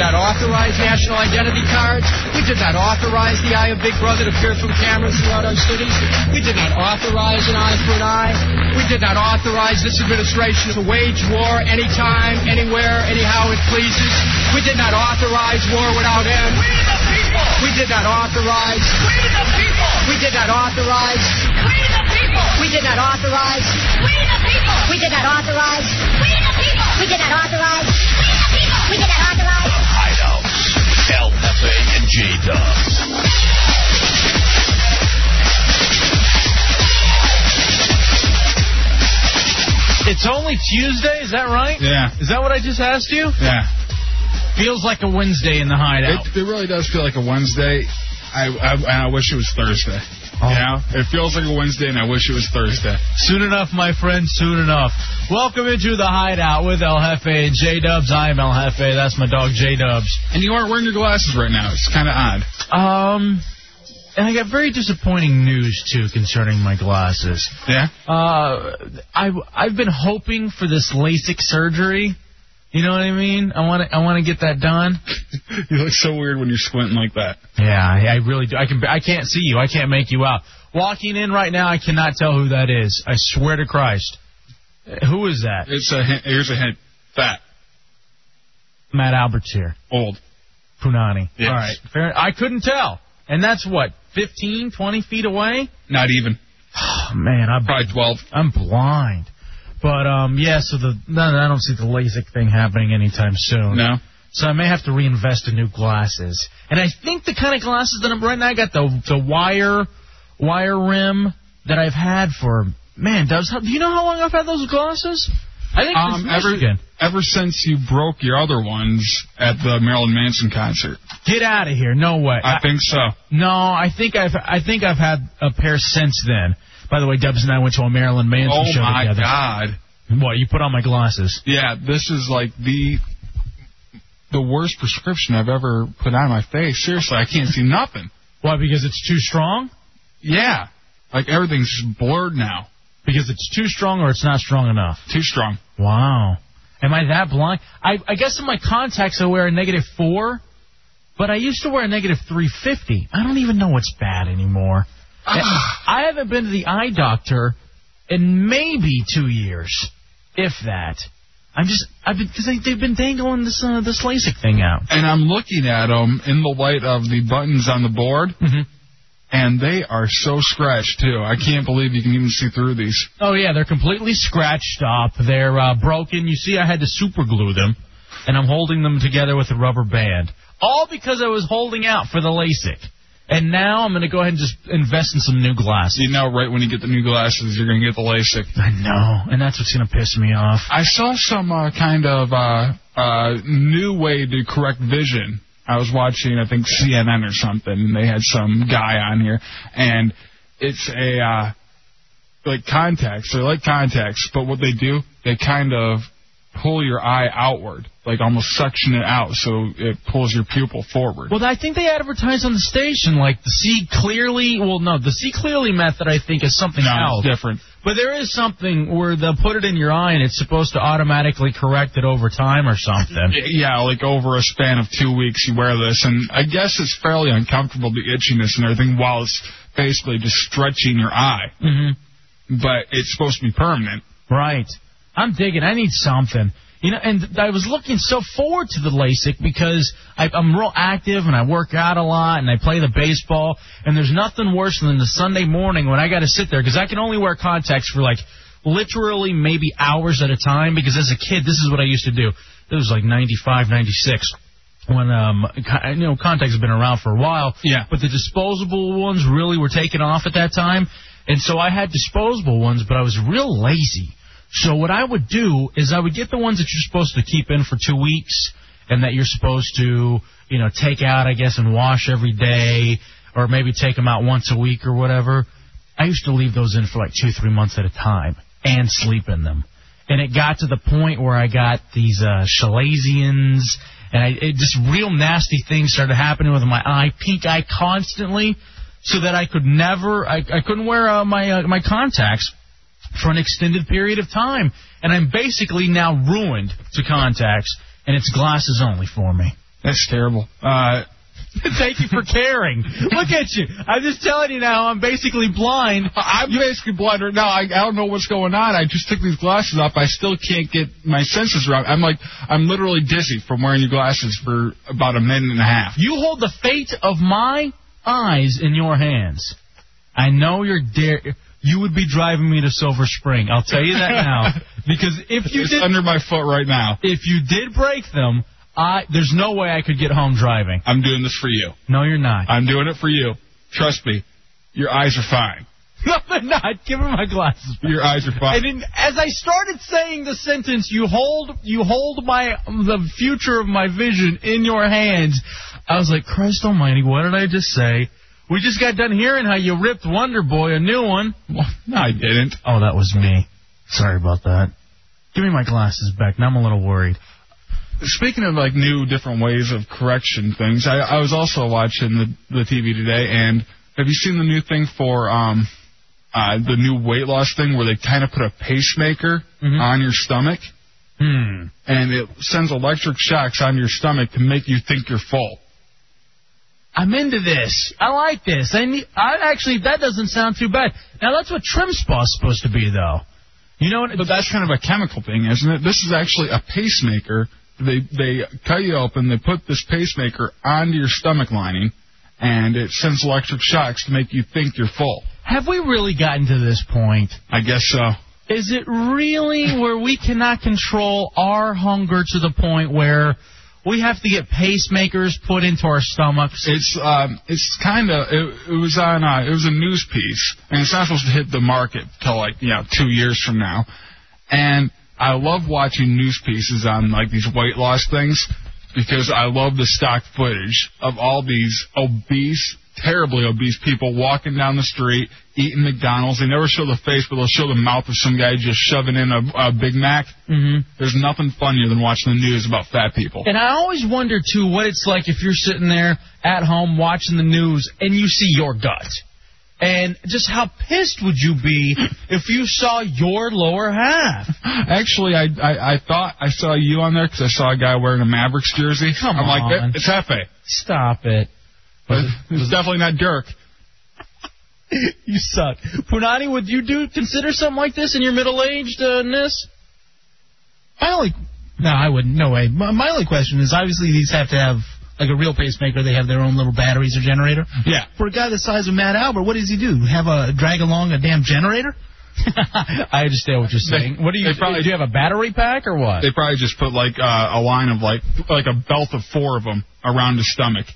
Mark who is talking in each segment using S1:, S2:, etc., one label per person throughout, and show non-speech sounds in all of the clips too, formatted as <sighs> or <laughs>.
S1: authorize national identity cards. We did not authorize the eye of Big Brother to peer through cameras throughout our cities. We did not authorize an eye for an eye. We did not authorize this administration to wage war anytime, anywhere, anyhow it pleases. We did not authorize war without end.
S2: We the people.
S1: We did not authorize.
S2: We the people.
S1: We did not authorize.
S2: We the people.
S1: We did not authorize.
S2: We the people.
S3: We did not authorize.
S2: We the people.
S3: We did not authorize.
S2: We
S3: We did not authorize.
S4: Hideout. LFA and J Dubs.
S5: It's only Tuesday, is that right?
S6: Yeah.
S5: Is that what I just asked you?
S6: Yeah.
S5: Feels like a Wednesday in the hideout.
S6: It, it really does feel like a Wednesday. I, I, and I wish it was Thursday.
S5: Oh.
S6: You know? It feels like a Wednesday, and I wish it was Thursday.
S5: Soon enough, my friend, soon enough. Welcome into the hideout with El Jefe and J Dubs. I am El Jefe. That's my dog, J Dubs.
S6: And you aren't wearing your glasses right now. It's kind of
S5: <laughs>
S6: odd.
S5: Um, and I got very disappointing news, too, concerning my glasses.
S6: Yeah?
S5: Uh, I, I've been hoping for this LASIK surgery. You know what I mean? I want to I want to get that done.
S6: You look so weird when you're squinting like that.
S5: Yeah, I I really do. I can I can't see you. I can't make you out. Walking in right now, I cannot tell who that is. I swear to Christ. Uh, Who is that?
S6: It's a hint. Here's a hint. Fat.
S5: Matt Albert's here.
S6: Old.
S5: Punani.
S6: Yes.
S5: All right. Fair, I couldn't tell. And that's what, 15, 20 feet away?
S6: Not even.
S5: Oh, man, I'm,
S6: Probably 12.
S5: I'm blind. But, um, yeah, so the, no, no, I don't see the LASIK thing happening anytime soon.
S6: No?
S5: So I may have to reinvest in new glasses. And I think the kind of glasses that I'm right now, I got the the wire wire rim that I've had for man, does how, do you know how long I've had those glasses? I think
S6: Um,
S5: since
S6: ever,
S5: Michigan.
S6: ever since you broke your other ones at the Marilyn Manson concert.
S5: Get out of here! No way.
S6: I think so.
S5: no, I think I've I think I've had a pair since then. By the way, Dubs and I went to a Marilyn Manson
S6: Oh,
S5: show
S6: my
S5: together.
S6: God.
S5: What you put on my glasses?
S6: Yeah, this is like the the worst prescription I've ever put on my face. Seriously, I can't see nothing.
S5: Why? Because it's too strong?
S6: Yeah, like everything's just blurred now.
S5: Because it's too strong or it's not strong enough?
S6: Too strong.
S5: Wow. Am I that blind? I, I guess in my contacts I wear a negative four, but I used to wear a negative 350. I don't even know what's bad anymore.
S6: Ah.
S5: I haven't been to the eye doctor in maybe two years, if that. I'm just, I've been, because they, they've been dangling this uh, this LASIK thing out.
S6: And I'm looking at them in the light of the buttons on the board,
S5: Mhm.
S6: and they are so scratched too. I can't believe you can even see through these.
S5: Oh yeah, they're completely scratched up. They're uh, broken. You see, I had to super glue them, and I'm holding them together with a rubber band. All because I was holding out for the LASIK. And now I'm going to go ahead and just invest in some new glasses.
S6: You know, right when you get the new glasses, you're gonna get the LASIK.
S5: I know, and that's what's going to piss me off.
S6: I saw some uh, kind of uh, uh, new way to correct vision. I was watching, I think CNN or something, and they had some guy on here, and it's a uh, like contacts. They're like contacts, but what they do, they kind of pull your eye outward, like almost suction it out, so it pulls your pupil forward.
S5: Well, I think they advertise on the station like the see clearly. Well, no, the see clearly method I think is something
S6: no,
S5: else.
S6: it's different.
S5: But there is something where they'll put it in your eye and it's supposed to automatically correct it over time or something.
S6: Yeah, like over a span of two weeks, you wear this, and I guess it's fairly uncomfortable, the itchiness and everything, while it's basically just stretching your eye.
S5: mm-hmm.
S6: but it's supposed to be permanent.
S5: Right. I'm digging. I need something. You know, and I was looking so forward to the LASIK because I, I'm real active and I work out a lot and I play the baseball. And there's nothing worse than the Sunday morning when I got to sit there because I can only wear contacts for like literally maybe hours at a time. Because as a kid, this is what I used to do. It was like 95, 96 when um co- you know contacts have been around for a while.
S6: Yeah.
S5: But the disposable ones really were taken off at that time, and so I had disposable ones, but I was real lazy. So what I would do is I would get the ones that you're supposed to keep in for two weeks, and that you're supposed to you know take out, I guess, and wash every day, or maybe take them out once a week or whatever. I used to leave those in for like two, three months at a time, and sleep in them and it got to the point where I got these uh, chalazions, and I, it, just real nasty things started happening with my eye, pink eye constantly, so that I could never, I, I couldn't wear uh, my uh, my contacts for an extended period of time, and I'm basically now ruined to contacts, and it's glasses only for me.
S6: That's terrible. Uh,
S5: <laughs> Thank you for caring. Look at you. I'm just telling you now, I'm basically blind.
S6: I- Uh, I'm basically blind right now. I, I don't know what's going on. I just took these glasses off. I still can't get my senses around. I'm like, I'm literally dizzy from wearing your glasses for about a minute and a half.
S5: You hold the fate of my eyes in your hands. I know you're dare. You would be driving me to Silver Spring. I'll tell you that
S6: <laughs>
S5: now. Because if you
S6: it's
S5: did,
S6: under my foot right now.
S5: if you did break them, I there's no way I could get home driving.
S6: I'm doing this for you.
S5: No, you're not.
S6: I'm doing it for you. Trust me. Your eyes are fine.
S5: <laughs> no, they're not. Give her my glasses. back.
S6: Your eyes are
S5: And
S6: fine.
S5: then, as I started saying the sentence, you hold you hold my the future of my vision in your hands. I was like, Christ Almighty, what did I just say? We just got done hearing how you ripped Wonder Boy a new one.
S6: No, I didn't.
S5: Oh, that was me. Sorry about that. Give me my glasses back. Now I'm a little worried.
S6: Speaking of like new different ways of correction things, I, I was also watching the, the TV today, and have you seen the new thing for um, uh, the new weight loss thing where they kind of put a pacemaker
S5: Mhm.
S6: on your stomach
S5: Hmm.
S6: and it sends electric shocks on your stomach to make you think you're full?
S5: I'm into this. I like this. I need, I actually that doesn't sound too bad. Now that's what Trim Spa's supposed to be though. You know what?
S6: But that's kind of a chemical thing, isn't it? This is actually a pacemaker. They they cut you open, they put this pacemaker onto your stomach lining, and it sends electric shocks to make you think you're full.
S5: Have we really gotten to this point?
S6: I guess so.
S5: Is it really where we cannot control our hunger to the point where we have to get pacemakers put into our stomachs?
S6: It's um it's kind of it, it was on uh, it was a news piece, and it's not supposed to hit the market till like you know two years from now. And I love watching news pieces on like these weight loss things because I love the stock footage of all these obese, terribly obese people walking down the street eating McDonald's. They never show the face, but they'll show the mouth of some guy just shoving in a, a Big Mac.
S5: Mm-hmm.
S6: There's nothing funnier than watching the news about fat people.
S5: And I always wonder too what it's like if you're sitting there at home watching the news and you see your gut. And just how pissed would you be if you saw your lower half?
S6: <laughs> Actually, I, I I thought I saw you on there 'cause I saw a guy wearing a Mavericks jersey.
S5: Come
S6: I'm like,
S5: on.
S6: "That- it's Hefe.
S5: Stop it.
S6: But it's definitely not Dirk.
S5: <laughs> You suck. Punani, would you do consider something like this in your middle uh, agedness?
S7: My only, no, I wouldn't. No way. My, my only question is obviously these have to have like a real pacemaker. They have their own little batteries or generator.
S6: Yeah.
S7: For a guy the size of Matt Albert, what does he do? Have a drag along a damn generator?
S5: I understand what you're saying. what do you
S6: they probably-
S5: do? You have a battery pack or what?
S6: They probably just put like uh, a line of like like a belt of four of them around his stomach.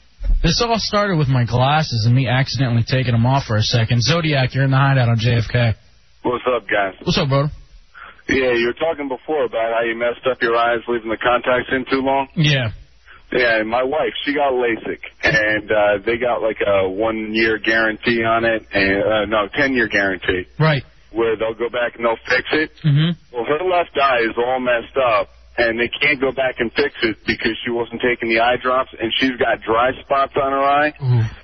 S5: This all started with my glasses and me accidentally taking them off for a second. Zodiac, you're in the hideout on JFK.
S8: What's up, guys?
S5: What's up, brother?
S8: Yeah, you were talking before about how you messed up your eyes leaving the contacts in too long.
S5: Yeah.
S8: Yeah, and my wife, she got LASIK, and uh, they got like a one-year guarantee on it, and uh, no, ten-year guarantee,
S5: Right.
S8: where they'll go back and they'll fix it.
S5: hmm
S8: Well, her left eye is all messed up, and they can't go back and fix it because she wasn't taking the eye drops, and she's got dry spots on her eye.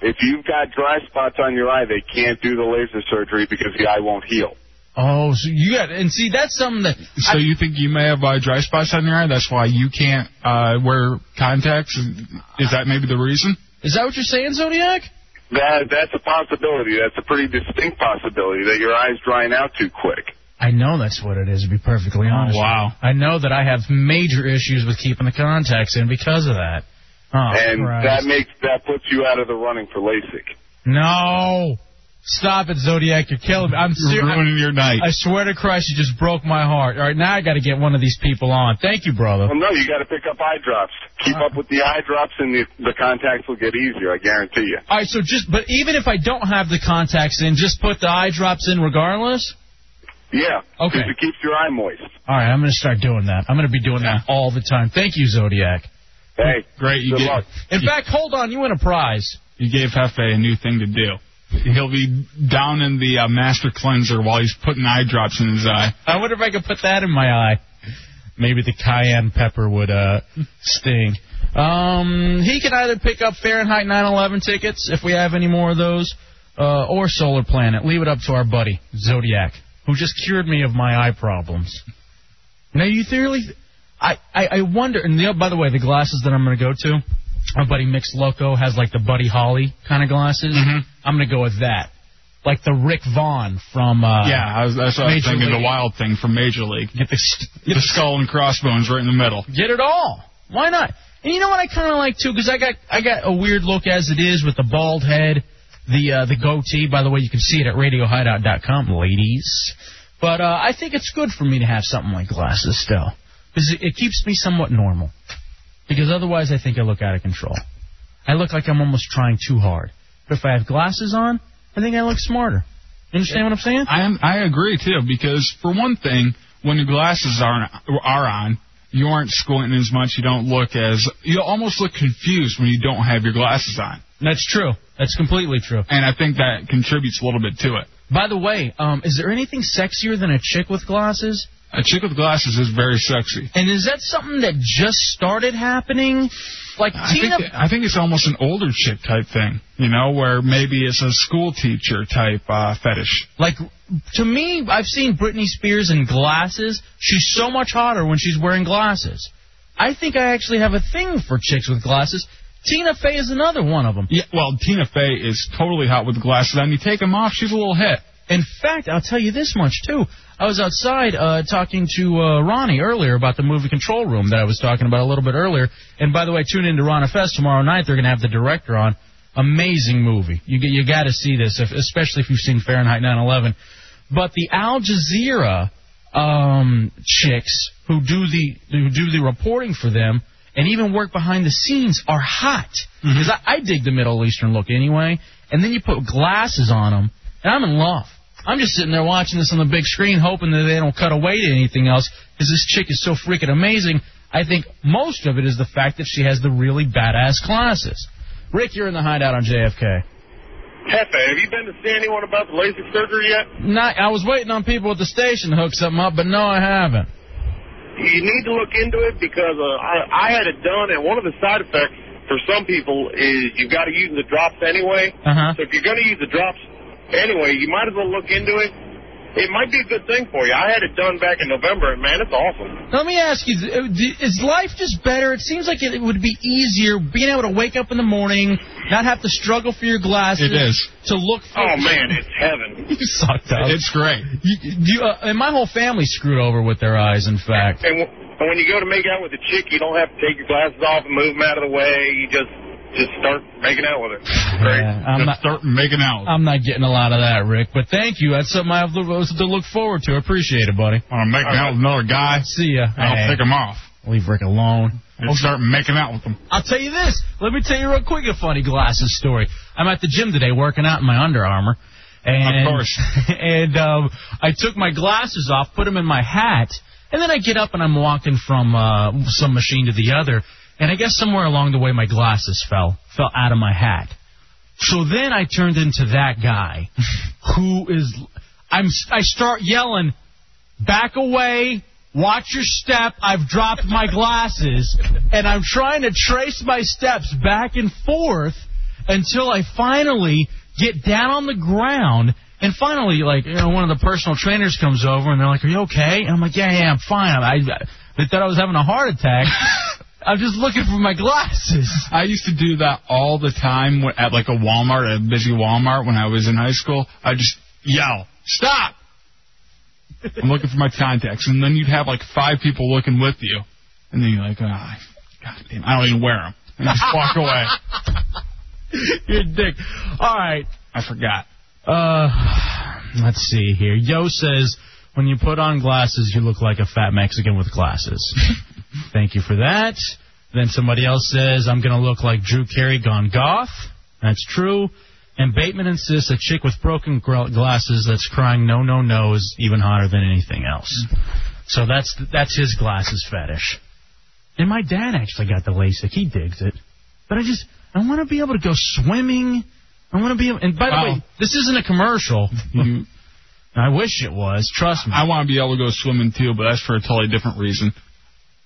S8: If you've got dry spots on your eye, they can't do the laser surgery because the eye won't heal.
S5: Oh, so you got and see that's something that
S6: So you think you may have uh, dry spots on your eye? That's why you can't uh, wear contacts. Is that maybe the reason?
S5: is that what you're saying, Zodiac?
S8: That that's a possibility. That's a pretty distinct possibility that your eyes drying out too quick.
S5: I know that's what it is. To be perfectly honest,
S6: Oh, wow.
S5: I know that I have major issues with keeping the contacts in because of that. Oh,
S8: and
S5: Christ.
S8: that makes that puts you out of the running for LASIK.
S5: no, stop it, Zodiac. You're killing me. I'm
S6: You're
S5: serious.
S6: ruining your night.
S5: I swear to Christ, you just broke my heart. All right, now I got to get one of these people on. Thank you, brother.
S8: Well, no, you got to pick up eye drops. Keep up with the eye drops, and the the contacts will get easier. I guarantee you.
S5: All right, so just but even if I don't have the contacts in, just put the eye drops in regardless.
S8: Yeah.
S5: Okay.
S8: 'cause it keeps your eye moist.
S5: All right, I'm going to start doing that. I'm going to be doing that all the time. Thank you, Zodiac.
S8: Hey.
S6: Great, you
S8: Good
S6: get-
S8: luck.
S5: In fact, hold on, you win a prize.
S6: You gave Hefe a new thing to do. He'll be down in the uh, master cleanser while he's putting eye drops in his eye.
S5: I wonder if I could put that in my eye. Maybe the cayenne pepper would uh sting. Um, he can either pick up Fahrenheit 9/11 tickets if we have any more of those, uh, or Solar Planet. Leave it up to our buddy Zodiac, who just cured me of my eye problems. Now you thoroughly, I I, I wonder. And the, by the way, the glasses that I'm going to go to, Our buddy Mix Loco has like the Buddy Holly kind of glasses.
S6: Mm-hmm.
S5: I'm gonna go with that. Like the Rick Vaughn from uh,
S6: Yeah, I was, that's what I was
S5: Major
S6: thinking. The
S5: League.
S6: wild thing from Major League.
S5: Get the
S6: The skull and crossbones right in the middle.
S5: Get it all. Why not? And you know what I kind of like too, because I got I got a weird look as it is with the bald head, the uh, the goatee. By the way, you can see it at RadioHideout.com, ladies. But uh, I think it's good for me to have something like glasses still, because it, it keeps me somewhat normal. Because otherwise, I think I look out of control. I look like I'm almost trying too hard. But if I have glasses on, I think I look smarter. You understand what I'm saying?
S6: I am, I agree too because for one thing, when your glasses are are on, you aren't squinting as much. You don't look as you almost look confused when you don't have your glasses on,
S5: That's true. That's completely true.
S6: and I think that contributes a little bit to it.
S5: By the way, um, is there anything sexier than a chick with glasses?
S6: A chick with glasses is very sexy.
S5: And is that something that just started happening? Like
S6: I
S5: Tina,
S6: think I think it's almost an older chick type thing, you know, where maybe it's a school teacher type uh, fetish.
S5: like to me, I've seen Britney Spears in glasses. She's so much hotter when she's wearing glasses. I think I actually have a thing for chicks with glasses. Tina Fey is another one of them.
S6: Yeah, well, Tina Fey is totally hot with glasses on. You take them off, she's a little hit.
S5: In fact, I'll tell you this much too. I was outside uh, talking to uh, Ronnie earlier about the movie Control Room that I was talking about a little bit earlier. And by the way, tune in to Ron Fest tomorrow night. They're going to have the director on. Amazing movie. You get- you got to see this, if, especially if you've seen Fahrenheit 9/11. But the Al Jazeera um, chicks who do the who do the reporting for them and even work behind the scenes are hot because I, I dig the Middle Eastern look anyway. And then you put glasses on them, and I'm in love. I'm just sitting there watching this on the big screen, hoping that they don't cut away to anything else because this chick is so freaking amazing. I think most of it is the fact that she has the really badass glasses. Rick, you're in the hideout on JFK.
S8: Hefe, have you been to see anyone about the LASIK surgery yet?
S5: Not, I was waiting on people at the station to hook something up, but no, I haven't.
S8: You need to look into it because uh, I, I had it done, and one of the side effects for some people is you've got to use the drops anyway.
S5: Uh
S6: Uh-huh.
S5: huh.
S8: So if you're going to use the drops anyway, you might as well look into it. It might be a good thing for you. I had it done back in November, and man, it's awesome.
S5: Let me ask you: Is life just better? It seems like it would be easier being able to wake up in the morning, not have to struggle for your glasses.
S6: It is.
S5: to look. For
S8: Oh man, it's heaven.
S5: <laughs> you sucked up.
S6: It's great.
S5: You, you, uh, and my whole family screwed over with their eyes. In fact,
S8: And, w- and when you go to make out with a chick, you don't have to take your glasses off and move them out of the way. You just just start making out with her.
S6: Great.
S5: Yeah, I'm
S6: Just
S5: not-
S6: start making out.
S5: I'm not getting a lot of that, Rick. But thank you. That's something I have to to look forward to. I appreciate it, buddy.
S6: When I'm making out with another guy,
S5: See ya.
S6: I'll pick him off
S5: Leave Rick alone.
S6: and start making out with him.
S5: I'll tell you this. Let me tell you real quick a funny glasses story. I'm at the gym today working out in my Under Armour. And,
S6: Of course.
S5: <laughs> And um, I took my glasses off, put them in my hat, and then I get up and I'm walking from uh, some machine to the other. And I guess somewhere along the way my glasses fell, fell out of my hat. So then I turned into that guy <laughs> who is. I'm, I start yelling, back away. Watch your step. I've dropped my glasses. And I'm trying to trace my steps back and forth until I finally get down on the ground. And finally, like, you know, one of the personal trainers comes over and they're like, Are you okay? And I'm like, Yeah, yeah, I'm fine. I, I, they thought I was having a heart attack. <laughs> I'm just looking for my glasses.
S6: <laughs> I used to do that all the time when- at like a Walmart, a busy Walmart when I was in high school. I just yell, "Stop!" I'm looking for my contacts, and then you'd have like five people looking with you, and then you're like, "Ah, God damn, I don't even wear them," and just walk away.
S5: <laughs> You're a dick. All right.
S6: I forgot.
S5: Uh, let's see here. Yo says, when you put on glasses, you look like a fat Mexican with glasses. Thank you for that. Then somebody else says, I'm going to look like Drew Carey gone goth. That's true. And Bateman insists a chick with broken gl- glasses that's crying no, no, no is even hotter than anything else. So that's that's his glasses fetish. And my dad actually got the LASIK. He digs it. But I just, I want to be able to go swimming. I want to be, and by the
S6: Wow.
S5: way, this isn't a commercial.
S6: <laughs> You,
S5: I wish it was. Trust me.
S6: I want to be able to go swimming too, but that's for a totally different reason.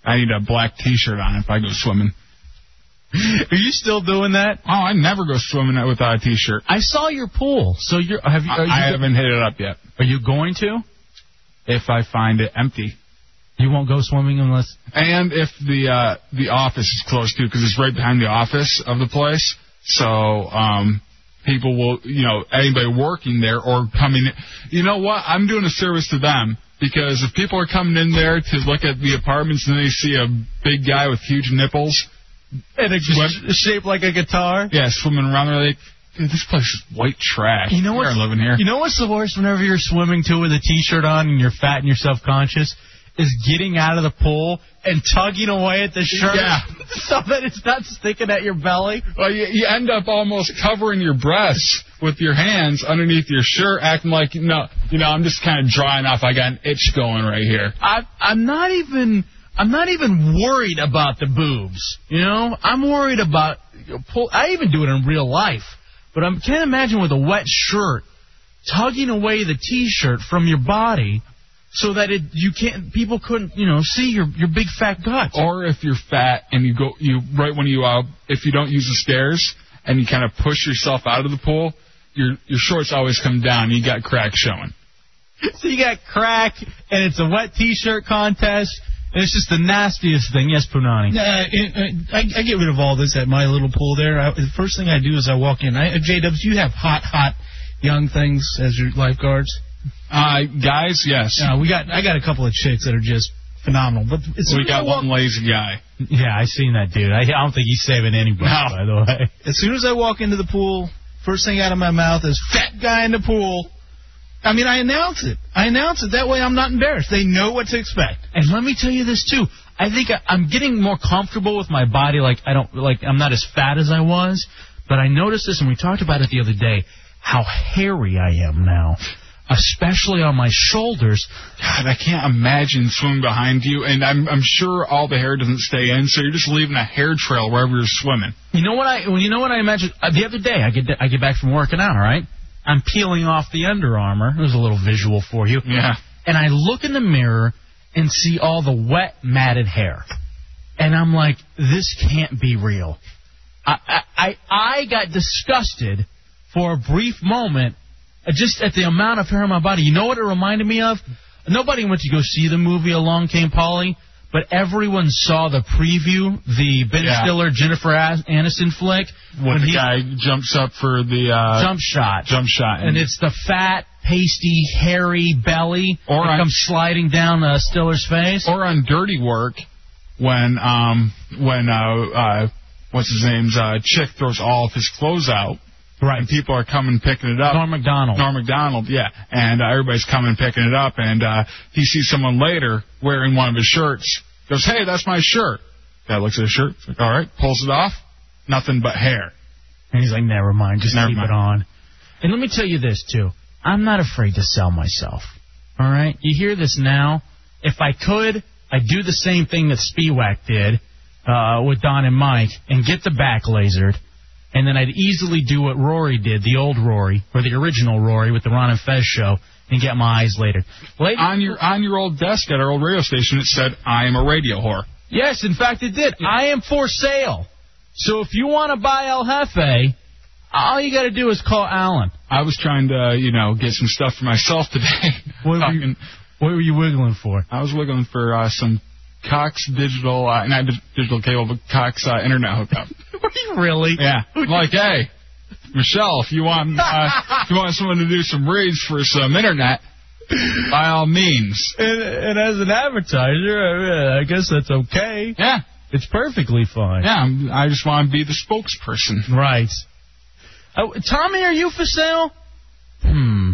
S6: I need a black T-shirt on if I go swimming.
S5: <laughs> Are you still doing that?
S6: Oh, I never go swimming without a T-shirt.
S5: I saw your pool. So you're have you?
S6: I,
S5: Are you,
S6: I haven't hit it up yet.
S5: Are you going to?
S6: If I find it empty.
S5: You won't go swimming unless.
S6: And if the uh, the office is closed too, because it's right behind the office of the place, so um, people will, you know, anybody working there or coming, you know what? I'm doing a service to them because if people are coming in there to look at the apartments and they see a big guy with huge nipples,
S5: And it's
S6: Swim-
S5: shaped like a guitar.
S6: yeah, swimming around, they're like, dude, this place is white trash.
S5: You know
S6: We
S5: what's-
S6: aren't living here.
S5: You know what's the worst whenever you're swimming too with a t-shirt on and you're fat and you're self-conscious is getting out of the pool and tugging away at the shirt
S6: Yeah.
S5: <laughs> so that it's not sticking at your belly.
S6: Well, you, you end up almost covering your breasts with your hands underneath your shirt, acting like no, you know, I'm just kind of drying off. I got an itch going right here.
S5: I I'm not even I'm not even worried about the boobs. You know, I'm worried about pull. I even do it in real life, but I can't imagine with a wet shirt tugging away the t-shirt from your body so that it you can't people couldn't you know see your your big fat gut.
S6: Or if you're fat and you go, you right when you uh, if you don't use the stairs and you kind of push yourself out of the pool, your your shorts always come down. You got cracks showing.
S5: <laughs> So you got crack, and it's a wet T-shirt contest. And it's just the nastiest thing. Yes, Punani.
S7: Uh, it, I, I get rid of all this at my little pool there. I, the first thing I do is I walk in. I, J Dubs, you have hot, hot young things as your lifeguards.
S6: Uh, guys, yes,
S7: Uh, we got I got a couple of chicks that are just phenomenal. But as soon
S6: we
S7: as I
S6: got
S7: walk,
S6: one lazy guy.
S5: Yeah, I seen that dude. I, I don't think he's saving anybody.
S6: No.
S5: By the way,
S7: <laughs> as soon as I walk into the pool, first thing out of my mouth is fat guy in the pool. I mean, I announce it. I announce it. That way, I'm not embarrassed. They know what to expect.
S5: and let me tell you this too. I think I, I'm getting more comfortable with my body. Like I don't like I'm not as fat as I was, but I noticed this, and we talked about it the other day. How hairy I am now, especially on my shoulders.
S6: God, I can't imagine swimming behind you, and I'm I'm sure all the hair doesn't stay in, so you're just leaving a hair trail wherever you're swimming.
S5: You know what I? Well, you know what I imagine? Uh, the other day, I get I get back from working out. All right, I'm peeling off the Under Armour. It was a little visual for you.
S6: Yeah.
S5: and I look in the mirror and see all the wet, matted hair. And I'm like, this can't be real. I, I, I I got disgusted for a brief moment uh, just at the amount of hair on my body. You know what it reminded me of? Nobody went to go see the movie Along Came Polly, but everyone saw the preview, the Ben
S6: Yeah.
S5: Stiller, Jennifer As- Aniston flick,
S6: When the guy jumps up for the uh,
S5: jump shot.
S6: jump shot,
S5: And it's the fat, pasty, hairy belly
S6: Or
S5: that
S6: I-
S5: comes sliding down uh, Stiller's face.
S6: or on dirty work when um when uh uh what's his name's uh chick throws all of his clothes out and
S5: right.
S6: people are coming picking it up
S5: Norm McDonald.
S6: Norm McDonald, yeah, and uh, everybody's coming picking it up, and uh, he sees someone later wearing one of his shirts. Goes, hey, that's my shirt. Guy looks at his shirt, it's like, all right, pulls it off, nothing but hair.
S5: And he's like, never mind, just
S6: Never
S5: keep
S6: mind.
S5: it on. And let me tell you this, too. I'm not afraid to sell myself. All right? You hear this now. If I could, I'd do the same thing that Spiewak did uh, with Don and Mike and get the back lasered. And then I'd easily do what Rory did, the old Rory, or the original Rory with the Ron and Fez show, and get my eyes lasered. Ladies,
S6: On your on your old desk at our old radio station, it said, I am a radio whore.
S5: Yes, in fact, it did. I am for sale. So if you want to buy El Jefe, all you got to do is call Alan.
S6: I was trying to, you know, get some stuff for myself today.
S5: <laughs> What were you-
S6: Talking-
S5: What were you wiggling for?
S6: I was looking for uh, some Cox digital, uh, not dig- digital cable, but Cox uh, internet
S5: <laughs>
S6: hookup.
S5: were you really?
S6: Yeah, I'm like hey, Michelle, if you want, uh, if you want someone to do some reads for some internet, by all means.
S5: And, and as an advertiser, I, I guess that's okay.
S6: Yeah,
S5: It's perfectly fine.
S6: yeah. I'm, I just want to be the spokesperson.
S5: Right. Oh, Tommy, are you for sale? Hmm.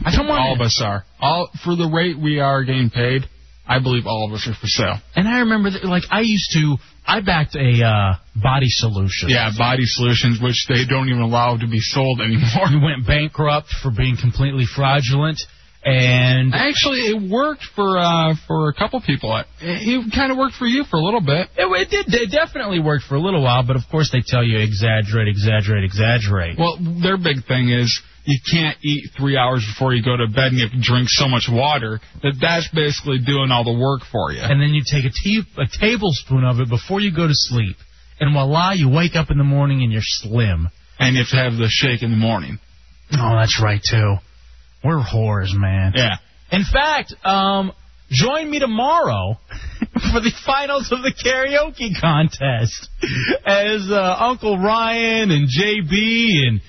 S6: I think
S5: Come on
S6: all
S5: in.
S6: of us are. All for the rate we are getting paid. I believe all of us are for sale.
S5: And I remember, that, like, I used to, I backed a uh, body solution.
S6: Yeah, Body Solutions, which they don't even allow to be sold anymore.
S5: You went bankrupt for being completely fraudulent, and
S6: Actually, it worked for uh, for a couple people. It, it kind of worked for you for a little bit.
S5: It, it did. It definitely worked for a little while, but of course they tell you exaggerate, exaggerate, exaggerate.
S6: Well, their big thing is you can't eat three hours before you go to bed, and you have to drink so much water that that's basically doing all the work for you.
S5: And then you take a, tea, a tablespoon of it before you go to sleep, and voila, you wake up in the morning and you're slim.
S6: And you have to have the shake in the morning.
S5: Oh, that's right too. We're whores, man.
S6: Yeah.
S5: In fact, um, Join me tomorrow <laughs> for the finals of the karaoke contest as uh, Uncle Ryan and JB and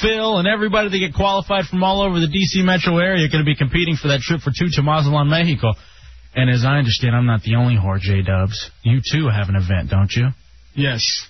S5: Phil and everybody that get qualified from all over the D.C. metro area are going to be competing for that trip for two to Mazatlan, Mexico. And as I understand, I'm not the only whore, J Dubs. You too have an event, don't you? <laughs>
S6: Yes.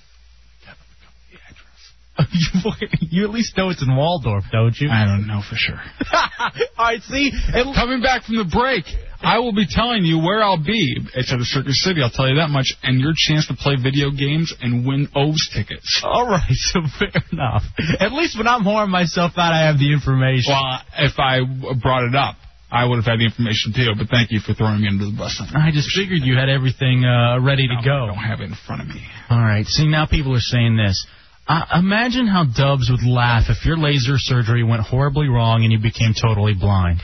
S5: you at least know it's in Waldorf, don't you?
S6: I don't know for sure.
S5: all right, see? At-
S6: Coming back from the break, I will be telling you where I'll be. It's at the Circus City, I'll tell you that much, and your chance to play video games and win O's tickets.
S5: All
S6: <laughs>
S5: right, so fair enough. <laughs> At least when I'm whoring myself out, I have the information.
S6: Well, if I brought it up, I would have had the information too, but thank you for throwing me under the bus. on that.
S5: I just figured you had everything uh, ready to
S6: I
S5: go.
S6: don't have it in front of me.
S5: All right, see, now people are saying this. I imagine how Dubs would laugh if your laser surgery went horribly wrong and you became totally blind.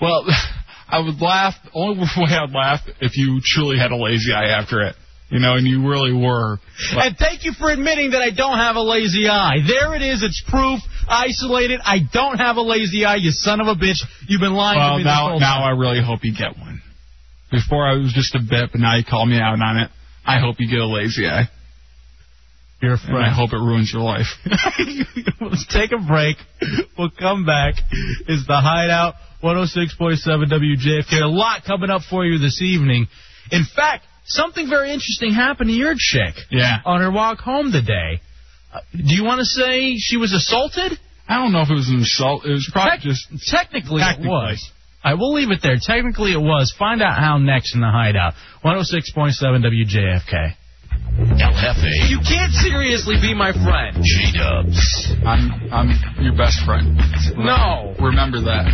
S6: Well, <laughs> I would laugh. The only <laughs> way I'd laugh if you truly had a lazy eye after it, you know, and you really were.
S5: And thank you for admitting that I don't have a lazy eye. There it is. It's proof. Isolated. I don't have a lazy eye. You son of a bitch. You've been lying to
S6: Well,
S5: me. this
S6: now
S5: whole
S6: now
S5: time.
S6: I really hope you get one. Before I was just a bit, but now you call me out on it. I hope you get a lazy eye,
S5: you're a
S6: and I
S5: friend.
S6: hope it ruins your life.
S5: <laughs> Let's take a break. We'll come back. It's the Hideout 106.7 WJFK. A lot coming up for you this evening. In fact, something very interesting happened to your chick
S6: yeah,
S5: on her walk home today. Uh, do you want to say she was assaulted?
S6: I don't know if it was an assault. It was probably
S5: Tec-
S6: just
S5: technically,
S6: Technically.
S5: it was. I will leave it there. Technically, it was. Find out how next in the hideout. 106.7 WJFK.
S4: El Jefe,
S5: You can't seriously be my friend.
S4: J Dubs.
S6: I'm I'm your best friend.
S5: No.
S6: Remember that.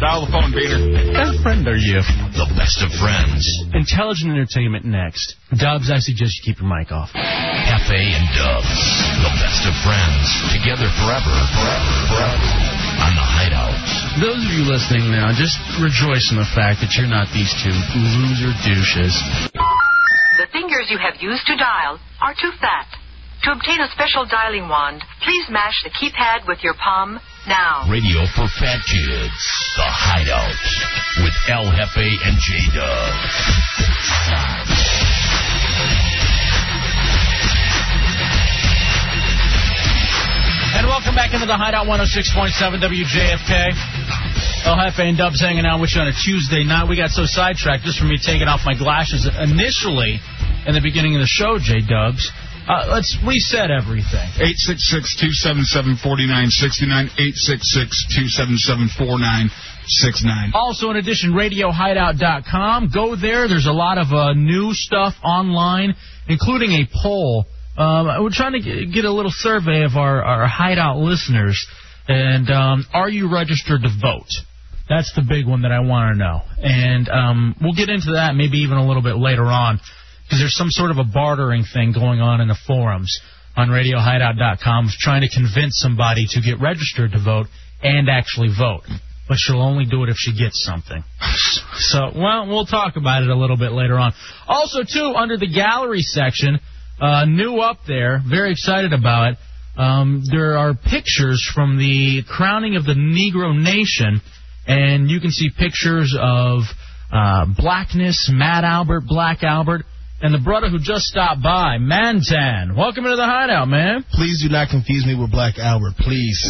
S6: Dial the phone, Peter.
S5: What friend are you?
S4: The best of friends.
S5: Intelligent entertainment next. Dubs, I suggest you keep your mic off.
S4: Hefe and Dubs. The best of friends. Together forever. Forever. Forever. On the Hideout.
S5: Those of you listening now, just rejoice in the fact that you're not these two loser douches.
S9: The fingers you have used to dial are too fat. To obtain a special dialing wand, please mash the keypad with your palm now.
S4: Radio for fat kids. The Hideout. With El Jefe and J Dubs.
S5: And welcome back into the Hideout 106.7 WJFK. El Jefe and Dubs hanging out with you on a Tuesday night. We got so sidetracked just from me taking off my glasses initially in the beginning of the show, J Dubs. Uh, let's reset everything.
S6: 866-277-4969, 866-277-4969.
S5: Also, in addition, RadioHideout.com. Go there. There's a lot of uh, new stuff online, including a poll. Um, we're trying to g- get a little survey of our, our Hideout listeners. And um, are you registered to vote? That's the big one that I want to know. And um, we'll get into that maybe even a little bit later on because there's some sort of a bartering thing going on in the forums on RadioHideout.com of trying to convince somebody to get registered to vote and actually vote. But she'll only do it if she gets something. So, well, we'll talk about it a little bit later on. Also, too, under the gallery section, uh, new up there, very excited about it. Um, there are pictures from the crowning of the Negro Nation, and you can see pictures of uh, Blackness, Matt Albert, Black Albert, and the brother who just stopped by, Mantan. Welcome into the hideout, man.
S10: Please do not confuse me with Black Albert, please.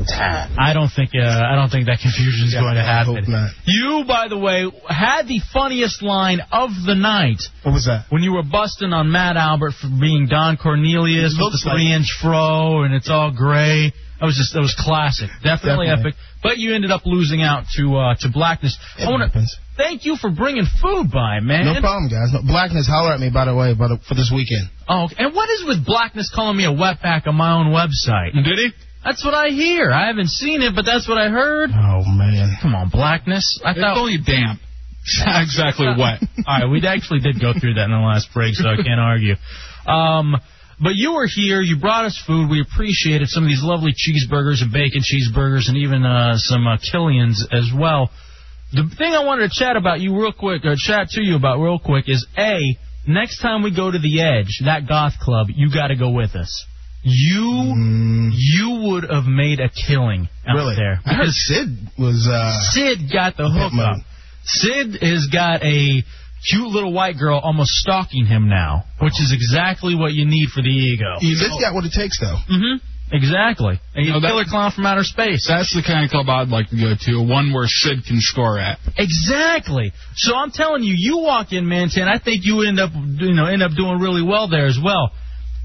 S5: I don't think uh, I don't think that confusion is going to
S10: I
S5: happen.
S10: hope not.
S5: You, by the way, had the funniest line of the night.
S10: What was that?
S5: when you were busting on Matt Albert for being Don Cornelius with the
S10: Looks like-
S5: three-inch fro and it's all gray. That was just that was classic, definitely,
S10: Definitely.
S5: epic. But you ended up losing out to uh, to blackness. I want to
S10: happens.
S5: thank you for bringing food by, man.
S10: No problem, guys. No, blackness, holler at me, by the way, by the, for this weekend.
S5: Oh, okay. and what is with blackness calling me a wetback on my own website?
S6: Did he?
S5: That's what I hear. I haven't seen it, but that's what I heard.
S10: Oh, man.
S5: Come on, blackness. I
S6: It's
S5: thought.
S6: only damp. It's not exactly wet.
S5: <laughs> All right, we actually did go through that in the last break, so I can't argue. Um, but you were here. You brought us food. We appreciated some of these lovely cheeseburgers and bacon cheeseburgers, and even uh, some uh, Killians as well. The thing I wanted to chat about you real quick, or chat to you about real quick, is a next time we go to the Edge, that goth club, you got to go with us. You you would have made a killing
S10: Mm.
S5: out
S10: Really?
S5: there
S10: I heard
S5: because
S10: Sid was, uh,
S5: Sid got the
S10: Pimp
S5: hookup.
S10: mode.
S5: Sid has got a cute little white girl almost stalking him now, which is exactly what you need for the ego.
S10: Sid's got what it takes, though.
S5: Mm-hmm. Exactly. And you
S6: No, that-
S5: killer clown from outer space.
S6: That's the kind of club I'd like to go to, one where Sid can score at.
S5: Exactly. So I'm telling you, you walk in, man, ten. I think you end up, you know, end up doing really well there as well.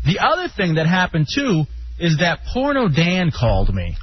S5: The other thing that happened too is that Porno Dan called me,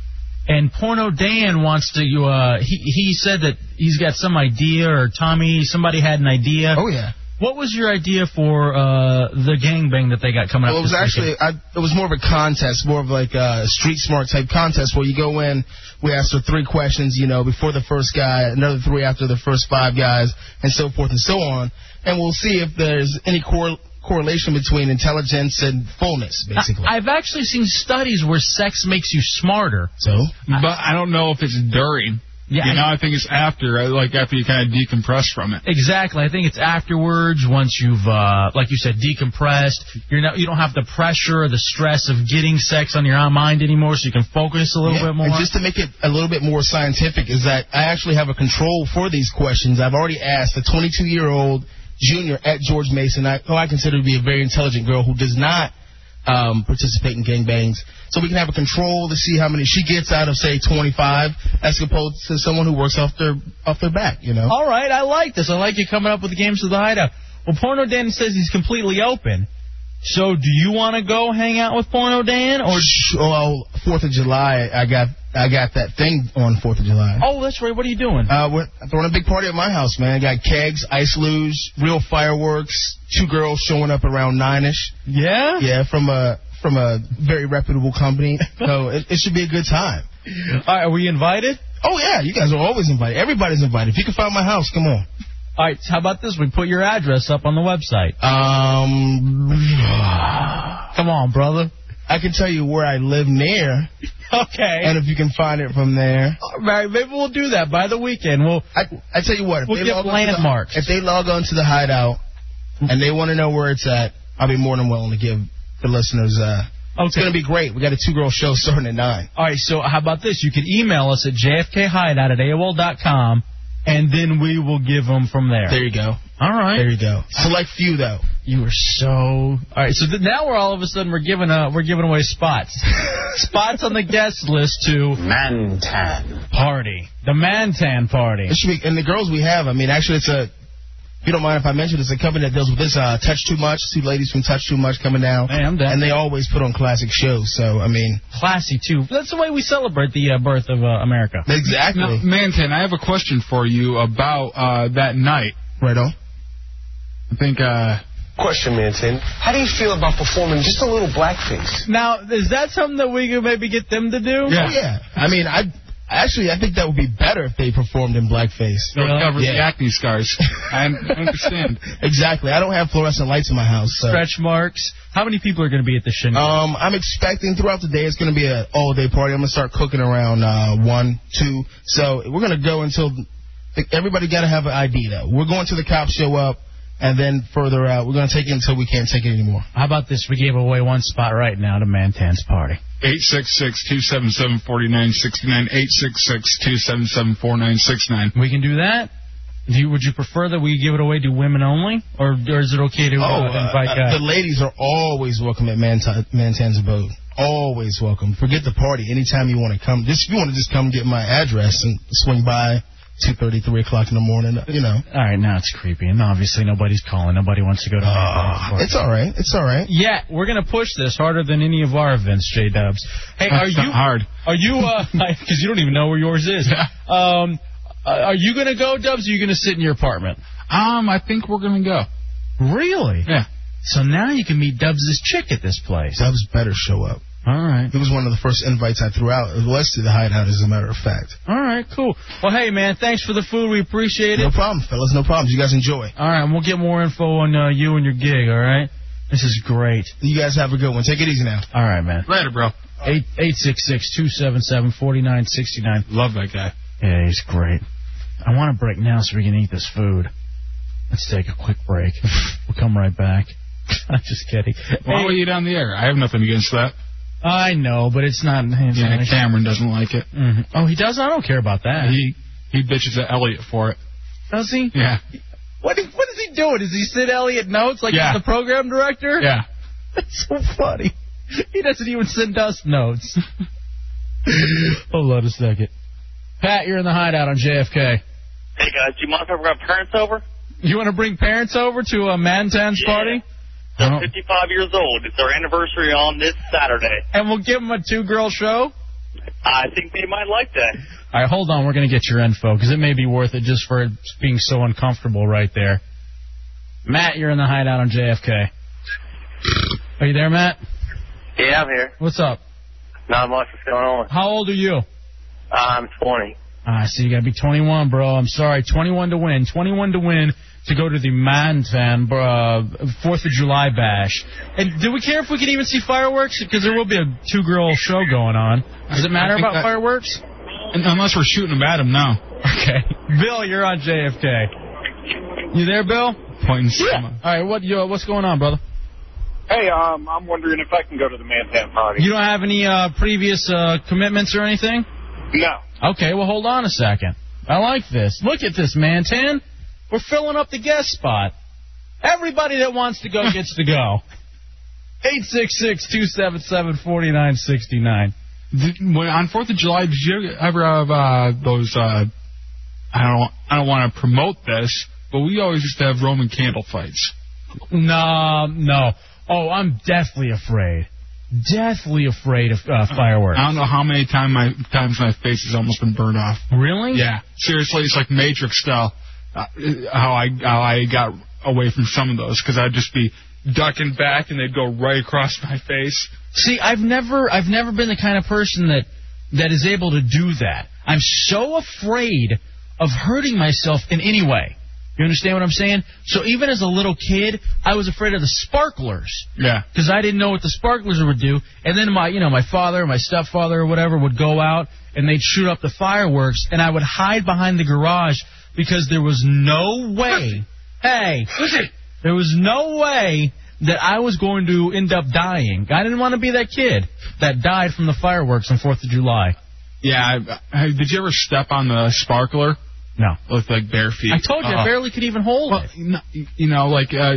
S5: and Porno Dan wants to. Uh, he he said that he's got some idea, or Tommy, somebody had an idea.
S10: Oh yeah.
S5: What was your idea for uh, the gangbang that they got coming
S10: Well,
S5: up?
S10: it was
S5: this
S10: actually
S5: weekend?
S10: I, it was more of a contest, more of like a street smart type contest where you go in. We asked for three questions, you know, before the first guy, another three after the first five guys, and so forth and so on. And we'll see if there's any cor- correlation between intelligence and fullness, basically.
S5: I- I've actually seen studies where sex makes you smarter.
S10: so
S6: But I don't know if it's during.
S5: Yeah,
S6: you
S5: I-
S6: know, I think it's after, uh, like after you kind of decompress from it.
S5: Exactly. I think it's afterwards once you've, uh, like you said, decompressed. You're not, you don't have the pressure or the stress of getting sex on your own mind anymore, so you can focus a little
S10: Yeah,
S5: bit more.
S10: And just to make it a little bit more scientific, is that I actually have a control for these questions. I've already asked a 22 year old junior at George Mason, I, who I consider to be a very intelligent girl who does not um, participate in gangbangs. So we can have a control to see how many she gets out of, say, 25, as opposed to someone who works off their off their back. You know.
S5: All right, I like this. I like you coming up with the games of the hideout. Well, Porno Dan says he's completely open. So, do you want to go hang out with Porno Dan, or?
S10: Sh- Oh, Fourth of July, I got I got that thing on Fourth of July.
S5: Oh, that's right. What are you doing?
S10: Uh, we're throwing a big party at my house, man. got kegs, ice luge, real fireworks. Two girls showing up around nine ish.
S5: Yeah.
S10: Yeah, from a from a very reputable
S5: <laughs>
S10: company. So it, it should be a good time.
S5: All right, are we invited?
S10: Oh yeah, you guys are always invited. Everybody's invited. If you can find my house, come on.
S5: All right. How about this? We put your address up on the website.
S10: Um,
S5: Come on, brother.
S10: I can tell you where I live near,
S5: <laughs> Okay.
S10: and if you can find it from there.
S5: All right, maybe we'll do that by the weekend. We'll
S10: I, I tell you what, if
S5: We'll
S10: they
S5: get
S10: log on to the-
S5: landmarks.
S10: if they log on to the hideout and they want to know where it's at, I'll be more than willing to give the listeners. Uh, It's
S5: okay.
S10: gonna be great. We got a two girl show starting at nine.
S5: All right, so how about this? You can email us at jfkhideout at aol dot com, and then we will give them from there.
S10: There you go.
S5: All right.
S10: There you go. Select few though.
S5: You are so. All right, so th- now we're all of a sudden we're giving uh we're giving
S10: <laughs>
S5: away spots, spots on the guest list to Mantan party, the Mantan party.
S10: It should be, and the girls we have. I mean, actually, it's a. If you don't mind if I mention, it's a company that deals with this. Uh, Touch Too Much. Two ladies from Touch Too Much coming down.
S5: Hey, I'm down.
S10: And they always put on classic shows. So I mean,
S5: Classy too. That's the way we celebrate the uh, birth of uh, America.
S10: exactly.
S6: Now, Manton, I have a question for you about uh, that night.
S10: Right on.
S6: I think uh,
S11: Question, Manson. How do you feel about performing just a little blackface?
S5: Now, is that something that we could maybe get them to do?
S10: Oh, yeah. I mean, I actually I think that would be better if they performed in blackface.
S6: they'll
S5: Really?
S6: cover the
S10: Yeah. <laughs>
S6: acne scars. I I understand.
S10: Exactly. I don't have fluorescent lights in my house. So.
S5: Stretch marks. How many people are going to be at the shindig?
S10: Um, I'm expecting throughout the day it's gonna be an all day party. I'm gonna start cooking around uh one, two. So we're gonna go until everybody gotta have an ID though. We're going to the cops show up, and then further out we're gonna take it until we can't take it anymore.
S5: How about this? We gave away one spot right now to Mantan's party.
S6: 866-277-4969, 866-277-4969.
S5: We can do that. Do you, would you prefer that we give it away to women only, or, or is it okay to
S10: uh,
S5: uh,
S10: uh,
S5: invite guys?
S10: the ladies are always welcome at Manta- Mantan's abode. Always welcome. Forget the party. Anytime you want to come, just if you want to just come get my address and swing by two thirty, three o'clock in the morning. You know,
S5: all right, now it's creepy, and obviously nobody's calling. Nobody wants to go to. Mantan's
S6: Ah,
S5: party.
S10: Ah, it's all right. It's all right.
S5: yeah, we're gonna push this harder than any of our events, J Dubs. Hey, are
S6: That's not
S5: you
S6: hard?
S5: are you
S6: <laughs>
S5: uh <laughs> because you don't even know where yours is? Um, uh, are you gonna go, Dubs? Or are you gonna sit in your apartment?
S6: Um, I think we're gonna go.
S5: Really?
S6: Yeah.
S5: So now you can meet Dubs' chick at this place.
S10: Dubs better show up.
S5: All right.
S10: It was one of the first invites I threw out. It was to the hideout, as a matter of fact.
S5: All right, cool. Well, hey, man, thanks for the food. We appreciate
S10: No
S5: it.
S10: problem, fellas. No problems. You guys enjoy.
S5: All right, and we'll get more info on uh, you and your gig, all right? This is great.
S10: You guys have a good one. Take it easy now.
S5: All right, man.
S6: Later, bro.
S5: 866 277 4969.
S6: Love that guy.
S5: Yeah, he's great. I want to break now so we can eat this food. Let's take a quick
S6: <laughs>
S5: break. we'll come right back. <laughs> I'm just kidding.
S6: Why
S5: Hey,
S6: were you down the air? I have nothing against that.
S5: I know, but it's not. It's
S6: Yeah,
S5: not Mm-hmm. a-
S6: Cameron doesn't like it.
S5: Mhm. Oh, he does? I don't care about that.
S6: He he bitches at Elliot for it.
S12: Does he?
S6: Yeah.
S12: What is, what is he doing? Is he Sid Elliott notes like
S6: Yeah.
S12: he's the program director?
S6: Yeah.
S12: <laughs> That's so funny. He doesn't even send us
S5: <laughs>
S12: notes. Hold on a second. Pat, you're in the hideout on JFK.
S13: Hey guys, do you mind if I bring my parents over?
S12: You want to bring parents over to
S5: uh,
S12: a Mantan's
S13: Yeah.
S12: party?
S13: They're
S5: Uh-huh.
S13: 55 years old. It's their anniversary on this Saturday.
S12: And we'll give them a two girl show?
S13: I think they might like that.
S5: All right, hold on. We're going to get your info because it may be worth it just for it being so uncomfortable right there. Matt, you're in the hideout on JFK. Are you there, Matt?
S14: Yeah, I'm here.
S5: What's up?
S14: Not much is going on.
S5: How old are you?
S14: I'm 20.
S5: I Ah, see. You got to be 21, bro. I'm sorry. 21 to win. 21 to win to go to the Mantan uh, Fourth of July bash. And do we care if we can even see fireworks? Because there will be a two-girl show going on. Does it matter about fireworks?
S6: Unless we're shooting them at him now.
S5: Okay. <laughs> Bill, you're on JFK. You there, Bill?
S6: Pointing
S5: All right. What yo, What's going on, brother?
S15: Hey, um, I'm wondering if I can go to the Mantan party.
S5: You don't have any uh, previous uh, commitments or anything?
S15: No.
S5: Okay, well, hold on a second. I like this. Look at this, man. Tan, we're filling up the guest spot. Everybody that wants to go gets to go. 866-277-4969.
S6: Did, when, on Fourth of July, did you ever have uh, those? Uh, I don't. I don't want to promote this, but we always used to have Roman candle fights.
S5: No, no. Oh, I'm deathly afraid. Deathly afraid of uh, fireworks.
S6: I don't know how many time my times my face has almost been burned off.
S5: Really?
S6: Yeah. Seriously, it's like Matrix style. Uh, how I how I got away from some of those because I'd just be ducking back and they'd go right across my face.
S5: See, I've never I've never been the kind of person that that is able to do that. I'm so afraid of hurting myself in any way. You understand what I'm saying? So even as a little kid, I was afraid of the sparklers
S6: Yeah.
S5: because I didn't know what the sparklers would do. And then my, you know, my father, my stepfather, or whatever, would go out and they'd shoot up the fireworks, and I would hide behind the garage because there was no way. Hey, there was no way that I was going to end up dying. I didn't want to be that kid that died from the fireworks on Fourth of July.
S6: Yeah. I, I, did you ever step on the sparkler?
S5: No.
S6: With like bare feet.
S5: I told you, I
S6: Uh,
S5: barely could even hold it.
S6: you know, like uh,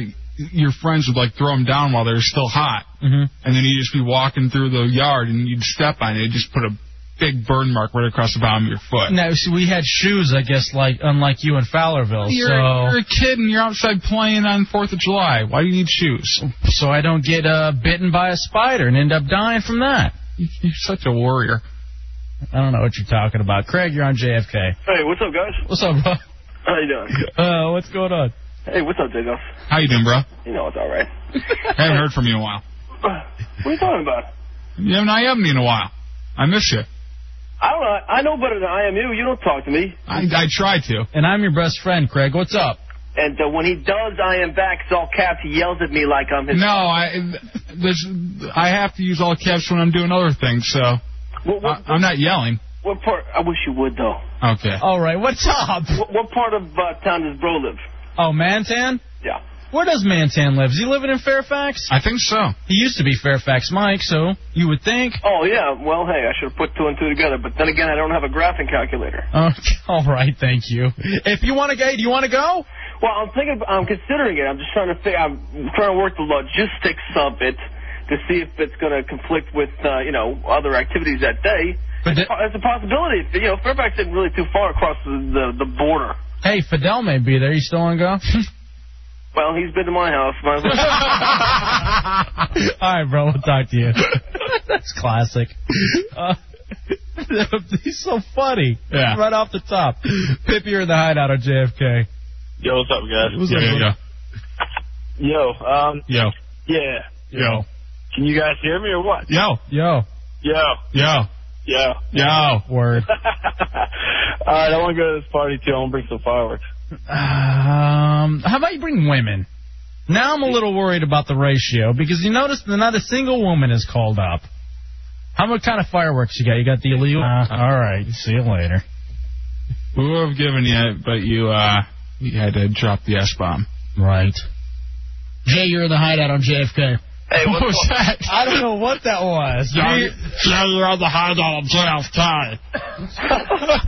S6: your friends would like throw them down while they're still hot,
S5: Mhm.
S6: and then you'd just be walking through the yard and you'd step on it, it'd just put a big burn mark right across the bottom of your foot.
S5: No, see, we had shoes, I guess, like unlike you in Fowlerville.
S6: You're,
S5: so
S6: you're a kid and you're outside playing on Fourth of July. Why do you need shoes?
S5: So I don't get uh, bitten by a spider and end up dying from that.
S6: You're such a warrior.
S5: I don't know what you're talking about, Craig. You're on JFK.
S16: Hey, what's up, guys?
S5: What's up, bro?
S16: How you doing?
S5: Uh, what's going on?
S16: Hey, what's up, Dave?
S6: How you doing, bro?
S16: You know it's all right.
S6: Haven't heard from you in a while.
S16: What are you talking about?
S6: You haven't I haven't in a while. I miss you.
S16: I don't know. I know better than I am you. You don't talk to me.
S6: I, I try to.
S5: And I'm your best friend, Craig. What's up?
S16: And uh, when he does, I am back. It's all caps. He yells at me like I'm his.
S6: No, Oh, I this I have to use all caps when I'm doing other things, so I, am not yelling.
S16: What part? I wish you would though.
S6: Okay.
S5: All right, what's up?
S16: What, what part of uh, town does Bro live?
S5: Oh, Mantan?
S16: Yeah.
S5: Where does Mantan live? Is he living in Fairfax?
S6: I think so.
S5: He used to be Fairfax Mike, so you would think.
S16: Oh yeah. Well, hey, I should have put two and two together. But then again, I don't have a graphing calculator.
S5: Oh, <laughs> all right, thank you. If you want to go, do you want to go?
S16: Well, I'm thinking. I'm considering it. I'm just trying to. Figure, I'm trying to work the logistics of it to see if it's going to conflict with uh, you know other activities that day.
S5: But
S16: it's, po- it's a possibility. You know, Fairfax isn't really too far across the the, the border.
S5: Hey, Fidel may be there. You still want to go? <laughs>
S16: Well, he's been to my house.
S13: <laughs>
S16: Might as well.
S5: All right, bro. We'll talk to you. <laughs> That's classic. Uh, <laughs> he's so funny.
S6: Yeah.
S5: Right off the top. Pip, you're in the hideout on JFK.
S13: Yo, what's up, guys?
S5: What's up, Yeah, yeah,
S13: Yo, um,
S6: Yo.
S13: yeah.
S6: Yo.
S13: Can you guys hear me or what?
S6: Yo.
S5: Yo.
S13: Yo,
S6: Yo.
S13: yo.
S6: Yo.
S5: Word.
S13: All right, I want to go to this party too. I want to bring some fireworks.
S5: Um, how about you bring women? Now I'm a little worried about the ratio because you notice that not a single woman is called up. How much kind of fireworks you got? You got the illegal? Uh, all right. See you later.
S6: We would have given you it, but you uh you had to drop the S bomb.
S5: Right. Jay, you're in the hideout on JFK.
S16: Hey,
S5: <laughs> what
S16: what's
S5: was
S16: going-
S5: that? I don't know what that was.
S6: Now you're on the high dollar playoff
S5: <laughs>
S6: tie.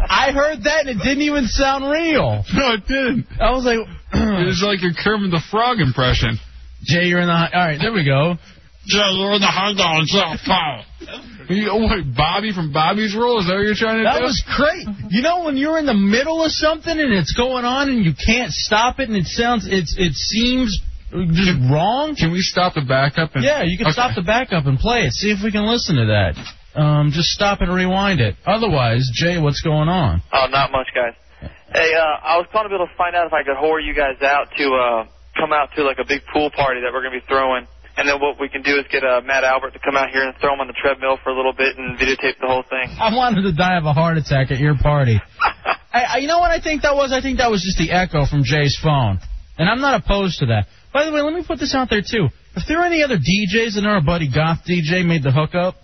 S5: I heard that and it didn't even sound real.
S6: No, it didn't.
S5: I was like,
S6: it was like your Kermit the Frog impression.
S5: Jay, you're in the. All right, there we go.
S6: Jay, you're in the high dollar playoff tie. You, what, Bobby from Bobby's Rule? Is that what you're trying to
S5: That
S6: do?
S5: was great. You know when you're in the middle of something and it's going on and you can't stop it and it sounds it's it seems just wrong.
S6: Can we stop the backup? And,
S5: yeah, you can stop the backup and play it. See if we can listen to that. Um, just stop and rewind it. Otherwise, Jay, what's going on?
S16: Oh, not much, guys. Hey, uh, I was calling to be able to find out if I could whore you guys out to uh, come out to like a big pool party that we're gonna be throwing, and then what we can do is get uh, Matt Albert to come out here and throw him on the treadmill for a little bit and videotape the whole thing.
S5: I wanted to die of a heart attack at your party. I, I, you know what I think that was? I think that was just the echo from Jay's phone. And I'm not opposed to that. By the way, let me put this out there, too. If there are any other DJs, and our buddy Goth DJ made the hookup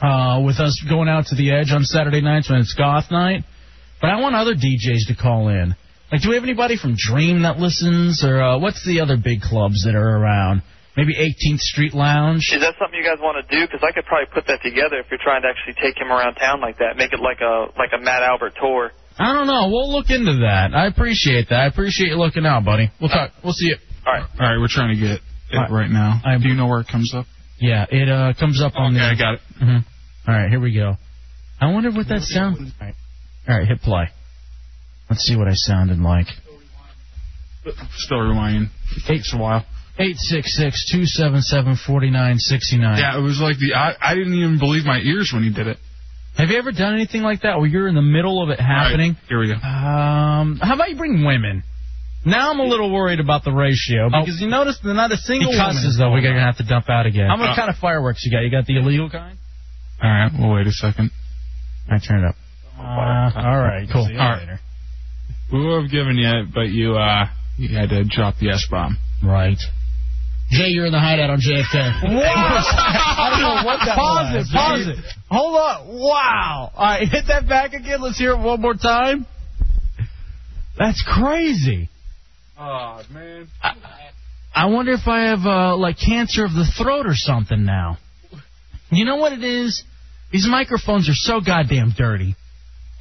S5: uh, with us going out to the Edge on Saturday nights when it's Goth night, but I want other DJs to call in. Like, do we have anybody from Dream that listens, or uh, what's the other big clubs that are around? Maybe 18th Street Lounge?
S16: Is that something you guys want to do? Because I could probably put that together if you're trying to actually take him around town like that, make it like a like a Matt Albert tour.
S5: I don't know. We'll look into that. I appreciate that. I appreciate you looking out, buddy. We'll talk. We'll see you.
S16: All right.
S6: All right, we're trying to get it right, now. Do you know where it comes up?
S5: Yeah, it uh comes up on
S6: Okay,
S5: the.
S6: I got it.
S5: Mhm. All right, here we go. I wonder what that sound. All right. All right, hit play. Let's see what I sounded like.
S6: Still rewinding. Takes a while.
S5: Eight six six two seven seven forty nine sixty nine.
S6: Yeah, it was like the I, I didn't even believe my ears when he did it.
S5: Have you ever done anything like that where you're in the middle of it happening?
S6: Here we go.
S5: Um, how about you bring women? Now I'm a little worried about the ratio because you notice that not a single
S17: He
S5: one
S17: cusses,
S5: is
S17: though.
S5: going
S17: We're
S5: to have to dump out again. How many
S17: Uh,
S5: kind of fireworks you got? You got the illegal kind?
S6: All right, well, wait a second.
S5: I turn it up. Uh, all right, cool.
S6: All right. We would have given you it, but you uh you had to drop the S bomb.
S5: Right.
S18: Jay, you're in the hideout on JFK. <laughs>
S5: I
S18: don't know what that
S5: <laughs> pause
S18: was.
S5: it. Pause it. Hold on. Wow. All right, hit that back again. Let's hear it one more time. That's crazy.
S6: Oh man.
S5: I wonder if I have uh, like cancer of the throat or something now. You know what it is? These microphones are so goddamn dirty.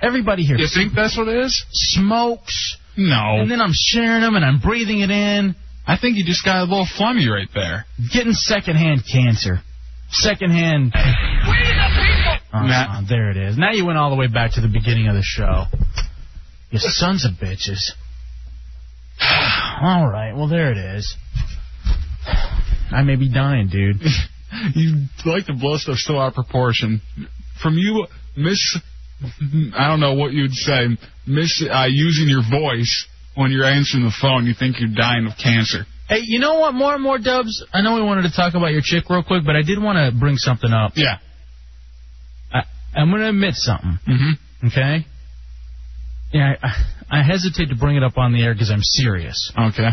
S5: Everybody here.
S6: You think that's what it is?
S5: Smokes.
S6: No.
S5: And then I'm sharing them and I'm breathing it in.
S6: I think you just got a little flummy right there.
S5: Getting secondhand cancer. Secondhand. Oh, there it is. Now you went all the way back to the beginning of the show. You sons of bitches. <sighs> All right, well there it is. I may be dying, dude.
S6: <laughs> you like to blow stuff so out of proportion. From you, miss, I don't know what you'd say, miss uh, using your voice when you're answering the phone. You think you're dying of cancer.
S5: Hey, you know what? More and more dubs. I know we wanted to talk about your chick real quick, but I did want to bring something up.
S6: Yeah.
S5: I, I'm going to admit something.
S6: Mm-hmm.
S5: Okay. Yeah, I, I hesitate to bring it up on the air because I'm serious.
S6: Okay.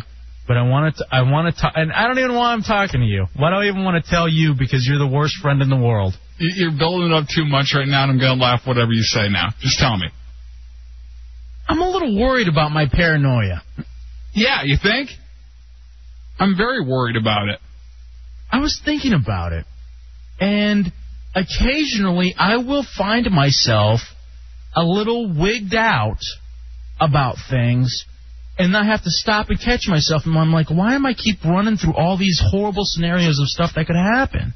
S5: But I want to. I want to. And I don't even know why I'm talking to you. Why do I even want to tell you? Because you're the worst friend in the world.
S6: You- You're building it up too much right now, and I'm gonna laugh whatever you say now. Just tell me.
S5: I'm a little worried about my paranoia.
S6: Yeah, you think? I'm very worried about it.
S5: I was thinking about it. And occasionally I will find myself a little wigged out about things. And I have to stop and catch myself. And I'm like, why am I keep running through all these horrible scenarios of stuff that could happen?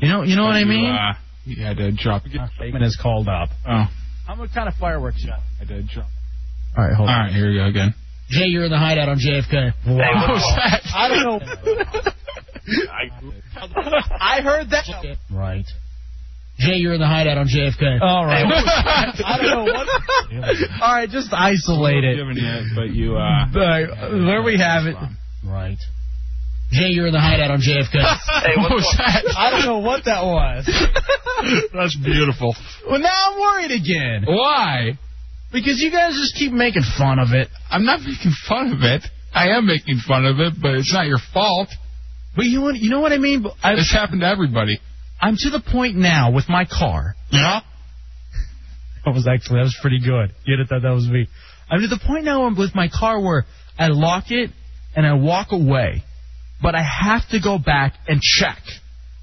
S5: You know, you know what I mean?
S6: You, uh, you had to drop. Bateman
S5: is called up.
S6: Oh,
S5: How much kind of fireworks shot?
S6: I did drop.
S5: All right, hold
S6: on. All right, here we go again.
S18: Jay, you're in the hideout on JFK.
S5: Wow. <laughs>
S18: I don't know.
S5: I heard that. Right.
S18: Jay, you're in the hideout on JFK.
S5: All right. <laughs>
S18: I don't know what.
S5: All right, just isolate Oh, it.
S6: Giving you, it, but you. Uh,
S5: All right, there we have it. Right.
S18: Jay, you're in the hideout on
S6: <laughs>
S18: JFK.
S16: Hey, what's going-
S5: I don't know what that was.
S6: That's beautiful.
S5: Well, now I'm worried again.
S6: Why?
S5: Because you guys just keep making fun of it.
S6: I'm not making fun of it. I am making fun of it, but it's not your fault.
S5: But you you know what I mean? I,
S6: This happened to everybody.
S5: I'm to the point now with my car.
S6: Yeah.
S5: That was actually that was pretty good. You would have thought that was me. I'm to the point now I'm with my car where I lock it and I walk away, but I have to go back and check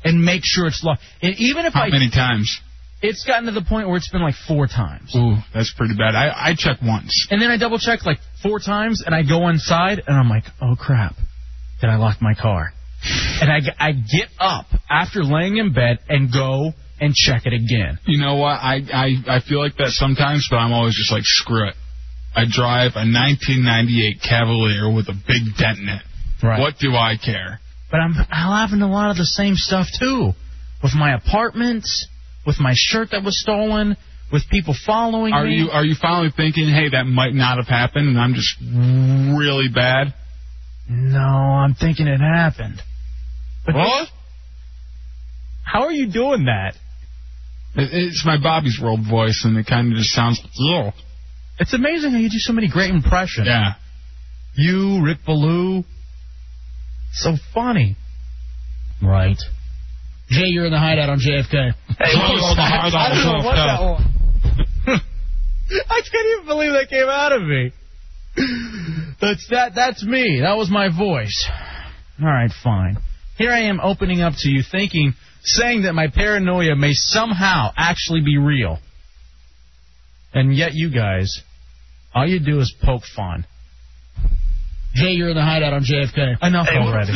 S5: and make sure it's locked. And even if
S6: How
S5: I
S6: many times?
S5: It's gotten to the point where it's been like four times.
S6: Ooh, that's pretty bad. I, I check once.
S5: And then I double check like four times, and I go inside, and I'm like, oh crap, did I lock my car? And I, I get up after laying in bed and go and check it again.
S6: You know what? I, I, I feel like that sometimes, but I'm always just like, screw it. I drive a 1998 Cavalier with a big dent in it.
S5: Right.
S6: What do I care?
S5: But I'm, I'm having a lot of the same stuff too, with my apartment, with my shirt that was stolen, with people following
S6: Are
S5: me.
S6: you uh, are you finally thinking, hey, that might not have happened, and I'm just really bad?
S5: No, I'm thinking it happened. But what? How are you doing that?
S6: It- It's my Bobby's World voice, and it kind of just sounds little.
S5: It's amazing how you do so many great impressions.
S6: Yeah.
S5: You, Rick Ballou. So funny. Right.
S19: Jay, <laughs> you're in the hideout on JFK.
S5: I don't know what that was. I can't even believe that came out of me. That's that. That's me. That was my voice. All right, fine. Here I am opening up to you, thinking, saying that my paranoia may somehow actually be real, and yet you guys, all you do is poke fun.
S19: Jay, you're in the hideout on JFK.
S5: Enough
S19: <laughs>
S5: already.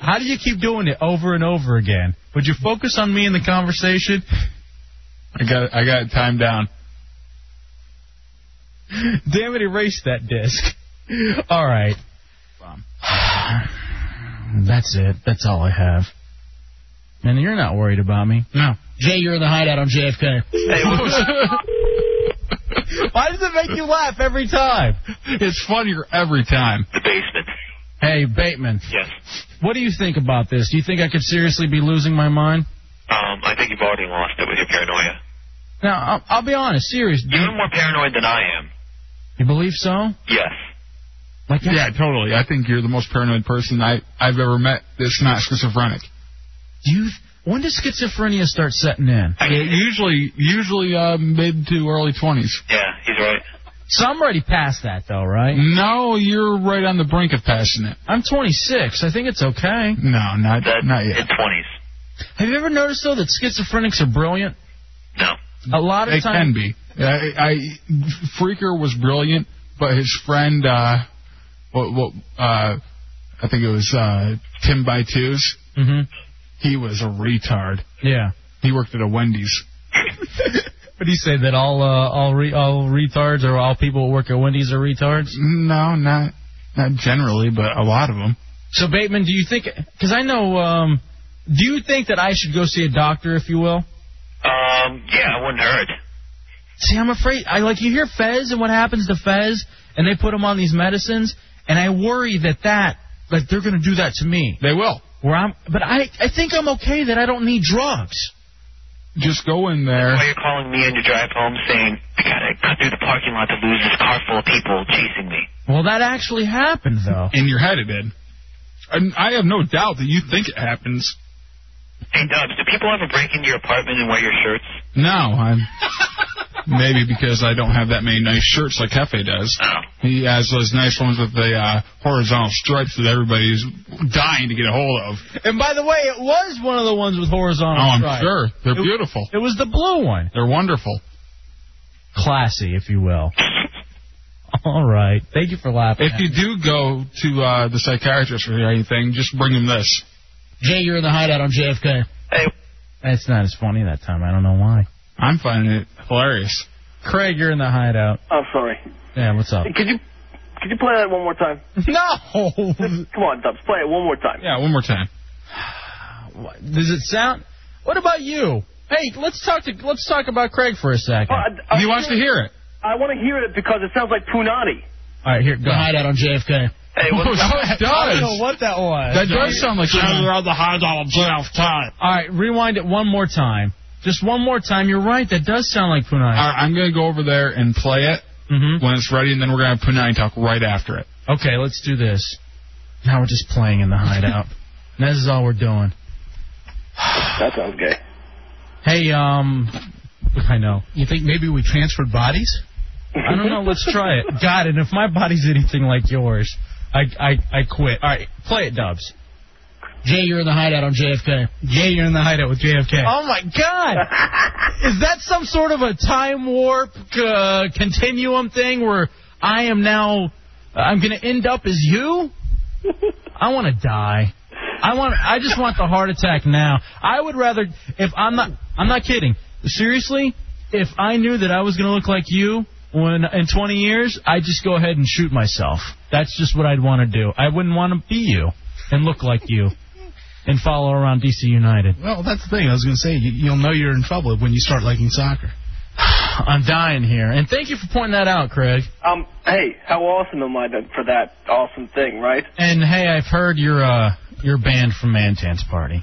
S5: How do you keep doing it over and over again? Would you focus on me in the conversation?
S6: I got I got it timed down.
S5: Damn it, erase that disc. <laughs> All right. <sighs> That's it. That's all I have. And you're not worried about me. No.
S19: Jay, you're in the hideout on JFK.
S5: <laughs> Why does it make you laugh every time?
S6: It's funnier every time.
S5: The basement. Hey, Bateman. Yes. What do you think about this? Do you think I could seriously be losing my mind?
S16: Um, I think you've already lost it with your paranoia.
S5: Now, I'll, I'll be honest, serious. Do
S16: You're more paranoid than I am.
S5: you believe so?
S16: Yes.
S5: Like
S6: yeah, totally. I think you're the most paranoid person I I've ever met. That's not schizophrenic.
S5: Do you? When does schizophrenia start setting in?
S6: usually, usually uh, mid to early twenties.
S16: Yeah, he's right.
S5: So I'm already past that, though, right?
S6: No, you're right on the brink of passing it.
S5: I'm 26. I think it's okay.
S6: No, not not yet.
S16: Twenties.
S5: Have you ever noticed though that schizophrenics are brilliant? No. A lot of
S6: They
S5: time-
S6: can be. I, I Freaker was brilliant, but his friend, uh, what, what, uh, I think it was uh, Tim by 2s
S5: Mm-hmm.
S6: He was a retard.
S5: Yeah.
S6: He worked at a Wendy's.
S5: What do you say that all uh, all re- all retards or all people who work at Wendy's are retards?
S6: No, not not generally, but a lot of them.
S5: So Bateman, do you think? Because I know. Um, do you think that I should go see a doctor, if you will?
S16: Um, yeah, it wouldn't hurt.
S5: See, I'm afraid. I like you hear Fez and what happens to Fez, and they put him on these medicines, and I worry that that like they're going to do that to me.
S6: They will.
S5: Where I'm, but I I think I'm okay that I don't need drugs.
S6: Just go in there.
S16: Why you're calling me on your drive home saying I gotta cut through the parking lot to lose this car full of people chasing me?
S5: Well, that actually happened though.
S6: In your head, it did. And I have no doubt that you think it happens.
S16: Hey Dubs, do people ever break into your apartment and wear your shirts?
S6: No, I'm maybe because I don't have that many nice shirts like Hefe does.
S16: Oh.
S6: He has those nice ones with the uh, horizontal stripes that everybody's dying to get a hold of.
S5: And by the way, it was one of the ones with horizontal.
S6: Oh, I'm
S5: stripes.
S6: sure. They're
S5: It-
S6: beautiful.
S5: It was the blue one.
S6: They're wonderful.
S5: Classy, if you will. All right. Thank you for laughing.
S6: If you do go to uh, the psychiatrist or anything, just bring him this.
S19: Jay, you're in the hideout on JFK.
S5: It's not as funny that time. I don't know why.
S6: I'm finding it hilarious.
S5: Craig, you're in the hideout.
S20: I'm sorry.
S5: Yeah, what's up?
S20: Could you could you play that one more time?
S5: No.
S20: Come on, Dubs, play it one more time.
S6: Yeah, one more time.
S5: What- <sighs> Does it sound? What about you? Hey, let's talk to let's talk about Craig for a second.
S6: he wants to hear it.
S20: I want to hear it because it sounds like Punani.
S5: All right, here go.
S19: The hideout on JFK.
S20: Hey,
S6: <laughs> what's- No, it does. I don't know
S5: what that was.
S6: That does sound like
S16: Um,
S6: something.
S5: on the hideout JFK. All right, rewind it one more time. Just one more time. You're right. That does sound like Punani.
S6: All right, I'm going to go over there and play it when it's ready, and then we're going to have Punani talk right after it.
S5: Okay, let's do this. Now we're just playing in
S19: <laughs>
S5: the hideout. and this is all we're doing.
S20: That sounds gay.
S5: Hey, um, I know.
S19: You think maybe we transferred bodies?
S5: I don't know. Let's try
S19: <laughs>
S5: it. God, and if my body's anything like yours, I I I quit. All right, play it, Dubs.
S21: Jay, you're in the hideout on JFK. Jay, you're in the hideout with JFK.
S5: Oh my God! <laughs> Is that some sort of a time warp uh, continuum thing where I am now uh, I'm going to end up as you? I want to die. I want. I just want the heart attack now. I would rather if I'm not. I'm not kidding. Seriously, if I knew that I was going to look like you when in 20 years, I'd just go ahead and shoot myself. That's just what I'd want to do. I wouldn't want to be you and look like you and follow around DC United.
S22: Well, that's the thing. I was going to say, you, you'll know you're in trouble when you start liking soccer.
S5: <sighs> I'm dying here. And thank you for pointing that out, Craig.
S16: Um, hey, how awesome am I to- for that awesome thing, right?
S5: And hey, I've heard you're uh you're banned from Mantan's party.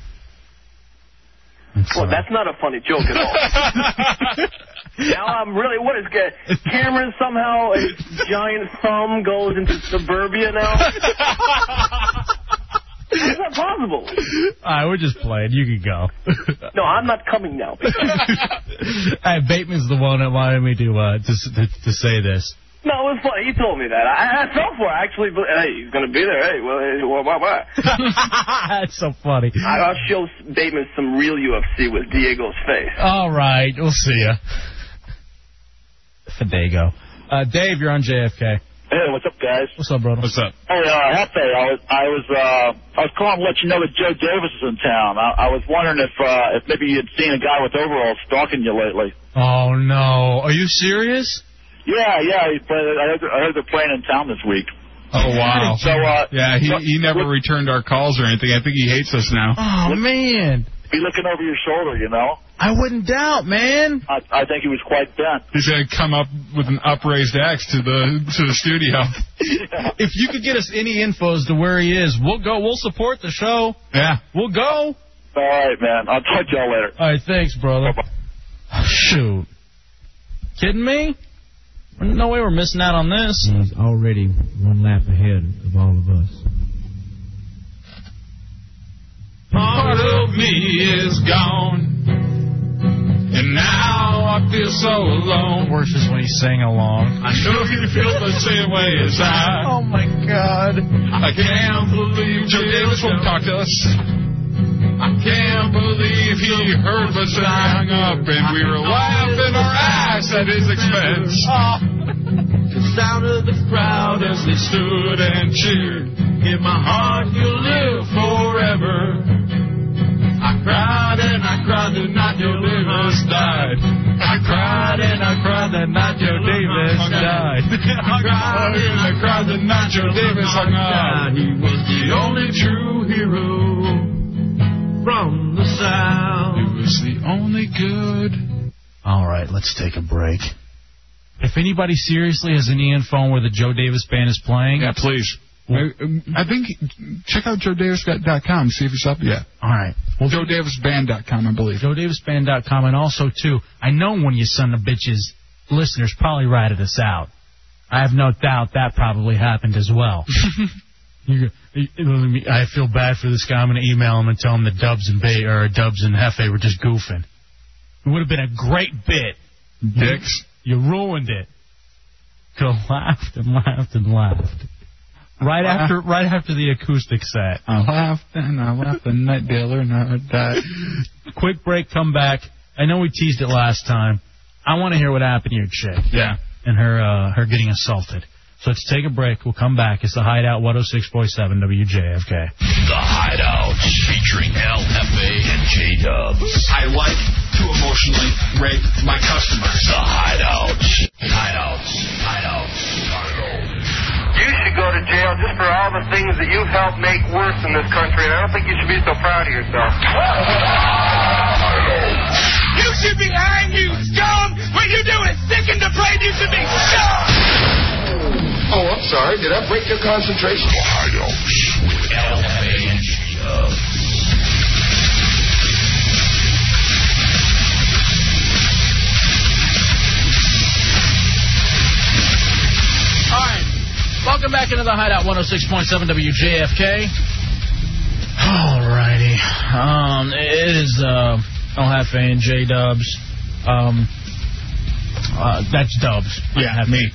S16: Well, that's not a funny joke at
S6: <laughs>
S16: all. now I'm really what is good? Cameron somehow a giant thumb goes into suburbia now. How is that possible?
S5: I we're just playing. You can go. <laughs>
S16: No, I'm not coming now.
S5: Hey, Uh, Bateman's the one that wanted me to uh to s- to, to say this.
S16: No, it was funny. He told me that. I, I fell for it. I actually, bel- hey, he's gonna be there. Hey, well, hey, why, why, why?
S5: <laughs>
S6: <laughs>
S5: That's so funny.
S16: I- I'll show Bateman some real UFC with Diego's face.
S5: All right, we'll see ya. Fidego. Uh, Dave, you're on JFK.
S23: Hey, what's up, guys?
S5: What's up, brother? What's
S6: up?
S23: Hey, uh, Hefe, I was, I was, uh, I was calling to let you know that Joe Davis is in town. I, I was wondering if, uh, if maybe you'd seen a guy with overalls stalking you lately.
S5: Oh no, are you serious?
S23: Yeah, yeah, he played, I, heard, I heard they're playing in town this week.
S6: Oh wow!
S23: So, uh,
S6: yeah, he he never returned our calls or anything. I think he hates us now.
S16: Ah.
S5: Oh man,
S23: be looking over your shoulder, you know.
S5: I wouldn't doubt, man.
S23: I, I think he was quite bent.
S6: He's gonna come up with an upraised axe to the to the studio.
S5: if you could get us any info as to where he is, we'll go. We'll support the show.
S6: Yeah.
S5: We'll go.
S23: All right, man. I'll talk to y'all later.
S5: All right, thanks, brother. Oh, Shoot. Kidding me? No way we're missing out on this.
S24: He's already one lap ahead of all of us.
S6: Part of me is gone, and now I feel so alone.
S5: Worse is when he's singing along.
S6: I know you feel the same way as I.
S5: Oh my God!
S6: I can't believe Joe Davis won't talk to us. I can't believe he heard us and hung up, and we were laughing our ass at his expense. <laughs> The sound of the crowd as they stood and cheered. In my heart, you'll live forever. I cried and I cried the night your Davis died. I cried and I cried the night your Davis died. <laughs> I cried and I cried the night your Davis hung up. He was the only true hero from the South. It was the only good.
S5: All right, let's take a break. If anybody seriously has any info on where the Joe Davis band is playing, yeah,
S6: please. I think check out joedavis.com. See if it's up yet.
S5: All right. Well,
S6: JoeDavisBand.com, I believe.
S5: JoeDavisBand.com, and also too, I know when you son of bitches listeners probably ratted us out. I have no doubt that probably happened as
S6: <laughs>
S5: well. You- you- I feel bad for this guy. I'm going to email him and tell him that Dubs and Bay or Dubs and Hefe were just goofing. It would have been a great bit.
S6: Dicks.
S5: You ruined it. Go laughed and laughed and laughed. Right after, right after the acoustic set.
S6: I laughed and I laughed the night dealer and I died.
S5: Quick break, come back. I know we teased it last time. I want to hear what happened to your chick.
S6: Yeah.
S5: And her uh, her getting assaulted. So let's take a break. We'll come back. It's the Hideout 106.7 WJFK.
S4: The Hideout, featuring LFA and J Dubs. I like to emotionally rape my customers. The Hideout. Hideouts. Hideouts.
S25: You should go to jail just for all the things that you've helped make worse in this country, and I don't think you should be so proud of yourself.
S1: You should be hanged, you scum! What you do is sick and depraved. You should be shot!
S4: Oh, I'm sorry. Did I break your concentration? The Hideout. With LFA and J Dubs.
S5: All right. Welcome back into the Hideout 106.7 WJFK. All righty. Um, it is uh, El Jefe and J Dubs. Um, uh, that's Dubs. Yeah, me.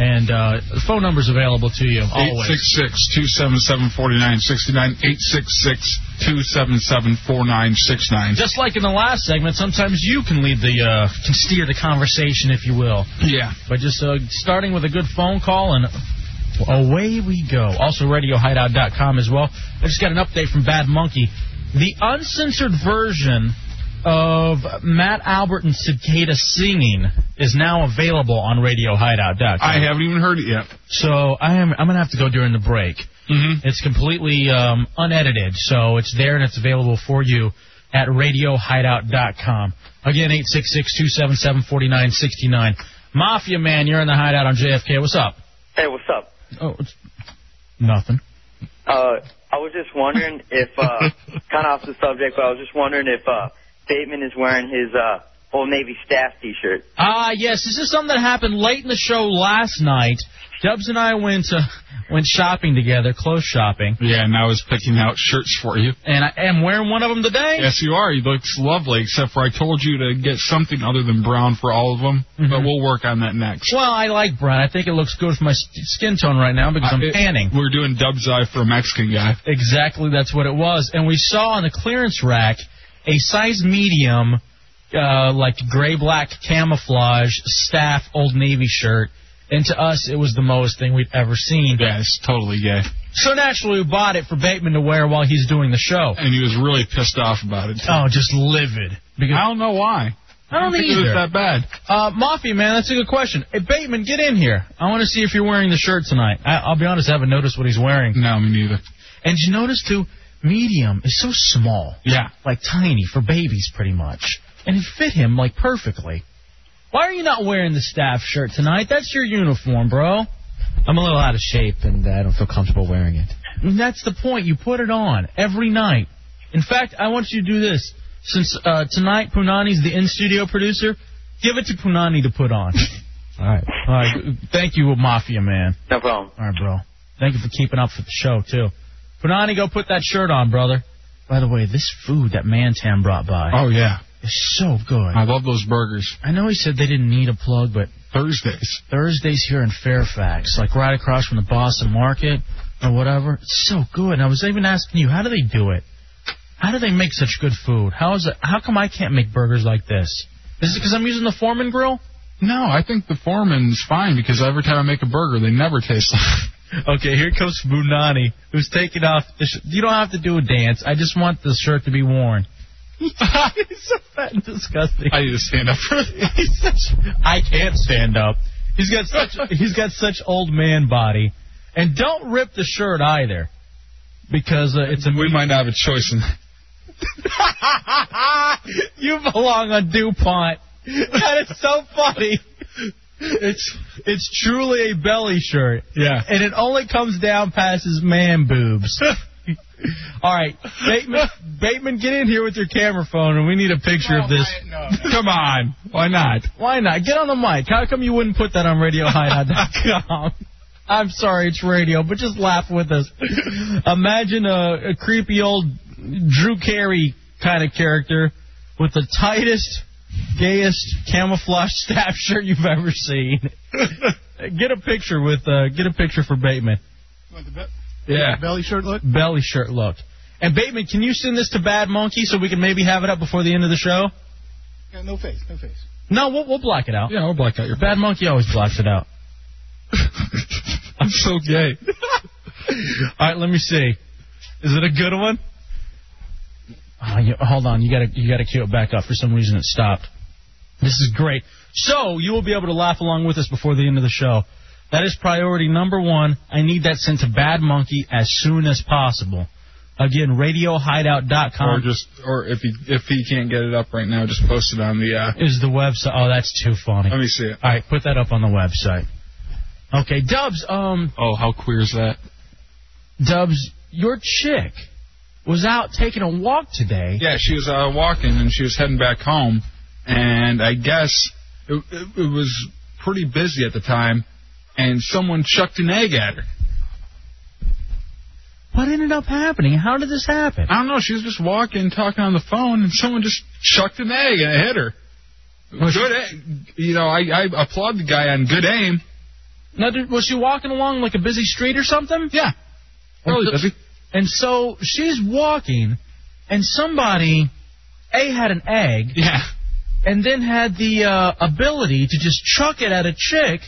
S5: And uh, the phone number's available to you always.
S6: 866 277 4969. 866 two seven seven four nine six nine.
S5: Just like in the last segment, sometimes you can lead the uh, can steer the conversation, if you will.
S6: Yeah.
S5: By just uh, starting with a good phone call and away we go. Also, RadioHideout.com as well. I just got an update from Bad Monkey. The uncensored version of Matt Albert and Cicada singing is now available on RadioHideout.com.
S6: I haven't even heard it yet.
S5: So I am. I'm gonna have to go during the break. Mm-hmm. It's completely um, unedited, so it's there and it's available for you at RadioHideout.com. Again, eight six six two seven seven forty nine sixty nine. Mafia man, you're in the hideout on JFK. What's up?
S14: Hey, what's up?
S5: Oh, it's nothing.
S14: Uh, I was just
S5: <laughs>
S14: wondering if, uh, kind of off the subject, but I was just wondering if uh, Bateman is wearing his uh, Old Navy staff T-shirt.
S5: Ah, yes, this is something that happened late in the show last night. Dubs and I went uh, went shopping together, clothes shopping.
S6: Yeah, and I was picking out shirts for you.
S5: And I am wearing one of them today.
S6: Yes, you are. He looks lovely, except for I told you to get something other than brown for all of them, but we'll work on that next.
S5: Mm-hmm. Well, I like brown. I think it looks good for my s- skin tone right now because I'm
S6: I- it-
S5: tanning.
S6: We're doing Dub's Eye for a Mexican guy.
S5: Exactly, that's what it was. And we saw on the clearance rack a size medium, uh, like gray black camouflage staff Old Navy shirt. And to us, it was the most thing we've ever seen.
S6: Yeah, it's totally gay.
S5: So naturally, we bought it for Bateman to wear while he's doing the show.
S6: And he was really pissed off about it.
S5: Oh, just livid. Because
S6: I don't know why.
S5: I don't,
S6: think
S5: either.
S6: it was that bad.
S5: Uh, Mafia, man, that's a good question. Hey, Bateman, get in here. I want to see if you're wearing the shirt tonight. I, I'll be honest, I haven't noticed what he's wearing.
S6: No, me neither.
S5: And you notice, too, medium is so small.
S6: Yeah.
S5: Like tiny for babies, pretty much. And it fit him, like, perfectly. Why are you not wearing the staff shirt tonight? That's your uniform, bro.
S26: I'm a little out of shape and uh, I don't feel comfortable wearing it.
S5: And that's the point. You put it on every night. In fact, I want you to do this. Since uh, tonight Punani's the in-studio producer, give it to Punani to
S26: <laughs>
S5: put on. All right. All right. Thank you, Mafia man.
S14: No problem.
S5: All right, bro. Thank you for keeping up with the show too. Punani, go put that shirt on, brother. By the way, this food that Mantam brought by.
S6: Oh yeah.
S5: It's so good.
S6: I love those burgers.
S5: I know he said they didn't need a plug, but
S6: Thursdays.
S5: Thursdays here in Fairfax, like right across from the Boston Market or whatever. It's so good. And I was even asking you, how do they do it? How do they make such good food? How is it? How come I can't make burgers like this? Is it because I'm using the Foreman grill?
S6: No, I think the foreman's fine because every time I make a burger, they never taste like. <laughs>
S5: Okay, here comes Bunani, who's taking off. The sh- you don't have to do a dance. I just want the shirt to be worn. <laughs> He's so fat and disgusting.
S6: I need to stand up for
S5: <laughs> He's such, I can't stand up. He's got such he's got such old man body, and don't rip the shirt either, because uh, it's a
S6: We might not have a choice in that.
S5: <laughs> you belong on DuPont. That is so funny. It's it's truly a belly shirt.
S6: Yeah.
S5: And it only comes down past his man <laughs> boobs. All right, Bateman, Bateman, get in here with your camera phone, and we need a picture of this. <laughs>
S6: Come on. Why not?
S5: Why not? Get on the mic. How come you wouldn't put that on <laughs> RadioHideout.com? <laughs> I'm sorry, it's radio, but just laugh with us. Imagine a, a creepy old Drew Carey kind of character with the tightest, gayest camouflage <laughs> staff shirt you've ever seen. get a picture with uh, get a picture for Bateman. Yeah.
S27: Belly shirt look?
S5: Belly shirt look. And Bateman, can you send this to Bad Monkey so we can maybe have it up before the end of the show?
S27: Yeah, no face, no face.
S5: No, we'll, we'll block it out.
S6: Yeah, I'll black out your
S5: Bad Monkey always blocks it <laughs> out.
S6: I'm so
S5: <laughs>
S6: gay.
S5: All right, let me see. Is it a good one? Oh, you, hold on, you gotta you gotta cue it back up. For some reason, it stopped. This is great. So you will be able to laugh along with us before the end of the show. That is priority number one. I need that sent to Bad Monkey as soon as possible. Again,
S6: Or
S5: RadioHideout.com
S6: just, or if he if he can't get it up right now, just post it on the. uh
S5: is the website. Oh, that's too funny.
S6: Let me see it.
S5: All right, put that up on the website. Okay, Dubs. Um,
S6: Oh, how queer is that?
S5: Dubs, your chick was out taking a walk today.
S6: Yeah, she was uh, walking and she was heading back home, and I guess it, it, it was pretty busy at the time, and someone chucked an egg at her.
S5: What ended up happening? How did this happen?
S6: I don't know. She was just walking, talking on the phone, and someone just chucked an egg and it hit her. Good, egg. you know. I, I applaud the guy on good aim.
S5: Now, did, was she walking along like a busy street or something?
S6: Yeah, Probably Oh, busy.
S5: And so she's walking, and somebody A had an egg,
S6: yeah,
S5: and then had the uh, ability to just chuck it at a chick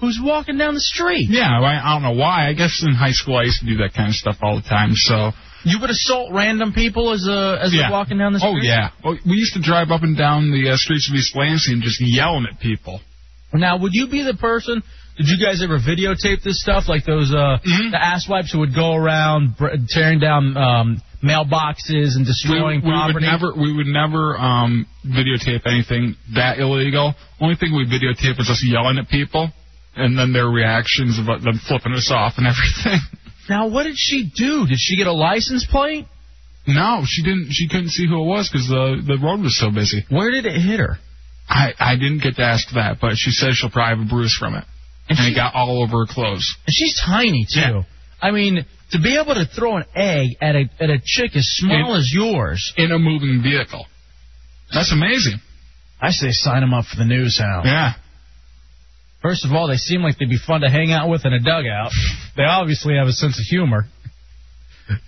S5: who's walking down the street.
S6: Yeah, I, I don't know why. I guess in high school I used to do that kind of stuff all the time. So
S5: you would assault random people as uh, as
S6: yeah.
S5: they're walking down the street.
S6: Oh yeah, well, we used to drive up and down the uh, streets of East Lansing and just yelling at people.
S5: Now, would you be the person? Did you guys ever videotape this stuff, like those uh,
S6: Mm-hmm.
S5: the ass wipes who would go around br- tearing down um, mailboxes and destroying
S6: we, we
S5: property?
S6: would never we would never um videotape anything that illegal. Only thing we videotape was just yelling at people and then their reactions about them flipping us off and <laughs> everything.
S5: Now, what did she do? Did she get a license plate?
S6: No, she didn't. She couldn't see who it was because the the road was so busy.
S5: Where did it hit her?
S6: I I didn't get to ask that, but she says she'll probably have a bruise from it, and, it got all over her clothes.
S5: And she's tiny too. I mean, to be able to throw an egg at a at a chick as small as yours
S6: in a moving vehicle, that's amazing.
S5: I say sign them up for the news house.
S6: Yeah.
S5: First of all, they seem like they'd be fun to hang out with in a dugout. They obviously have a sense of humor.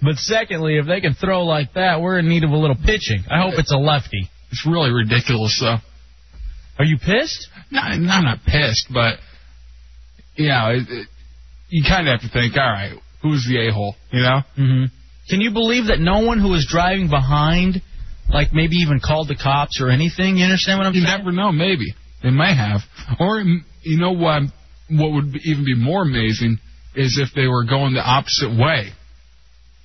S5: But secondly, if they can throw like that, we're in need of a little pitching. I hope it's a lefty.
S6: It's really ridiculous, though.
S5: Are you pissed?
S6: No, I'm not pissed, but you know, it, it, you kind of have to think. All right, who's the a hole? You know.
S5: Mm-hmm. Can you believe that no one who was driving behind, like maybe even called the cops or anything? You understand what I'm
S6: you
S5: saying?
S6: never know. Maybe they may have, or mm, you know what? What would be, even be more amazing is if they were going the opposite way,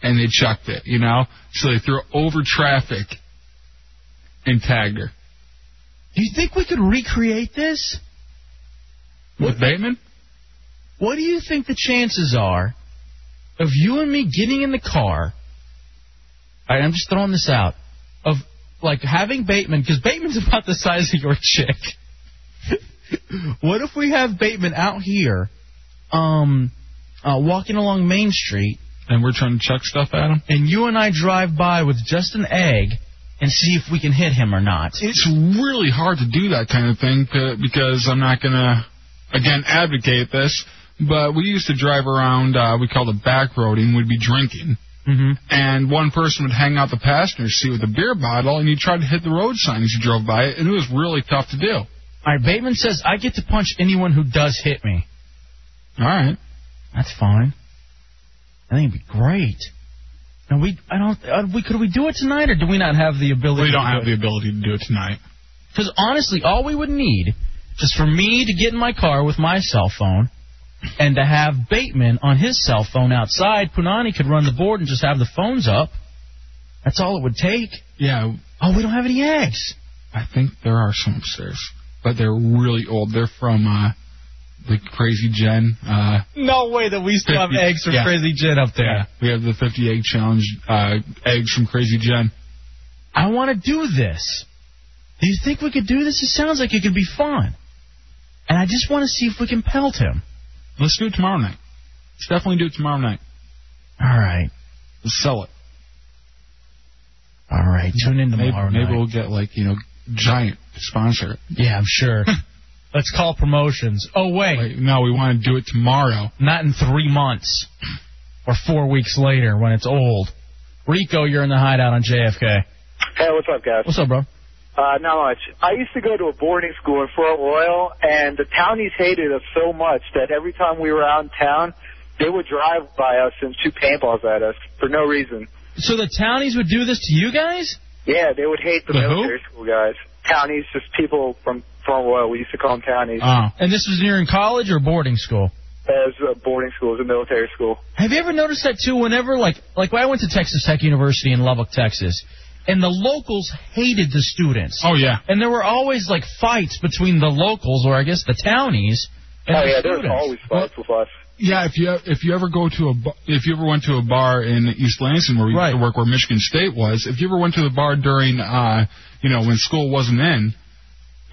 S6: and they chucked it. You know, so they threw over traffic and tagged her.
S5: Do you think we could recreate this?
S6: With Bateman?
S5: What do you think the chances are of you and me getting in the car? All right, I'm just throwing this out. Of like having Bateman, because Bateman's <laughs> about the size of your chick. <laughs> what if we have Bateman out here, um, uh, walking along Main Street,
S6: and we're trying to chuck stuff at him,
S5: and you and I drive by with just an egg, and see if we can hit him or not.
S6: It's really hard to do that kind of thing c- because I'm not going to, again, advocate this, but we used to drive around, uh, we called it back roading, we'd be drinking.
S5: Mm-hmm.
S6: And one person would hang out the passenger seat with a beer bottle, and you tried to hit the road sign as you drove by it, and it was really tough to do.
S5: All right, Bateman says I get to punch anyone who does hit me.
S6: All right,
S5: that's fine. I think it'd be great. Now we, I don't, uh, we could we do it tonight, or do we not have the ability?
S6: We don't
S5: to do
S6: have the ability to do it tonight.
S5: Because honestly, all we would need is for me to get in my car with my cell phone and to have Bateman on his cell phone outside. Punani could run the board and just have the phones up. That's all it would take.
S6: Yeah.
S5: Oh, we don't have any eggs.
S6: I think there are some upstairs, but they're really old. They're from uh, the Crazy Gen. Uh,
S5: No way that we still have
S6: 50
S5: eggs from
S6: yeah.
S5: Crazy Jen up there.
S6: Yeah, we have the 50 egg challenge uh, eggs from Crazy Jen.
S5: I want to do this. Do you think we could do this? It sounds like it could be fun. And I just want to see if we can pelt him.
S6: Let's do it tomorrow night. Let's definitely do it tomorrow night.
S5: All right.
S6: Let's sell it.
S5: All right. Tune in tomorrow
S6: maybe, Maybe
S5: night.
S6: we'll get like you know giant to sponsor. it.
S5: Yeah, I'm
S6: <laughs>
S5: sure. Let's call promotions. Oh wait.
S6: no, we want to do it tomorrow.
S5: Not in three months or four weeks later when it's old. Rico, you're in the hideout on JFK.
S13: Hey, what's up, guys?
S5: What's up, bro?
S13: Uh, not much. I used to go to a boarding school in Fort Royal, and the townies hated us so much that every time we were out in town, they would drive by us and shoot paintballs at us for no reason.
S5: So the townies would do this to you guys?
S13: Yeah, they would hate the,
S5: The who?
S13: military school guys. Townies, just people from Fort Royal. We used to call them townies.
S5: And this was near in college or boarding school?
S13: As a boarding school, as a military school.
S5: Have you ever noticed that too? Whenever like like when I went to Texas Tech University in Lubbock, Texas, and the locals hated the students.
S6: Oh yeah.
S5: And there were always like fights between the locals or I guess the townies and
S13: oh
S5: the
S13: yeah, there was
S5: students.
S13: always fights with us.
S6: Yeah, if you if you ever go to a bu- if you ever went to a bar in East Lansing where we used to work, where Michigan State was, if you ever went to the bar during uh you know when school wasn't in,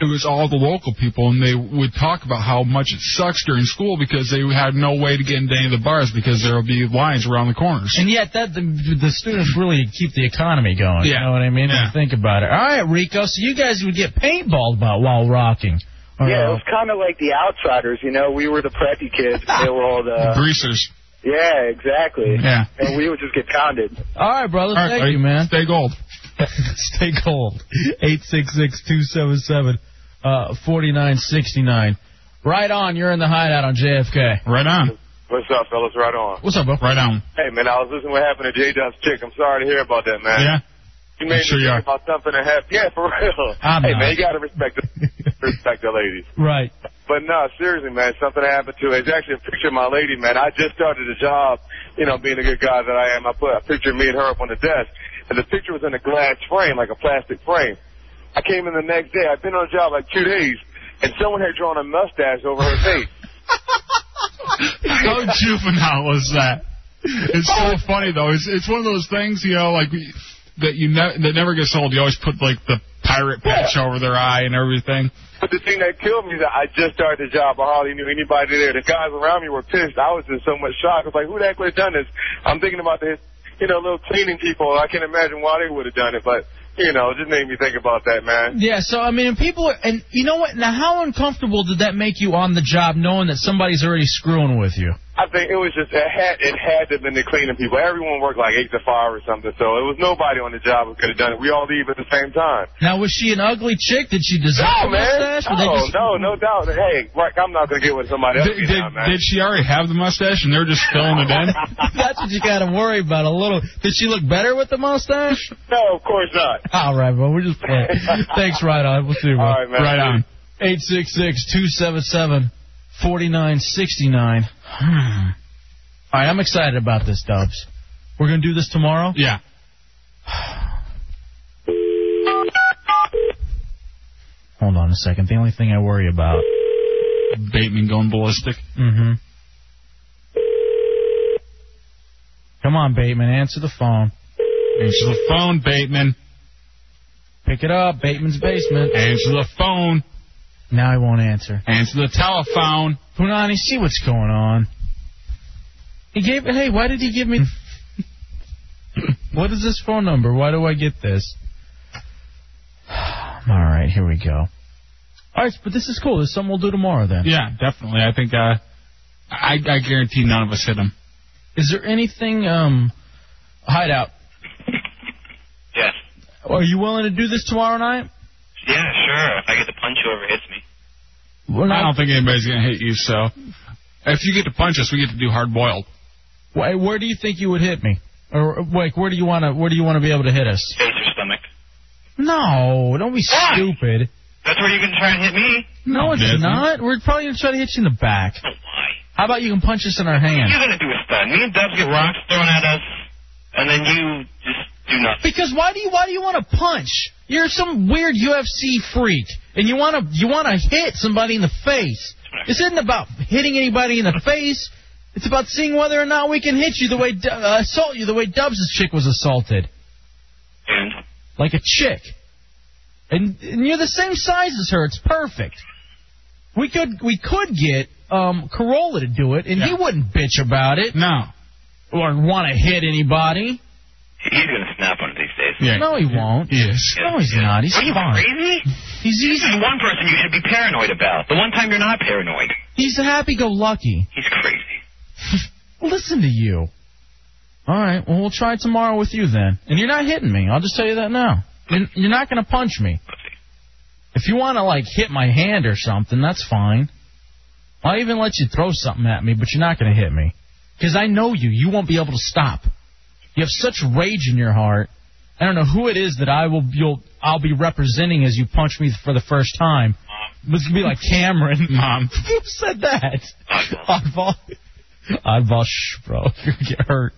S6: it was all the local people, and they would talk about how much it sucks during school because they had no way to get into any of the bars because there would be lines around the corners.
S5: And yet that the, the students really keep the economy going. You know what I mean? If you Think about it. All right, Rico. So you guys would get paintballed about while rocking.
S28: uh, <laughs>
S13: Yeah, it was kind of like the outsiders, you know. We were the preppy kids. and They were all the
S6: Greasers.
S29: Yeah, exactly.
S6: Yeah.
S29: And we would just get pounded.
S5: All right, brother.
S29: All right, buddy.
S5: thank you, man.
S6: Stay gold.
S5: <laughs> Stay gold. 866-277-4969. uh, Right on. You're in the hideout on JFK.
S6: Right on.
S15: What's up, fellas? Right on.
S5: What's up, bro?
S6: Right on.
S15: Hey, man, I was listening to what happened to J Dub's chick. I'm sorry to hear about that, man.
S6: Yeah?
S15: You made
S6: sure
S15: me
S6: you
S15: think about something that happened. Yeah, for real.
S6: I'm
S15: hey,
S6: not.
S15: man, you gotta respect the respect the ladies.
S5: Right.
S15: But no, seriously, man, something happened to her. It's actually a picture of my lady, man. I just started a job, you know, being a good guy that I am. I put a picture of me and her up on the desk, and the picture was in a glass frame, like a plastic frame. I came in the next day. I'd been on the job like two days, and someone had drawn a mustache over her face.
S6: How juvenile was that? It's
S5: Oh.
S6: so funny though. It's it's one of those things you know like that you ne- that never gets old. You always put like the pirate patch over their eye and everything.
S15: But the thing that killed me is that I just started the job. I hardly knew anybody there. The guys around me were pissed. I was just so much shocked. I was like, who the heck would have done this? I'm thinking about the, you know, little cleaning people. I can't imagine why they would have done it. But, you know, it just made me think about that, man.
S5: Yeah, so I mean, and people, are, and you know what? Now, how uncomfortable did that make you on the job, knowing that somebody's already screwing with you?
S15: I think it was just it had it had to have been the cleaning people. Everyone worked like eight to five or something, so it was nobody on the job who could have done it. We all leave at the same time.
S5: Now, was she an ugly chick? Did she deserve a
S15: No, man.
S5: mustache? Were they
S15: No,
S5: just-
S15: no, no doubt. Hey, Mark, I'm not gonna get with somebody else.
S6: Did,
S15: you
S6: did,
S15: know, man.
S6: did she already have the mustache and they're just filling it in?
S5: <laughs> That's what you gotta worry about a little. Did she look better with the mustache?
S15: <laughs> No, of course not.
S5: <laughs> All right, bro. We're just
S15: <laughs>
S5: playing. Thanks, right on. We'll see you, bro.
S15: All right,
S5: Right
S15: man.
S5: on. 866-277-4969. Hmm. All right, I'm excited about this, Dubs. We're gonna do this tomorrow.
S6: Yeah.
S5: Hold on a second. The only thing I worry about.
S6: Bateman going ballistic.
S5: Mm-hmm. Come on, Bateman, answer the phone.
S6: Answer the phone, Bateman.
S5: Pick it up, Bateman's basement.
S6: Answer the phone.
S5: Now he won't answer.
S6: Answer the telephone.
S5: Punani, see what's going on. He gave. Hey, why did he give
S6: <laughs>
S5: me? what is this phone number? Why do I get this? All right, here we go. All right, but this is cool. This is something we'll do tomorrow then.
S6: Yeah, definitely. I think uh, I I guarantee none of us hit him.
S5: Is there anything um hideout?
S16: Yes.
S5: Are you willing to do this tomorrow night?
S16: <laughs> Yeah, sure. If I get to punch whoever hits me.
S6: I don't think anybody's gonna hit you. So if you get to punch us, we get to do hard boiled.
S5: Why, where do you think you would hit me? Or like, where do you want to? Where do you want to be able to hit us?
S16: Face or stomach.
S5: No, don't be stupid.
S16: That's where you're gonna try and hit me.
S5: No, it's
S16: Disney.
S5: not. We're probably gonna try to hit you in the back. How about you can punch us in our hand?
S16: You're gonna do a stun. Me and Dubs get rocks thrown at us, and then you just do nothing.
S5: Because why do you why do you want to punch? You're some weird UFC freak, and you want to you want to hit somebody in the face. This isn't about hitting anybody in the <laughs> face. It's about seeing whether or not we can hit you the way Du- uh, assault you the way Dubs' chick was assaulted,
S16: And
S5: like a chick. And, and you're the same size as her. It's perfect. We could we could get um, Corolla to do it, and he wouldn't bitch about it.
S6: No.
S5: Or want to hit anybody.
S16: he's gonna snap one of these days.
S5: No, he won't.
S6: Yes.
S5: No, he's not. He's
S16: Are you
S5: fine.
S16: crazy?
S5: He's
S16: This is one person you should be paranoid about. The one time you're not paranoid.
S5: He's happy-go-lucky.
S16: He's crazy.
S5: <laughs> Listen to you. All right. Well, we'll try tomorrow with you then. And you're not hitting me. I'll just tell you that now. You're you're not going to punch me. If you want to like hit my hand or something, that's fine. I'll even let you throw something at me, but you're not going to hit me because I know you. You won't be able to stop. You have such rage in your heart. I don't know who it is that I will you'll I'll be representing as you punch me for the first time. This could be like Cameron.
S6: Mom.
S5: <laughs> Who said that? Oddball. Oddball, shh, bro. <laughs> You're gonna get hurt.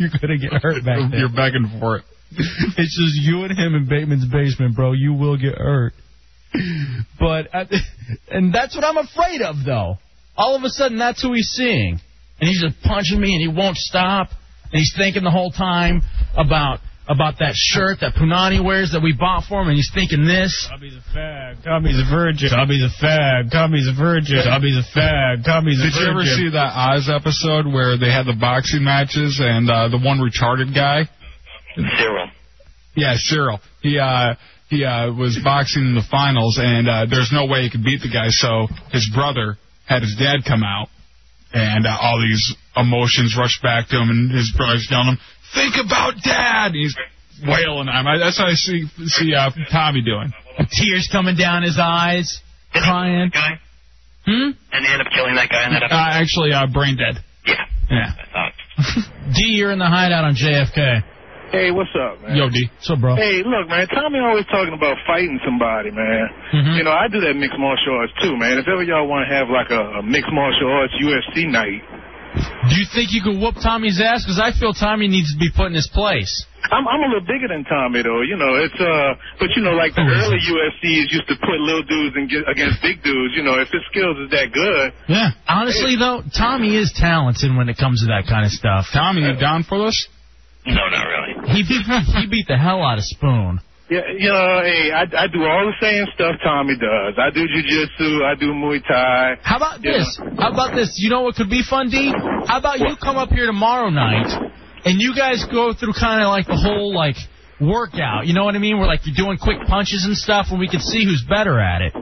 S5: You're gonna get hurt back there.
S6: You're begging for it.
S5: <laughs> It's just you and him in Bateman's basement, bro. You will get hurt. But I, <laughs> and that's what I'm afraid of, though. All of a sudden, that's who he's seeing, and he's just punching me, and he won't stop, and he's thinking the whole time about about that shirt that Punani wears that we bought for him, and he's thinking this.
S28: Tommy's a fag. Tommy's a virgin. Tommy's a fag. Tommy's a virgin. Tommy's a fag. Tommy's a
S6: Did
S28: virgin.
S6: you ever see that Oz episode where they had the boxing matches and uh, the one retarded guy?
S16: Cyril.
S6: Yeah, Cyril. He uh, he uh, was boxing in the finals, and uh, there's no way he could beat the guy. So his brother had his dad come out, and uh, all these emotions rush back to him, and his brother's telling him, "Think about Dad." He's wailing on him. I, that's what I see see uh, Tommy doing.
S5: Tears coming down his eyes, crying.
S6: Hmm.
S30: And they end up killing that guy in that
S6: Uh, actually, uh, brain dead.
S30: Yeah.
S6: Yeah.
S5: D, you're in the hideout on JFK.
S31: Hey, what's up, man?
S6: Yo, D. What's up, bro?
S31: Hey, look, man. Tommy always talking about fighting somebody, man. You know, I do that mixed martial arts too, man. If ever y'all want to have like a, a mixed martial arts UFC night,
S5: Do you think you could whoop Tommy's ass? Because I feel Tommy needs to be put in his place.
S31: I'm I'm a little bigger than Tommy though. You know, it's uh, but you know, like the
S5: Oh.
S31: early UFCs used to put little dudes and get, against big dudes. You know, if his skills is that good,
S5: Yeah. Honestly, though, Tommy is talented when it comes to that kind of stuff.
S6: Tommy, you down for this?
S30: No, not really.
S5: He beat, he beat the hell out of Spoon.
S31: Yeah, you know, hey, I, I do all the same stuff Tommy does. I do jujitsu, I do Muay Thai.
S5: How about this? How about this? You know what could be fun, D? How about you come up here tomorrow night and you guys go through kind of like the whole like workout. You know what I mean? Where like you're doing quick punches and stuff, and we can see who's better at it.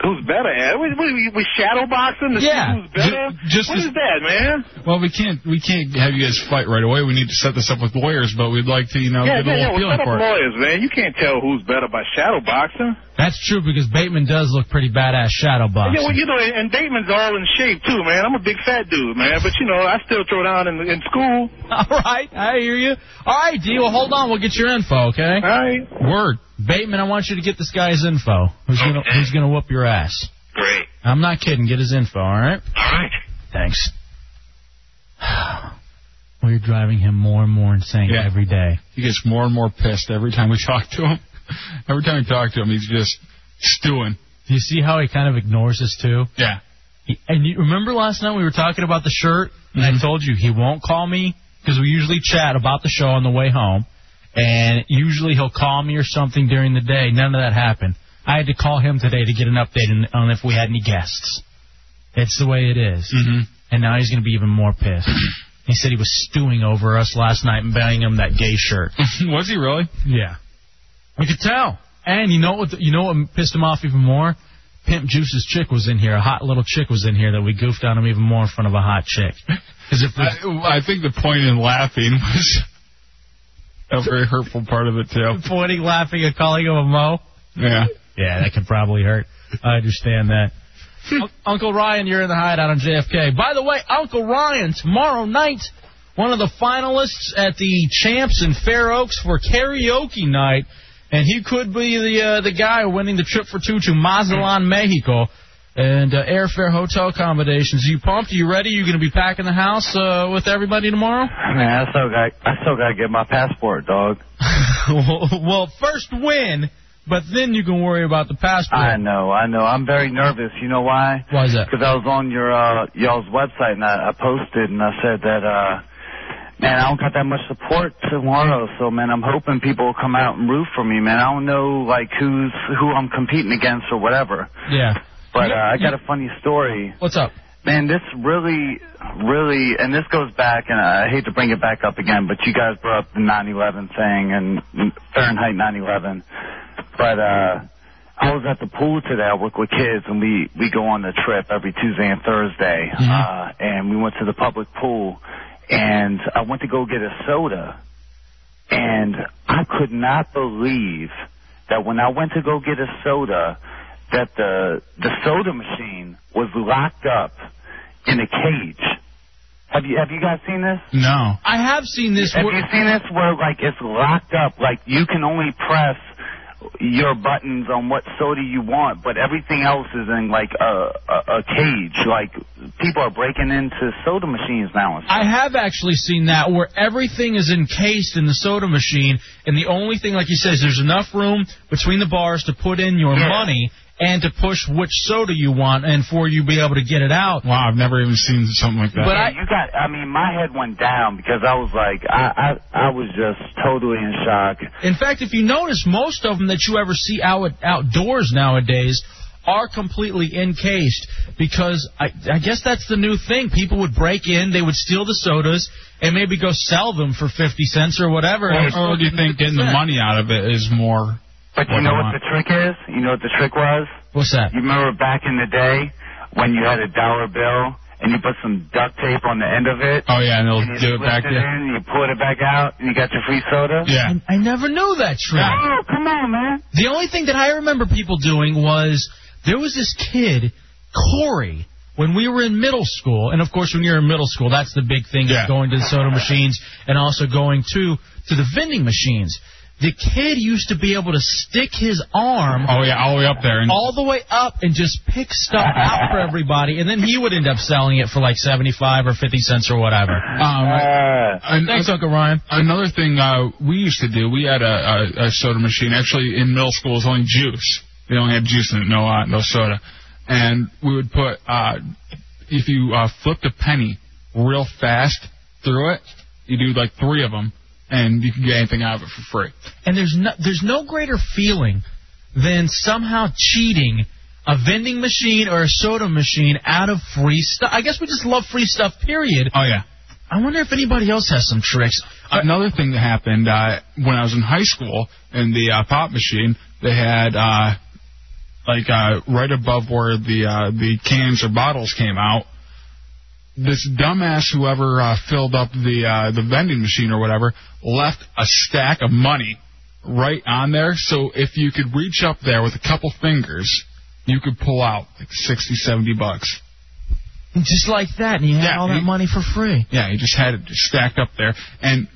S31: Who's better
S3: eh?
S31: at? We, we, we shadow boxing to
S5: Yeah.
S31: see who's better.
S6: just
S31: what
S6: as-
S31: is that, man?
S6: Well, we can't we can't have you guys fight right away. We need to set this up with lawyers, but we'd like to you know
S31: yeah,
S6: get a
S31: yeah,
S6: little feeling
S31: yeah. Well, set up
S6: for it.
S31: lawyers, man. You can't tell who's better by shadow boxing.
S5: That's true because Bateman does look pretty badass shadow boxing.
S31: Yeah, well, you know, and Bateman's all in shape too, man. I'm a big fat dude, man. But you know, I still throw down in, in school.
S5: <laughs> All right, I hear you. All right, D. Well, hold on. We'll get your info, okay? All
S31: right.
S5: Word. Bateman, I want you to get this guy's info. Who's gonna Who's gonna whoop your ass?
S30: Great.
S5: I'm not kidding. Get his info. All right.
S30: All right.
S5: Thanks. <sighs> We're driving him more and more insane every day.
S6: He gets more and more pissed every time we talk to him. <laughs> Every time we talk to him, he's just stewing.
S5: Do you see how he kind of ignores us too?
S6: Yeah.
S5: He, and you remember last night we were talking about the shirt, and
S6: Mm-hmm.
S5: I told you he won't call me because we usually chat about the show on the way home, and usually he'll call me or something during the day. None of that happened. I had to call him today to get an update on- on if we had any guests. It's the way it is.
S6: Mm-hmm.
S5: And now he's going to be even more pissed. he said he was stewing over us last night and buying him that gay shirt.
S6: <laughs> was he really?
S5: Yeah. I could tell. And you know what? You know what pissed him off even more? Pimp Juice's chick was in here. A hot little chick was in here that we goofed on him even more in front of a hot chick. Because if the,
S6: I, I think the point in laughing was <laughs> a very hurtful part of it too.
S5: pointing, laughing, and calling him a mo.
S6: Yeah.
S5: Yeah, that could probably hurt. I understand that. Un- Uncle Ryan, you're in the hideout on JFK. By the way, Uncle Ryan, tomorrow night, one of the finalists at the Champs in Fair Oaks for karaoke night, and he could be the uh, the guy winning the trip for two to Mazatlan, Mexico, and uh, airfare, hotel accommodations. You pumped? You ready? You going to be packing the house uh, with everybody tomorrow?
S32: Man, I still got I still gotta get my passport, dog.
S5: <laughs> well, first win, but then you can worry about the passport.
S32: I know, I know. I'm very nervous. You know why?
S5: Why is that?
S32: Because I was on your uh, y'all's website and I, I posted and I said that uh, man, I don't got that much support tomorrow. So man, I'm hoping people will come out and root for me, man. I don't know like who's who I'm competing against or whatever.
S5: Yeah.
S32: But uh, I got a funny story.
S5: What's up?
S32: Man, this really, really, and this goes back, and I hate to bring it back up again, but you guys brought up the 9/11 thing and Fahrenheit 9/11. But uh, I was at the pool today. I work with kids, and we we go on the trip every Tuesday and Thursday,
S5: Mm-hmm.
S32: uh, and we went to the public pool, and I went to go get a soda, and I could not believe that when I went to go get a soda, that the the soda machine was locked up in a cage. Have you have you guys seen this?
S6: No.
S5: I have seen this.
S32: Have
S5: where-
S32: you seen this where like it's locked up? Like you can only press your buttons on what soda you want, but everything else is in like a a, a cage. Like people are breaking into soda machines now. and
S5: I have actually seen that where everything is encased in the soda machine, and the only thing, like you said, is there's enough room between the bars to put in your money and to push which soda you want, and for you be able to get it out.
S6: Wow, I've never even seen something like
S5: But I,
S32: you got, I mean, my head went down because I was like, I, I, I was just totally in shock.
S5: in fact, if you notice, most of them that you ever see out outdoors nowadays are completely encased because I, I guess that's the new thing. People would break in, they would steal the sodas, and maybe go sell them for fifty cents or whatever. and
S6: Or, or do you think getting the money out of it is more?
S32: But you know what the trick is? You know what the trick was?
S5: What's that?
S32: You remember back in the day when you had a dollar bill and you put some duct tape on the end of it.
S6: Oh yeah, and they'll
S32: you
S6: give it back
S32: slipped
S6: to you.
S32: in, you poured it back out, and you got your free soda.
S6: Yeah.
S5: I never knew that trick.
S32: Oh, come on, man.
S5: The only thing that I remember people doing was there was this kid, Corey, when we were in middle school, and of course when you're in middle school, that's the big thing is going to the soda machines and also going to to the vending machines. The kid used to be able to stick his arm
S6: Oh yeah, all the way up there. And
S5: all the way up and just pick stuff out for everybody, and then he would end up selling it for like seventy-five or fifty cents or whatever.
S6: Um,
S5: Uh, Thanks, Uncle Ryan.
S6: Another thing uh, we used to do, we had a, a, a soda machine. Actually, in middle school, it was only juice. They only had juice in it, no uh, no soda. And we would put, uh, if you uh, flipped a penny real fast through it, you do like three of them, and you can get anything out of it for free.
S5: And there's no there's no greater feeling than somehow cheating a vending machine or a soda machine out of free stuff. I guess we just love free stuff. Period.
S6: Oh yeah.
S5: I wonder if anybody else has some tricks.
S6: Another thing that happened uh, when I was in high school in the uh, pop machine, they had uh, like uh, right above where the uh, the cans or bottles came out. This dumbass, whoever uh, filled up the uh, the vending machine or whatever, left a stack of money right on there. So if you could reach up there with a couple fingers, you could pull out like sixty, seventy bucks.
S5: Just like that, and you had all that money for free.
S6: Yeah, he just had it just stacked up there. And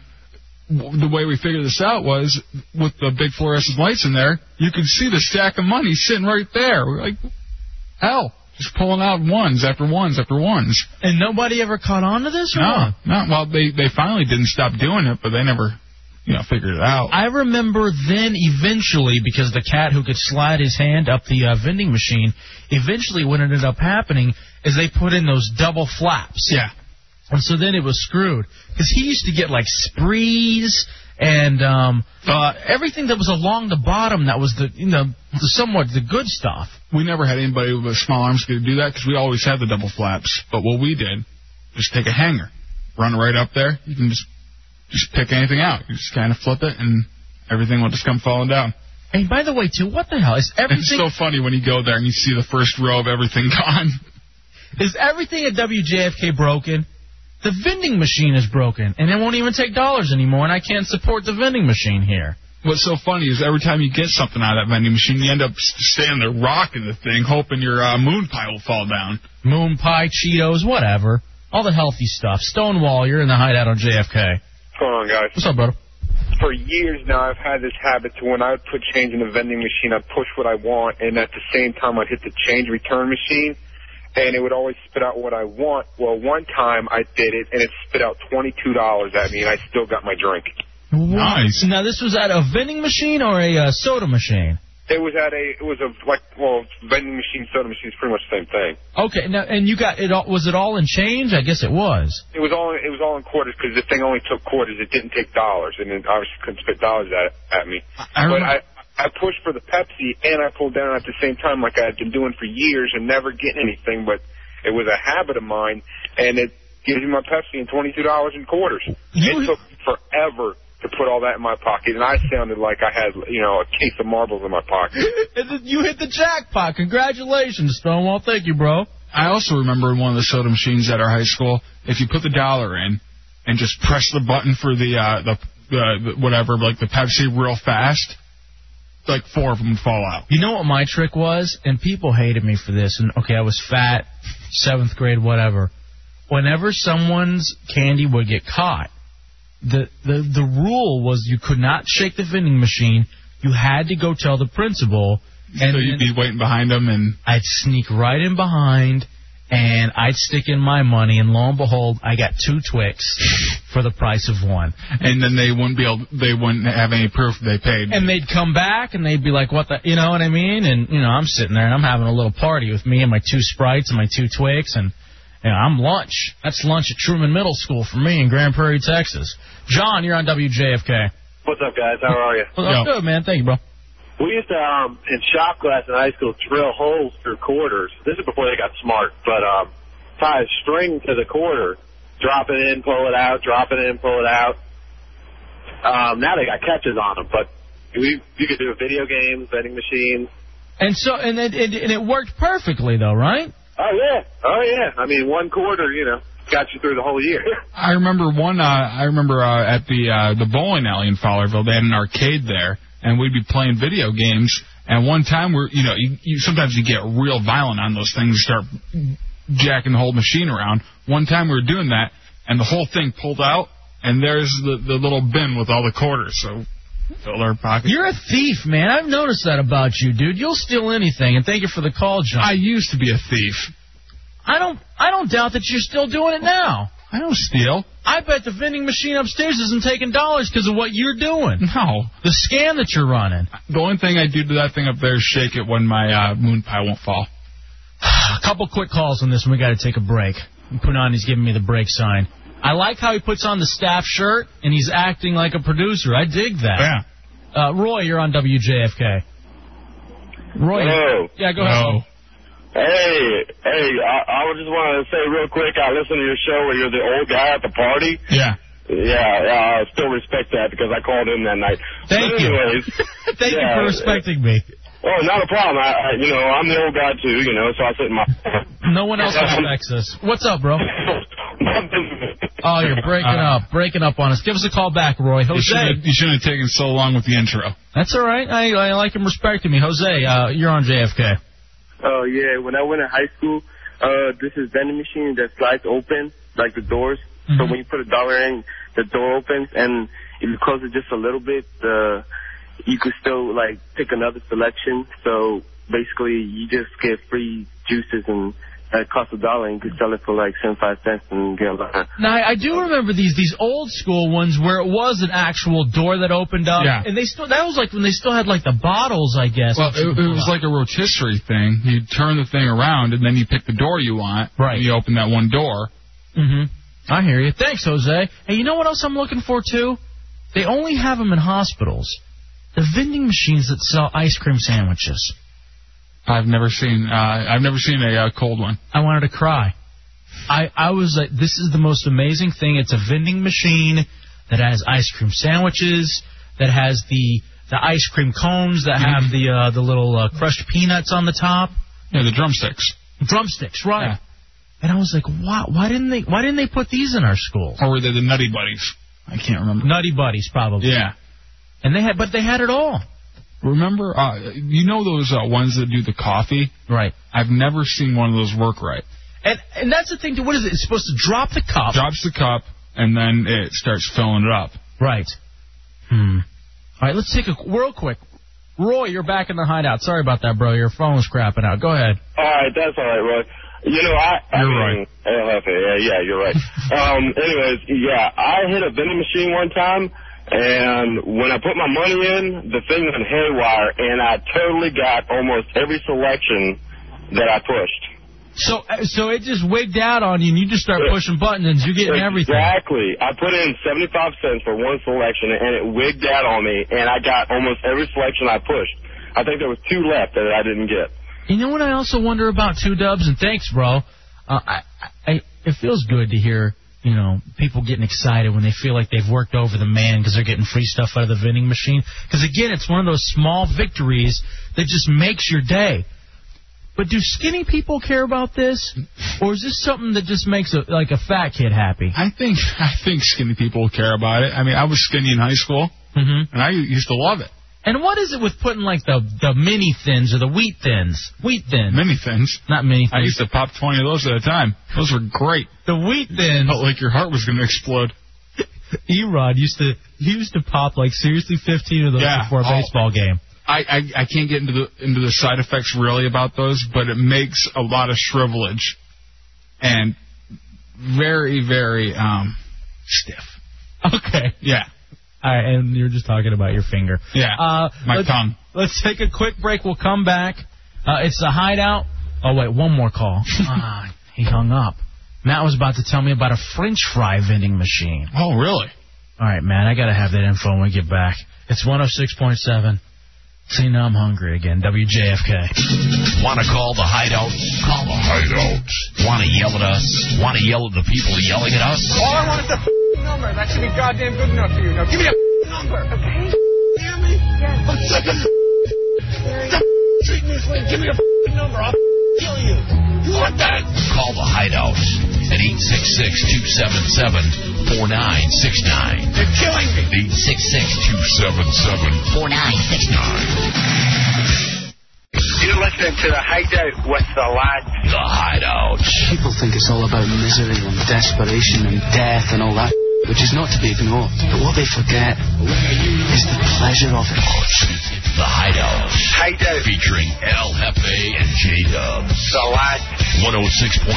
S6: w- the way we figured this out was with the big fluorescent lights in there, you could see the stack of money sitting right there. We were like, hell, just pulling out ones after ones after ones.
S5: And nobody ever caught on to this? Or
S6: No,
S5: what?
S6: no. Well, they they finally didn't stop doing it, but they never, you know, figured it out.
S5: I remember then eventually, because the cat who could slide his hand up the uh, vending machine, eventually what ended up happening is they put in those double flaps.
S6: Yeah.
S5: And so then it was screwed. Because he used to get like sprees and um, uh, everything that was along the bottom that was the, you know, the somewhat the good stuff.
S6: We never had anybody with small arms could do that because we always had the double flaps. But what we did, just take a hanger, run right up there. You can just just pick anything out. You just kind of flip it, and everything will just come falling down.
S5: And by the way, too, what the hell is
S6: It's so funny when you go there and you see the first row of everything <laughs> gone.
S5: Is everything at WJFK broken? The vending machine is broken, and it won't even take dollars anymore, and I can't support the vending machine here.
S6: What's so funny is every time you get something out of that vending machine, you end up s- standing there rocking the thing, hoping your uh, moon pie will fall down.
S5: Moon pie, Cheetos, whatever. All the healthy stuff. Stonewall, you're in the hideout on JFK.
S1: What's going on, guys?
S5: What's up, brother?
S1: For years now, I've had this habit to when I would put change in the vending machine, I'd push what I want, and at the same time, I'd hit the change return machine, and it would always spit out what I want. Well, one time I did it, and it spit out $22 at me, and I still got my drink.
S5: Nice. Now, this was at a vending machine or a uh, soda machine?
S1: It was at a, it was a, like, well, vending machine, soda machine is pretty much the same thing.
S5: Okay, now, and you got it all, was it all in change? I guess it was.
S1: It was all, it was all in quarters because the thing only took quarters. It didn't take dollars, and it obviously couldn't spit dollars at at me.
S5: I
S1: but
S5: remember-
S1: I, I pushed for the Pepsi and I pulled down at the same time, like I had been doing for years and never getting anything. But it was a habit of mine, and it gives me my Pepsi and twenty two dollars in quarters. It took forever to put all that in my pocket, and I sounded like I had, you know, a case of marbles in my pocket.
S5: <laughs> And then you hit the jackpot. Congratulations, Stonewall. Thank you, bro.
S6: I also remember in one of the soda machines at our high school, if you put the dollar in and just press the button for the uh, the, the, the whatever, like the Pepsi, real fast, like four of them would fall out.
S5: You know what my trick was? And people hated me for this. And okay, I was fat, seventh grade, whatever. Whenever someone's candy would get caught, the, the, the rule was you could not shake the vending machine. You had to go tell the principal. And
S6: so you'd be waiting behind them, and
S5: I'd sneak right in behind, and I'd stick in my money, and lo and behold, I got two Twix for the price of one.
S6: and then they wouldn't be able, they wouldn't have any proof they paid.
S5: And they'd come back and they'd be like, "What the?" You know what I mean? And you know, I'm sitting there and I'm having a little party with me and my two sprites and my two twigs, and you know, I'm lunch. That's lunch at Truman Middle School for me in Grand Prairie, Texas. John, you're on WJFK.
S3: What's up, guys? How are you?
S5: Well, I'm good, man. Thank you, bro.
S3: We used to, um, in shop class in high school, drill holes through quarters. This is before they got smart, but um, tie a string to the quarter, drop it in, pull it out, drop it in, pull it out. Um, now they got catches on them, but we, you could do video games, vending machines.
S5: And so, and it, and, and it worked perfectly though, right?
S33: Oh yeah, oh yeah. I mean, one quarter, you know, got you through the whole year.
S6: I remember one. Uh, I remember uh, at the uh, the bowling alley in Fowlerville, they had an arcade there, and we'd be playing video games. And one time, we're you know, you, you sometimes you get real violent on those things, you start jacking the whole machine around. One time we were doing that, and the whole thing pulled out, and there's the the little bin with all the quarters. So filled our pockets.
S5: You're a thief, man. I've noticed that about you, dude. You'll steal anything. And thank you for the call, John. I
S6: used to be a thief.
S5: I don't. I don't doubt that you're still doing it now.
S6: I don't steal.
S5: I bet the vending machine upstairs isn't taking dollars because of what you're doing.
S6: No.
S5: The scam that you're running.
S6: The only thing I do to that thing up there is shake it when my uh, moon pie won't fall.
S5: a couple quick calls on this one. We got to take a break. Punani's giving me the break sign. I like how he puts on the staff shirt and he's acting like a producer. I dig that. Yeah. Uh, Roy, you're on WJFK. <laughs> Roy.
S16: Hello.
S5: Yeah, go ahead.
S16: Hey, hey, I, I was just wanted to say real quick, I listened to your show where you're the old guy at the party.
S6: Yeah.
S16: Yeah, I still respect that because I called in that night.
S5: Thank
S16: but anyways,
S5: you. <laughs> Thank you
S16: yeah,
S5: for respecting me.
S16: Oh, not a problem. I, I, you know, I'm the old guy too, you know, so I sit in my...
S5: <laughs> No one else respects us. What's up, bro? Oh, you're breaking up, breaking up on us. Give us a call back, Roy. Jose.
S6: You shouldn't, have, you shouldn't have taken so long with the intro.
S5: That's all right. I, I like him respecting me. Jose, uh, you're on JFK.
S31: Oh yeah, when I went to high school, uh, this is vending machine that slides open, like the doors. So when you put a dollar in, the door opens, and if you close it just a little bit, uh, you could still like pick another selection. So basically, you just get free juices and. uh, It costs a dollar, and you could sell it for like seventy-five cents and get a lot. of-
S5: Now I I do remember these these old school ones where it was an actual door that opened up,
S6: Yeah.
S5: and they still that was like when they still had like the bottles, I guess.
S6: Well, it, it was like a rotisserie thing. You turn the thing around, and then you pick the door you want. Right. you open that one door.
S5: Mm-hmm. I hear you. Thanks, Jose. Hey, you know what else I'm looking for too? They only have them in hospitals. The vending machines that sell ice cream sandwiches.
S6: I've never seen. Uh, I've never seen a uh, cold one.
S5: I wanted to cry. I I was like, this is the most amazing thing. It's a vending machine that has ice cream sandwiches, that has the the ice cream cones that have the uh, the little uh, crushed peanuts on the top.
S6: Mm-hmm. Yeah, the drumsticks.
S5: Drumsticks, right? And I was like, why why didn't they why didn't they put these in our school?
S6: Or were they the Nutty Buddies? I can't remember.
S5: Nutty Buddies, probably.
S6: Yeah.
S5: And they had, but they had it all.
S6: Remember, uh, you know those uh, ones that do the coffee?
S5: Right.
S6: I've never seen one of those work right.
S5: And and that's the thing. Too, what is it? It's supposed to drop the cup.
S6: Drops the cup, and then it starts filling it up.
S5: Right. Hmm. All right, let's take a real quick. Roy, you're back in the hideout. Sorry about that, bro. Your phone was crapping out. Go ahead.
S16: All right, that's all right, Roy. You know, I.
S5: You're
S16: I
S5: right.
S16: mean, right. Yeah, yeah, you're
S5: <laughs>
S16: right. um, anyways, yeah, I hit a vending machine one time, and when I put my money in, the thing went haywire, and I totally got almost every selection that I pushed.
S5: So uh, so it just wigged out on you, and you just start pushing buttons, and you're getting everything.
S16: Exactly. I put in 75 cents for one selection, and it wigged out on me, and I got almost every selection I pushed. I think there was two left that I didn't get.
S5: You know what I also wonder about two dubs and thanks, bro. Uh, I, I it feels good to hear you know people getting excited when they feel like they've worked over the man because they're getting free stuff out of the vending machine. Because again, it's one of those small victories that just makes your day. But do skinny people care about this, or is this something that just makes a, like a fat kid happy?
S6: I think I think skinny people care about it. I mean, I was skinny in high school,
S5: Mhm.
S6: and I used to love it.
S5: And what is it with putting like the the mini thins or the wheat thins? Wheat thins.
S6: Mini thins.
S5: Not mini
S6: I used to pop 20 of those at a time. Those were great.
S5: The wheat thins.
S6: Felt like your heart was going to explode.
S5: Erod used to he used to pop like seriously 15 of those
S6: Yeah.
S5: before a
S6: Oh.
S5: baseball game.
S6: I, I I can't get into the into the side effects really about those, but it makes a lot of shrivelage, and very very um stiff.
S5: Okay.
S6: Yeah.
S5: All right, and you're just talking about your finger.
S6: Yeah.
S5: Uh,
S6: My
S5: let's,
S6: tongue.
S5: Let's take a quick break. We'll come back. Uh, it's the hideout. Oh wait, one more call. <laughs> ah, he hung up. Matt was about to tell me about a French fry vending machine.
S6: Oh really?
S5: All right, Matt. I gotta have that info when we get back. It's 106.7. See now I'm hungry again. WJFK.
S4: Want to call the hideout? Call the hideout. Want to yell at us? Want to yell at the people yelling at us?
S11: All I want is a number. That should be goddamn good enough for you. Now give me a number, okay? Damn it. I'm sick of Stop treating me this way. Give me a number. I'll kill you. You want that?
S4: Call the Hideout at 866 277 4969. They're killing me. 866 277 4969.
S34: You're listening to the hideout with the lads.
S4: The hideout.
S11: People think it's all about misery and desperation and death and all that, which is not to be ignored. But what they forget is the pleasure of it.
S4: The Hideout. Hideout. Featuring El Jefe and oh J Dubs. The Lot. 106.7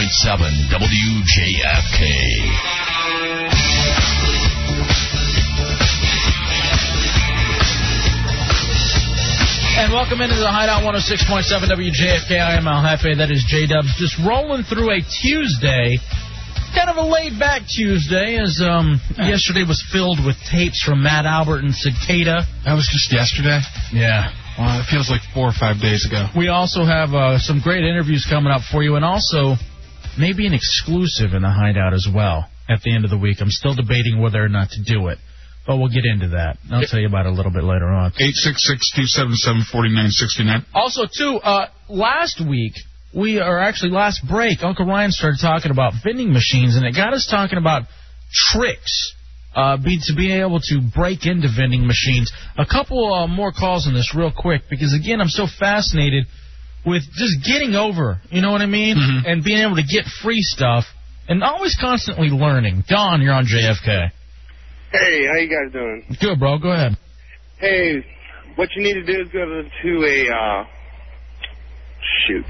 S4: WJFK.
S5: And welcome into the Hideout 106.7 WJFK. I am Al Jefe. That is J Dubs. Just rolling through a Tuesday. Kind of a laid back Tuesday, as um, yesterday was filled with tapes from Matt Albert and Cicada.
S6: That was just yesterday.
S5: Yeah.
S6: Well, it feels like four or five days ago.
S5: We also have uh, some great interviews coming up for you, and also maybe an exclusive in the hideout as well at the end of the week. I'm still debating whether or not to do it, but we'll get into that. I'll tell you about it a little bit later on.
S6: 866-277-4969.
S5: Also, too, uh, last week we or actually last break, Uncle Ryan started talking about vending machines, and it got us talking about tricks. Uh, be, to be able to break into vending machines. A couple uh, more calls on this real quick because again, I'm so fascinated with just getting over. You know what I mean? And being able to get free stuff and always constantly learning. Don, you're on JFK.
S16: Hey, how you guys doing?
S5: Good, bro. Go ahead.
S16: Hey, what you need to do is go to, to a uh, shoot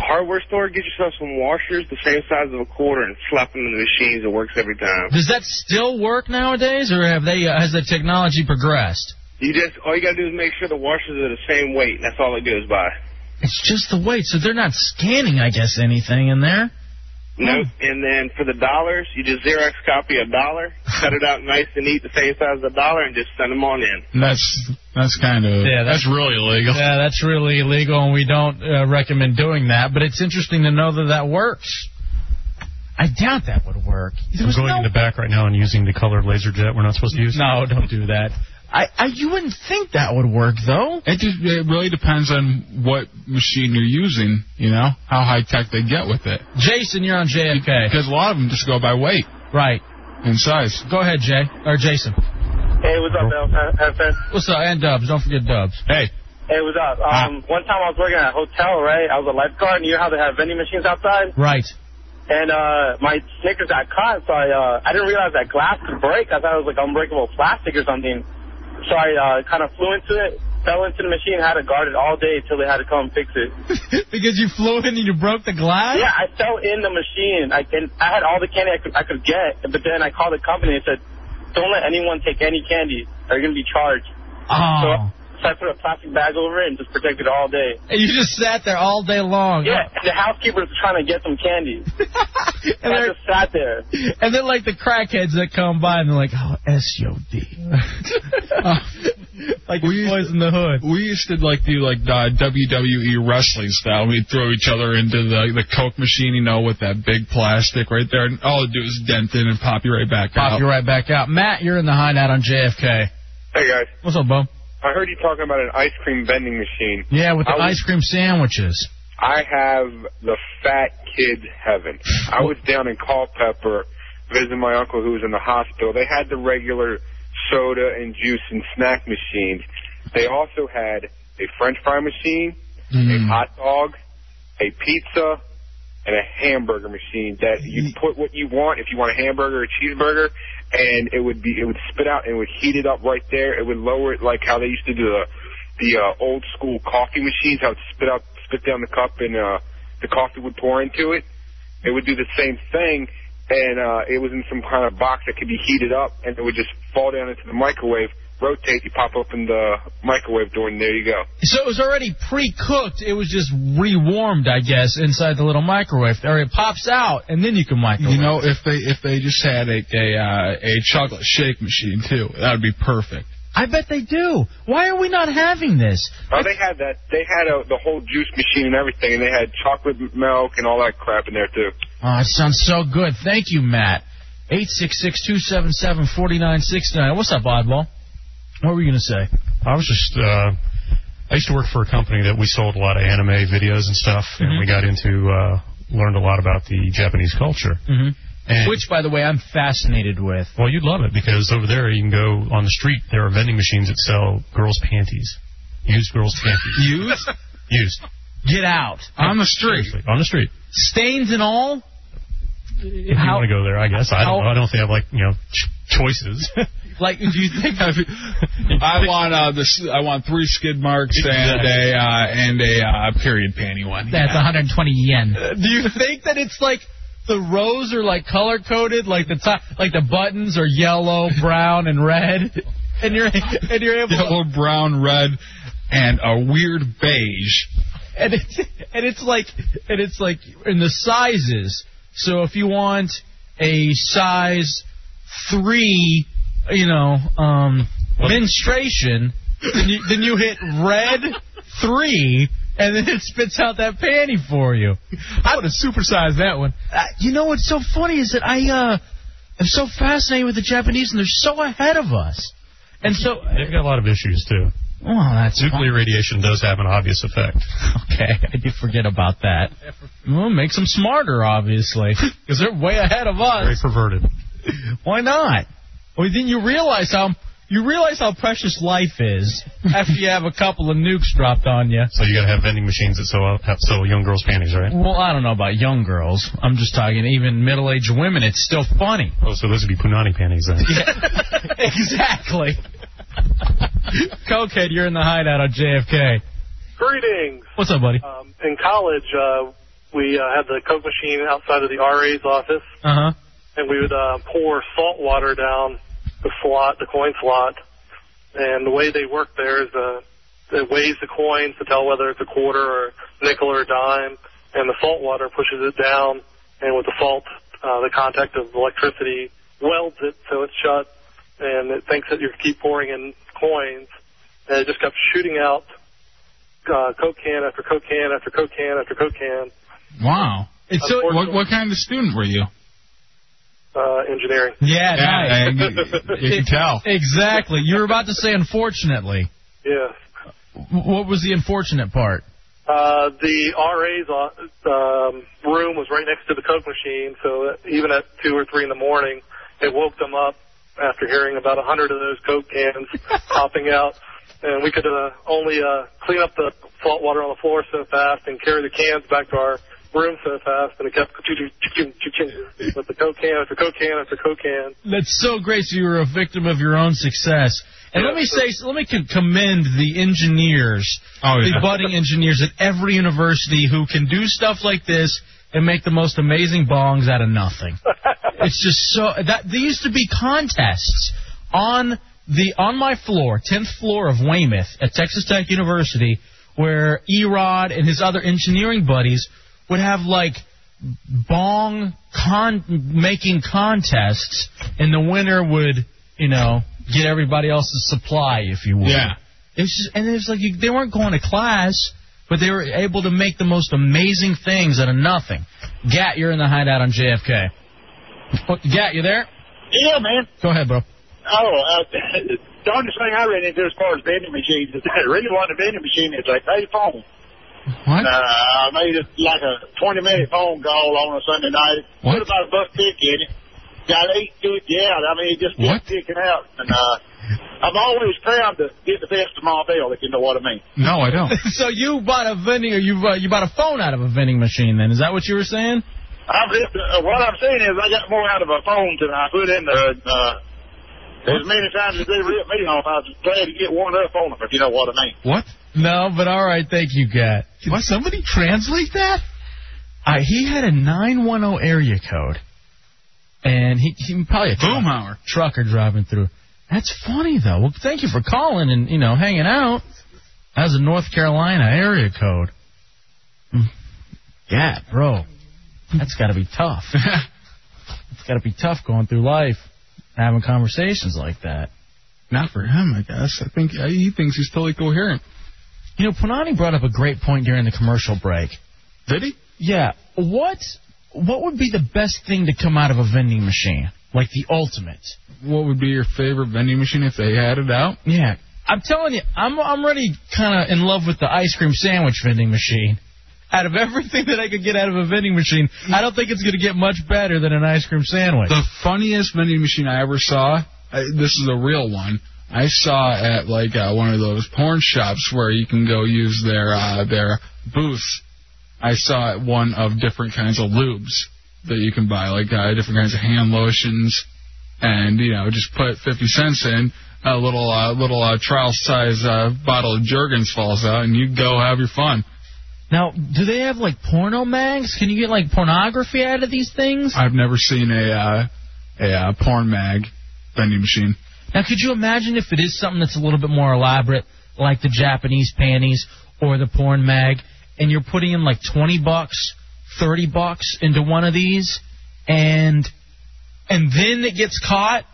S16: hardware store, get yourself some washers the same size of a quarter, and slap them in the machines. It works every time.
S5: Does that still work nowadays, or have they uh, has the technology progressed?
S16: You just all you gotta do is make sure the washers are the same weight. and That's all it goes by.
S5: It's just the weight, so they're not scanning, I guess, anything in there.
S35: Hmm.
S16: Nope. And then for the dollars, you just Xerox copy a dollar, cut it out nice and neat, the same size as a dollar, and just send them on in.
S6: That's that's kind of
S5: Yeah,
S6: that's, really illegal.
S5: Yeah, that's really illegal, and we don't uh, recommend doing that. But it's interesting to know that that works. I doubt that would work.
S35: I'm going in the back right now and using the colored laser jet we're not supposed to use.
S5: No, Oh, don't do that. I, I you wouldn't think that would work though.
S6: It just, it really depends on what machine you're using. You know how high tech they get with it.
S5: Jason, you're on JFK.
S6: Because a lot of them just go by weight.
S5: Right.
S6: And size.
S5: Go ahead, Jay or Jason.
S16: Hey, what's up, Bill? Hi, hi, friend.
S5: What's up? And Dubs, don't forget Dubs.
S6: Hey.
S16: Hey, what's up? Um, one time I was working at a hotel, right? I was a lifeguard, and you know how they have vending machines outside?
S5: Right.
S16: And uh, my Snickers got caught, so I uh, I didn't realize that glass could break. I thought it was like unbreakable plastic or something. So I uh, kind of flew into it, fell into the machine, had to guard it all day till they had to come fix it.
S5: <laughs> because you flew in and you broke the glass.
S16: Yeah, I fell in the machine. I and I had all the candy I could I could get, but then I called the company and said, "Don't let anyone take any candy, or you're gonna be charged." So,
S5: Oh.
S16: so I put a plastic bag over it and just protected it all day.
S5: And you just sat there all day long.
S16: Yeah, and the housekeeper's trying to get some
S5: <laughs>
S16: candy. and I just sat there.
S5: And then like the crackheads that come by and they're like, oh, S O D. like we boys in the hood.
S6: We used to like do like the WWE wrestling style. We'd throw each other into the the Coke machine, you know, with that big plastic right there, and all it do is dent in and pop you right back out.
S5: Pop you right back out. Matt, you're in the hideout on JFK.
S1: Hey, guys.
S5: What's up, Bo?
S1: I heard you talking about an ice cream vending machine.
S5: Yeah, with the
S1: I was-
S5: ice cream sandwiches.
S1: I have the fat kid heaven. I was down in Culpeper visiting my uncle who was in the hospital. They had the regular soda and juice and snack machines. They also had a french fry machine,
S16: Mm-hmm.
S1: a hot dog, a pizza, and a hamburger machine that you put what you want, if you want a hamburger or a cheeseburger, and it would be it would spit out and it would heat it up right there. It would lower it like how they used to do the the uh, old school coffee machines, how it spit out spit down the cup and uh the coffee would pour into it. It would do the same thing and uh it was in some kind of box that could be heated up and it would just fall down into the microwave, rotate, you pop open the microwave door and there you go.
S5: So it was already pre-cooked. It was just rewarmed, I guess, inside the little microwave. Or it pops out, and then you can microwave.
S6: You know, if they if they just had a a uh, a chocolate shake machine too, that would be perfect.
S5: I bet they do. Why are we not having this?
S1: Oh, they had that. They had a, the whole juice machine and everything, and they had chocolate milk and all that crap in there too.
S5: Oh, it sounds so good. Thank you, Matt. 866-277-4969. What's up, Oddball? What were you going to say?
S35: I was just uh,
S5: Mm-hmm.
S35: I used to work for a company that we sold a lot of anime videos and stuff, and we got into uh,
S36: learned a lot about the Japanese culture.
S5: hmm
S36: And
S5: Which, by the way, I'm fascinated with.
S36: Well, you'd love it because over there you can go on the street. There are vending machines that sell girls' panties, used girls' panties.
S6: Used?
S36: used.
S5: Get out
S6: on the street.
S36: on the street.
S5: Stains and all.
S36: If you want to go there, I guess. I don't know. I don't think I have like you know ch- choices.
S5: <laughs> Like, do you think I've?
S6: <laughs> I want uh, this. I want three skid marks and a uh, and a uh, period panty one.
S5: <laughs> That's
S6: Yeah.
S5: 120 yen. <laughs> Do you think that it's like the rows are like color coded, like the top, like the buttons are yellow, <laughs> brown, and red, and you're and you're able
S6: yellow, brown, red, and a weird beige.
S5: and it's and it's like and it's like in the sizes. So if you want a size three, you know, um, menstruation, then you, then you hit red three, and then it spits out that panty for you. I would have supersized that one. Uh, you know what's so funny is that I uh, am so fascinated with the Japanese, and they're so ahead of us. And so uh,
S36: They've got a lot of issues too.
S5: Well, that's
S36: nuclear radiation does have an obvious effect.
S5: <laughs> Okay, I did forget about that. Well, makes them smarter, obviously, <laughs> because they're way ahead of us. Very
S36: perverted.
S5: <laughs> Why not? Well, then you realize how you realize how precious life
S36: <laughs>
S5: is after you have a couple of nukes dropped on you.
S36: So you got to have vending machines that sell have sell young girls' panties, right?
S5: Well, I don't know about young girls. I'm just talking even middle-aged women. It's still funny.
S36: Oh, so those would be punani panties
S5: <laughs>
S36: then.
S5: <laughs> exactly. Cokehead, you're in the hideout on JFK.
S7: Greetings.
S5: What's up, buddy?
S7: Um, in college, uh, we uh, had the Coke machine outside of the RA's office,
S5: Uh huh.
S7: and we would uh, pour salt water down the slot, the coin slot. And the way they work there is uh, it weighs the coins to tell whether it's a quarter or nickel or dime, and the salt water pushes it down, and with the salt, uh, the contact of electricity welds it so it's shut, and it thinks that you keep pouring in coins, and it just kept shooting out uh, Coke can after Coke can after Coke can after Coke can.
S6: Wow. It's so, what, what kind of student were you?
S7: Uh, engineering.
S5: Yeah,
S6: Yeah,
S5: nice.
S6: I- you can tell.
S5: <laughs> Exactly. You were about to say unfortunately.
S7: Yeah.
S5: W- What was the unfortunate part?
S7: Uh, the RA's um, room was right next to the Coke machine, so even at two or three in the morning, it woke them up after hearing about a hundred of those Coke
S5: <laughs>
S7: cans popping out. And we could uh, only uh, clean up the salt water on the floor so fast and carry the cans back to our room so fast, and it kept <laughs> with the Coke can after Coke can after Coke can.
S5: That's so great. So you were a victim of your own success. And let me say, let me con- commend the engineers, the
S6: yeah.
S5: budding engineers at every university who can do stuff like this and make the most amazing bongs out of nothing. it's just so that there used to be contests on the on my floor, tenth floor of Weymouth at Texas Tech University, where Erod and his other engineering buddies would have like bong con making contests, and the winner would, you know, get everybody else's supply, if you will.
S6: Yeah.
S5: It was just, and it was like you, they weren't going to class, but they were able to make the most amazing things out of nothing. Gat, you're in the hideout on JFK. What- Oh, Gat, you there?
S16: Yeah, man.
S5: Go ahead, bro.
S16: Oh, uh, <laughs> the darndest thing I ran into as far as vending machines is <laughs> I really wanted a vending machine that's like a phone.
S5: What?
S16: Uh, I made it like a 20 minute phone call on a Sunday night. Put about a buck fifty in it. Got eight good out. I mean, it just kept kicking out. And uh, I'm always proud to get the best of my bill, if you know what I mean.
S6: No, I don't.
S5: <laughs> so you bought a vending, or you uh, you bought a phone out of a vending machine? Then is that what you were saying?
S16: I'm just, uh, what I'm saying is I got more out of a phone than I put in the, uh, as many times as they ripped me off, I was glad to get one up on them, if you know what I mean.
S5: What? No, but all right, thank you, Gat. Can somebody translate that? Uh, he had a 910 area code, and he, he probably a Boomhauer trucker driving through. That's funny though. Well, thank you for calling and you know hanging out. That was a North Carolina area code. Hmm. Gat, bro, that's got to be <laughs> tough. it's got to be tough going through life and having conversations like that.
S6: Not for him, I guess. I think uh, he thinks he's totally coherent.
S5: You know, Panani brought up a great point during the commercial break.
S6: Did he?
S5: Yeah. What what would be the best thing to come out of a vending machine? Like the ultimate.
S6: What would be your favorite vending machine if they had it out?
S5: Yeah. I'm telling you, I'm I'm already kind of in love with the ice cream sandwich vending machine. out of everything that I could get out of a vending machine, I don't think it's going to get much better than an ice cream sandwich.
S6: The funniest vending machine I ever saw. I, this is a real one. I saw at like uh, one of those porn shops where you can go use their uh, their booths. I saw one of different kinds of lubes that you can buy, like uh, different kinds of hand lotions, and you know just put fifty cents in. A little uh, little uh, trial size uh, bottle of Jergens falls out, and you go have your fun.
S5: Now, do they have like porno mags? Can you get like pornography out of these things?
S6: I've never seen a uh, a uh, porn mag vending machine.
S5: Now, could you imagine if it is something that's a little bit more elaborate, like the Japanese panties or the porn mag, and you're putting in like 20 bucks, 30 bucks into one of these, and and then it gets caught,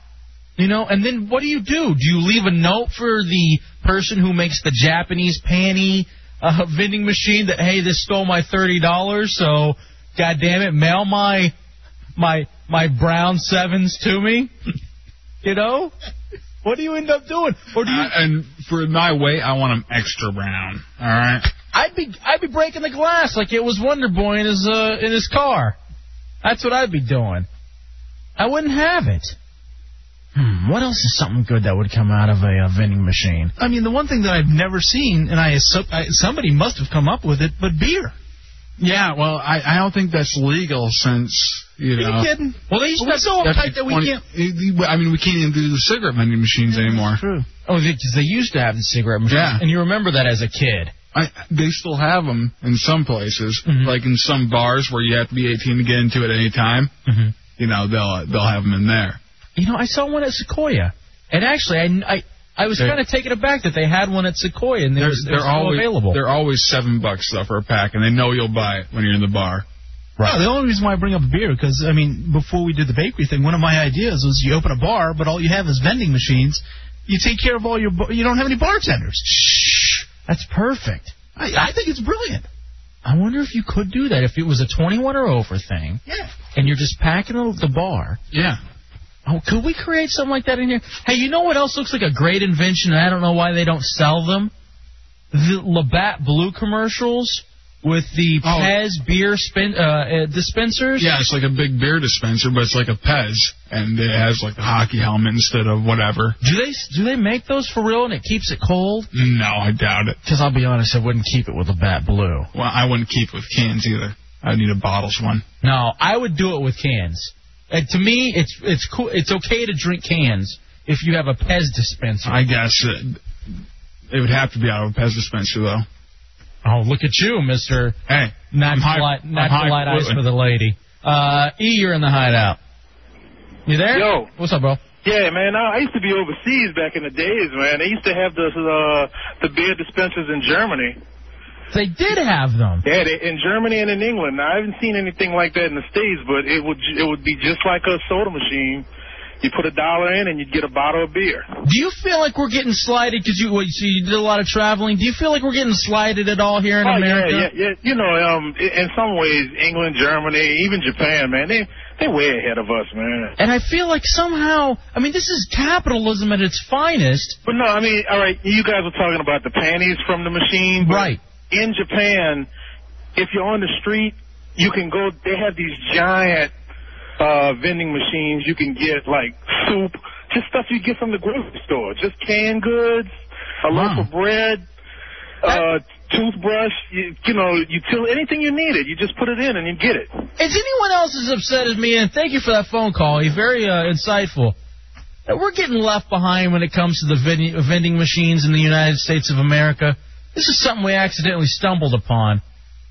S5: you know, and then what do you do? Do you leave a note for the person who makes the Japanese panty uh, vending machine that hey, this stole my thirty dollars, so god damn it, mail my my my brown sevens to me, <laughs> you know? What do you end up doing? Or do you?
S6: Uh, and for my weight, I want them extra brown. All right.
S5: I'd be I'd be breaking the glass like it was Wonder Boy in his uh, in his car. That's what I'd be doing. I wouldn't have it. Hmm, what else is something good that would come out of a, uh vending machine?
S37: I mean, the one thing that I've never seen, and I, assu- I somebody must have come up with it, but beer.
S6: Yeah, well, I, I don't think that's legal since you know.
S37: kidding? Well, they used to have-
S6: We're
S37: that's like 20
S6: can't. eh, I mean, we can't even do the cigarette vending machines anymore.
S37: True.
S5: Oh, because they used to have the cigarette machines,
S6: Yeah.
S5: and you remember that as a kid. Mm-hmm.
S6: I, they still have them in some places, like in some bars where you have to be 18 to get into it any time.
S5: Mhm.
S6: You know, they'll they'll have them in there.
S5: You know, I saw one at Sequoia, and actually, I I, I was
S6: They-
S5: kind of taken aback that they had one at Sequoia and there was, there was no
S6: always
S5: available.
S6: they're always seven bucks though for a pack, and they know you'll buy it when you're in the bar.
S37: Right. the only reason why I bring up beer because I mean, before we did the bakery thing, one of my ideas was you open a bar, but all you have is vending machines. You take care of all your. Bar- you don't have any bartenders. Shh.
S5: That's perfect.
S37: I, I think it's brilliant.
S5: I wonder if you could do that if it was a 21 or over thing.
S37: Yeah.
S5: And you're just packing the, the bar.
S6: Yeah.
S5: Oh, could we create something like that in here? Hey, you know what else looks like a great invention, and I don't know why they don't sell them? The Labatt Blue commercials with the
S37: Oh,
S5: Pez beer spin, uh, uh, dispensers.
S6: Yeah, it's like a big beer dispenser, but it's like a Pez, and it has like the hockey helmet instead of whatever.
S5: Do they do they make those for real and it keeps it cold?
S6: No, I doubt it.
S5: Because I'll be honest, I wouldn't keep it with a bat blue.
S6: Well, I wouldn't keep with cans either. I'd need a bottles one.
S5: No, I would do it with cans. Like, to me, it's it's cool. It's okay to drink cans if you have a Pez dispenser.
S6: I guess it, it would have to be out of a Pez dispenser though.
S5: Oh, look at you, Mister.
S6: Hey,
S5: not
S6: I'm high-
S5: light,
S6: I'm
S5: not
S6: high
S5: light eyes
S6: fluid.
S5: for the lady. Uh, e, you're in the hideout. You there?
S31: Yo.
S5: what's up, bro?
S31: Yeah, man. I I used to be overseas back in the days, man. They used to have this, uh, the beer dispensers in Germany.
S5: They did have them.
S31: Yeah, they, in Germany and in England. Now, I haven't seen anything like that in the states, but it would it would be just like a soda machine. You put a dollar in and you'd get a bottle of beer.
S5: Do you feel like we're getting slided? Cause you, what, so you did a lot of traveling. Do you feel like we're getting slided at all here in
S31: oh,
S5: America?
S31: Yeah, yeah, yeah. You know, um, i- in some ways, England, Germany, even Japan, man, they they way ahead of us, man.
S5: And I feel like somehow, I mean, this is capitalism at its finest.
S31: But no, I mean, all right, you guys were talking about the panties from the machine. But
S5: Right.
S31: In Japan, if you're on the street, you can go. They have these giant uh vending machines. You can get like soup, just stuff you get from the grocery store, just canned goods, a loaf of bread, uh, toothbrush, you, you know, util anything you needed. You just put it in and you get it.
S5: Is anyone else as upset as me? And thank you for that phone call. You're very uh, insightful. That We're getting left behind when it comes to the vending, vending machines in the United States of America. This is something we accidentally stumbled upon,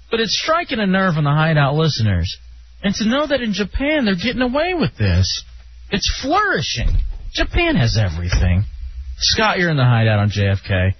S5: but it's striking a nerve in the hideout listeners. And to know that in Japan they're getting away with this, it's flourishing. Japan has everything. Scott, you're in the hideout on JFK.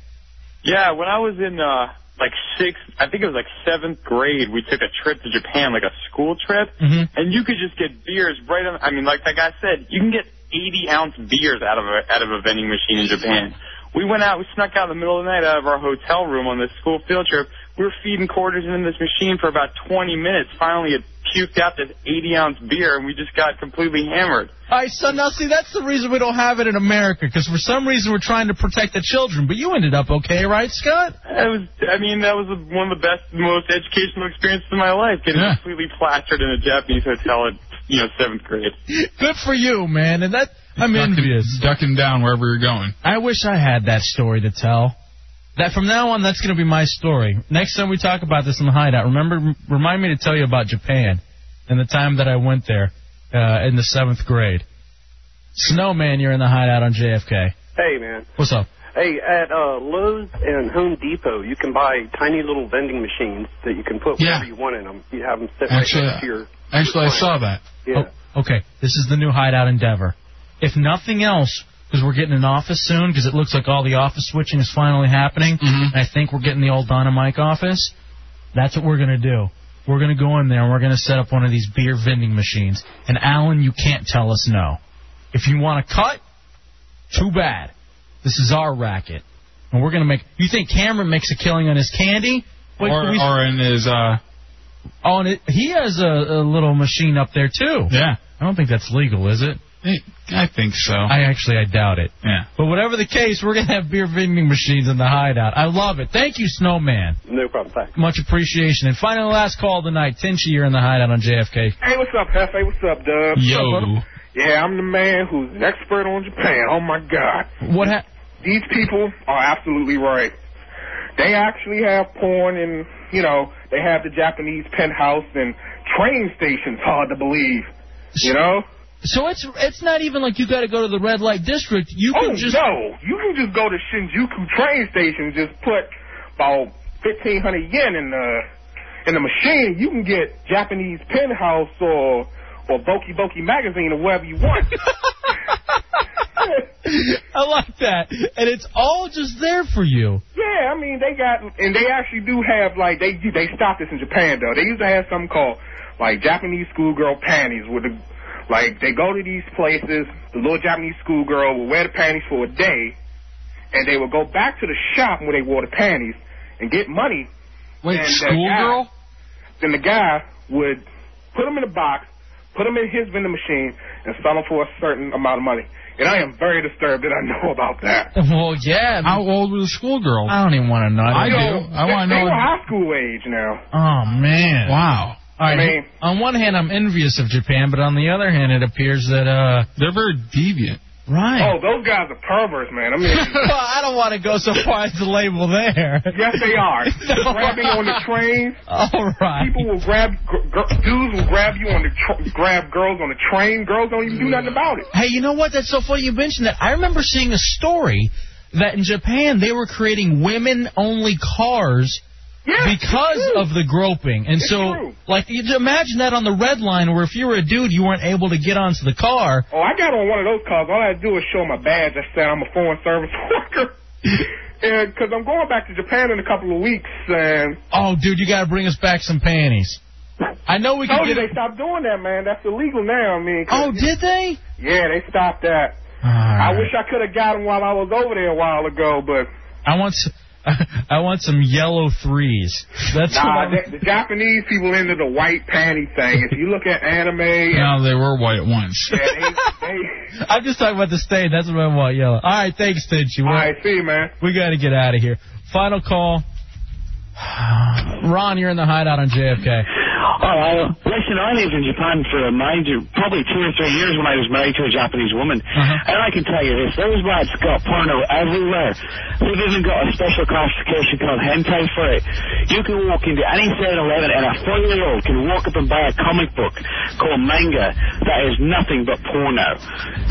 S16: Yeah, when I was in uh like sixth, I think it was like seventh grade, we took a trip to Japan, like a school trip,
S5: Mm-hmm.
S16: and you could just get beers right on. I mean, like that guy said, you can get 80 ounce beers out of a out of a vending machine in Japan. We went out, we snuck out in the middle of the night out of our hotel room on this school field trip. We were feeding quarters into this machine for about 20 minutes. Finally, it
S38: puked out this 80 ounce beer and we just got completely hammered.
S5: All right, so now see that's the reason we don't have it in America because for some reason we're trying to protect the children. But you ended up okay, right, Scott?
S38: It was, I mean, that was one of the best, most educational experiences of my life. Getting completely plastered in a Japanese hotel at you know seventh grade.
S5: Good for you, man. And that I'm envious.
S6: Ducking down wherever you're going.
S5: I wish I had that story to tell. That from now on, that's going to be my story. Next time we talk about this in the hideout, remember, remind me to tell you about Japan and the time that I went there uh, in the seventh grade. Snowman, you're in the hideout on JFK.
S39: Hey, man.
S5: What's up?
S39: Hey, at uh, Lowe's and Home Depot, you can buy tiny little vending machines that you can put whatever you want in them. You have them set right
S5: Actually,
S39: next to your.
S6: Actually, I saw that.
S39: Yeah.
S5: Oh, okay, this is the new hideout endeavor. If nothing else, because we're getting an office soon, because it looks like all the office switching is finally happening, and I think we're getting the old Donna Mike office. That's what we're gonna do. We're gonna go in there and we're gonna set up one of these beer vending machines. And Alan, you can't tell us no. If you want to cut, too bad. This is our racket, and we're gonna make. You think Cameron makes a killing on his candy? Wait,
S6: or,
S5: we-
S6: or in his uh,
S5: on oh, it, he has a, a little machine up there too.
S6: Yeah.
S5: I don't think that's legal, is it?
S6: I think so.
S5: I actually I doubt it.
S6: Yeah.
S5: But whatever the case, we're gonna have beer vending machines in the hideout. I love it. Thank you, Snowman.
S39: No problem. Thanks.
S5: Much appreciation. And finally, last call tonight. Tinchy, you're in the hideout on JFK.
S27: Hey, what's up, Hefe? What's up, Dub?
S5: Yo.
S27: What's up, brother? yeah, I'm the man who's an expert on Japan. Oh my God.
S5: What? Ha-
S27: These people are absolutely right. They actually have porn and you know they have the Japanese penthouse and train stations. Hard to believe. You know.
S5: So it's it's not even like you got to go to the red light district. You can
S27: oh,
S5: just
S27: no, you can just go to Shinjuku train station, just put about fifteen hundred yen in the in the machine. You can get Japanese penthouse or or Boki Boki magazine or whatever you want.
S5: <laughs> I like that, and it's all just there for you.
S27: yeah, I mean they got and they actually do have like they they stopped this in Japan though. They used to have something called like Japanese schoolgirl panties with the like they go to these places. The little Japanese schoolgirl will wear the panties for a day, and they will go back to the shop where they wore the panties and get money.
S6: Wait,
S27: And the
S6: schoolgirl?
S27: guy- Then the guy would put them in a box, put them in his vending machine, and sell them for a certain amount of money. And I am very disturbed that I know <laughs> about that.
S5: <laughs> Well, yeah.
S6: How old was the schoolgirl?
S5: I don't even want to know.
S6: I
S27: You
S6: do. I
S27: they-
S6: want to
S27: They
S6: know.
S27: were high school age now.
S5: Oh man!
S6: Wow.
S5: All right.
S27: I mean-
S5: on one hand, I'm envious of Japan, but on the other hand, it appears that uh
S6: they're very deviant.
S5: <laughs> Right.
S27: Oh, those guys are perverts, man. I
S5: <laughs>
S27: mean,
S5: well, I don't want to go so far as to label there.
S27: yes, they
S5: <laughs>
S27: are. Grabbing on the train.
S5: All right.
S27: People will grab gr- gr- dudes will grab you on the tr- grab girls on the train. Girls don't even do nothing about it.
S5: Hey, you know what? That's so funny you mentioned that. I remember seeing a story that in Japan they were creating women-only cars because of the groping. And so, like, you just imagine that on the red line where if you were a dude, you weren't able to get onto the car.
S27: Oh, I got on one of those cars. All I had to do was show my badge. I said I'm a foreign service <laughs> worker. And because I'm going back to Japan in a couple of weeks, and
S5: Oh, dude, you got to bring us back some panties. I know we can
S27: told you
S5: get.
S27: they stopped doing that, man. That's illegal now. I mean,
S5: Oh,
S27: 'cause-
S5: did they?
S27: yeah, they stopped that. I wish I could have got them while I was over there a while ago, but
S5: I want. s <laughs> I want some yellow threes. That's what
S27: nah,
S5: I'm-
S27: the, the Japanese people into the white panty thing. If you look at anime, and,
S6: No, they were white at once.
S5: <laughs> I'm just talking about the stain. That's what I want, yellow. All right, thanks, Tinchy. All right,
S27: see you, man.
S5: We got to get out of here. Final call. <sighs> Ron, you're in the hideout on JFK.
S16: Oh, I, listen, I lived in Japan for mind you, probably two or three years when I was married to a Japanese woman.
S6: Uh-huh.
S16: And I can tell you this, those lads got porno everywhere. They've even got a special classification called hentai for it. You can walk into any 7-Eleven and a four-year-old can walk up and buy a comic book called manga that is nothing but porno.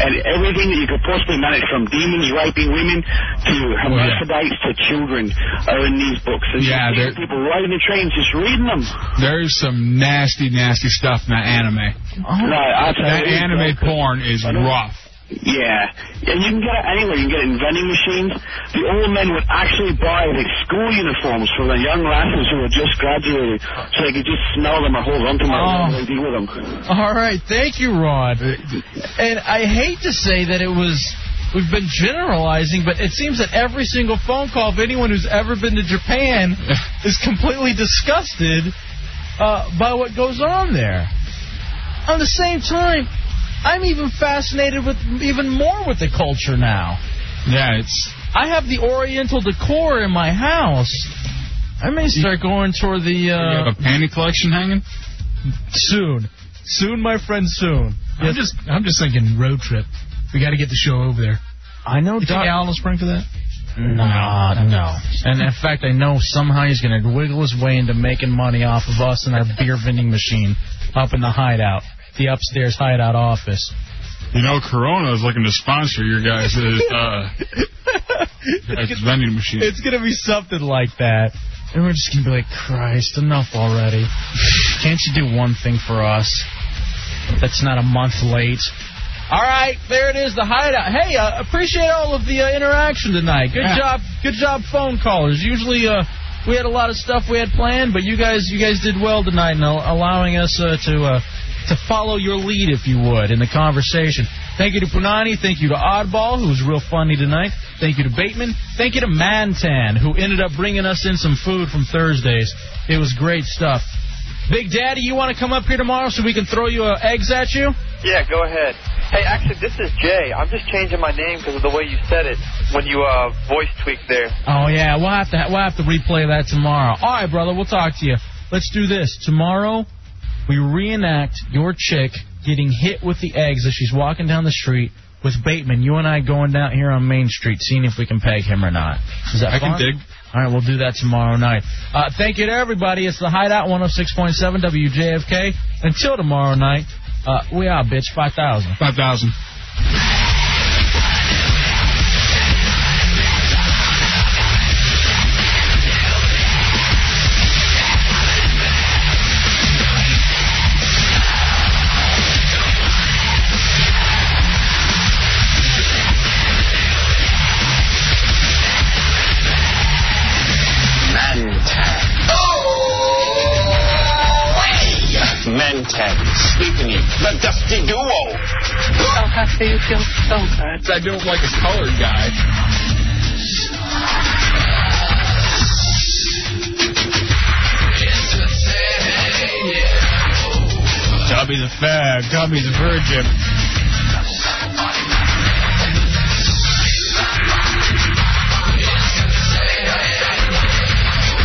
S16: And everything that you could possibly manage from demons raping women
S6: Oh,
S16: to hermaphrodites to children are in these books. And
S6: Yeah,
S16: you see
S6: they're-
S16: people riding the trains just reading them.
S6: There's some nasty, nasty stuff in that anime.
S16: Right, I'll tell
S6: that
S16: you, it's
S6: anime porn is rough.
S16: Yeah, and you can get it anywhere. You can get it in vending machines. The old men would actually buy like school uniforms for the young lasses who had just graduated, so they could just smell them or hold on to them
S5: Oh.
S16: and deal with them.
S5: All right, thank you, Ron. And I hate to say that it was. We've been generalizing, but it seems that every single phone call of anyone who's ever been to Japan is completely disgusted uh, by what goes on there. On the same time, I'm even fascinated with even more with the culture now.
S6: Yeah, it's.
S5: I have the Oriental decor in my house. I may start going toward the. Uh,
S6: You have a panty collection hanging?
S5: Soon. Soon, my friend, soon.
S7: I'm just, I'm just thinking road trip. We got to get the show over there.
S5: I know. You
S7: think Alan will spring for that?
S5: Nah, no. And in fact, I know somehow he's going to wiggle his way into making money off of us and our beer vending machine up in the hideout, the upstairs hideout office.
S6: You know, Corona is looking to sponsor your guys' <laughs> uh, guys' vending machine.
S5: It's going to be something like that. And we're just going to be like, Christ, enough already. Can't you do one thing for us that's not a month late? All right, there it is, the hideout. Hey, uh, appreciate all of the uh, interaction tonight. Good
S31: Yeah.
S5: job, good job, phone callers. Usually, uh, we had a lot of stuff we had planned, but you guys, you guys did well tonight in al- allowing us uh, to uh, to follow your lead, if you would, in the conversation. Thank you to Punani. Thank you to Oddball, who was real funny tonight. Thank you to Bateman. Thank you to Mantan, who ended up bringing us in some food from Thursdays. It was great stuff. Big Daddy, you want to come up here tomorrow so we can throw you uh, eggs at you?
S16: Yeah, go ahead. Hey, actually, this is Jay. I'm just changing my name because of the way you said it when you uh, voice tweaked there.
S5: Oh yeah, we'll have to we'll have to replay that tomorrow. All right, brother, we'll talk to you. Let's do this tomorrow. We reenact your chick getting hit with the eggs as she's walking down the street with Bateman. You and I going down here on Main Street, seeing if we can peg him or not. Is that
S6: I can
S5: fun?
S6: dig.
S5: All right, we'll do that tomorrow night. Uh, thank you to everybody. It's the Hideout 106.7 WJFK. Until tomorrow night, uh, we are, bitch. 5,000.
S6: 5,000.
S11: Mentat, Stephanie, the Dusty Duo. Oh, Hussy, you feel so good.
S6: I don't like a colored guy. Tubby's a fag. Tubby's a virgin.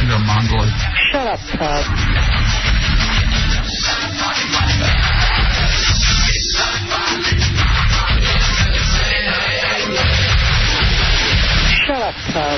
S6: You're a mongoloid.
S31: Shut up, Todd.
S11: Oh!
S31: Shut up, Todd.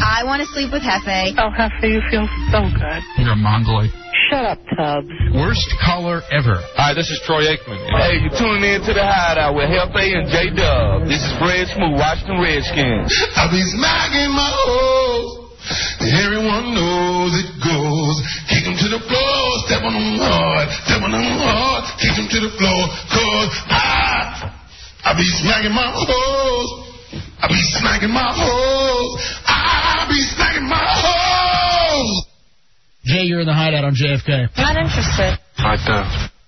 S27: I want to sleep with Hefe. Oh, Hefe, you feel so good.
S6: You're a mongoloid.
S27: Shut up, Tubbs.
S6: Worst color ever.
S15: Hi, this is Troy Aikman. Hey, you're tuning in to the Hideout with Hefe and J Dub. This is Fred Smooth, Washington Redskins.
S31: I be smacking my hoes. Everyone knows it goes. Kick 'em to the floor, step on them hard, step on them hard, kick 'em to the floor, cause I, I be smacking my hoes. I be smacking my hoes. I be smacking my hoes.
S5: Jay, you're in the hideout on JFK.
S27: Not interested.
S15: Hi, Dub.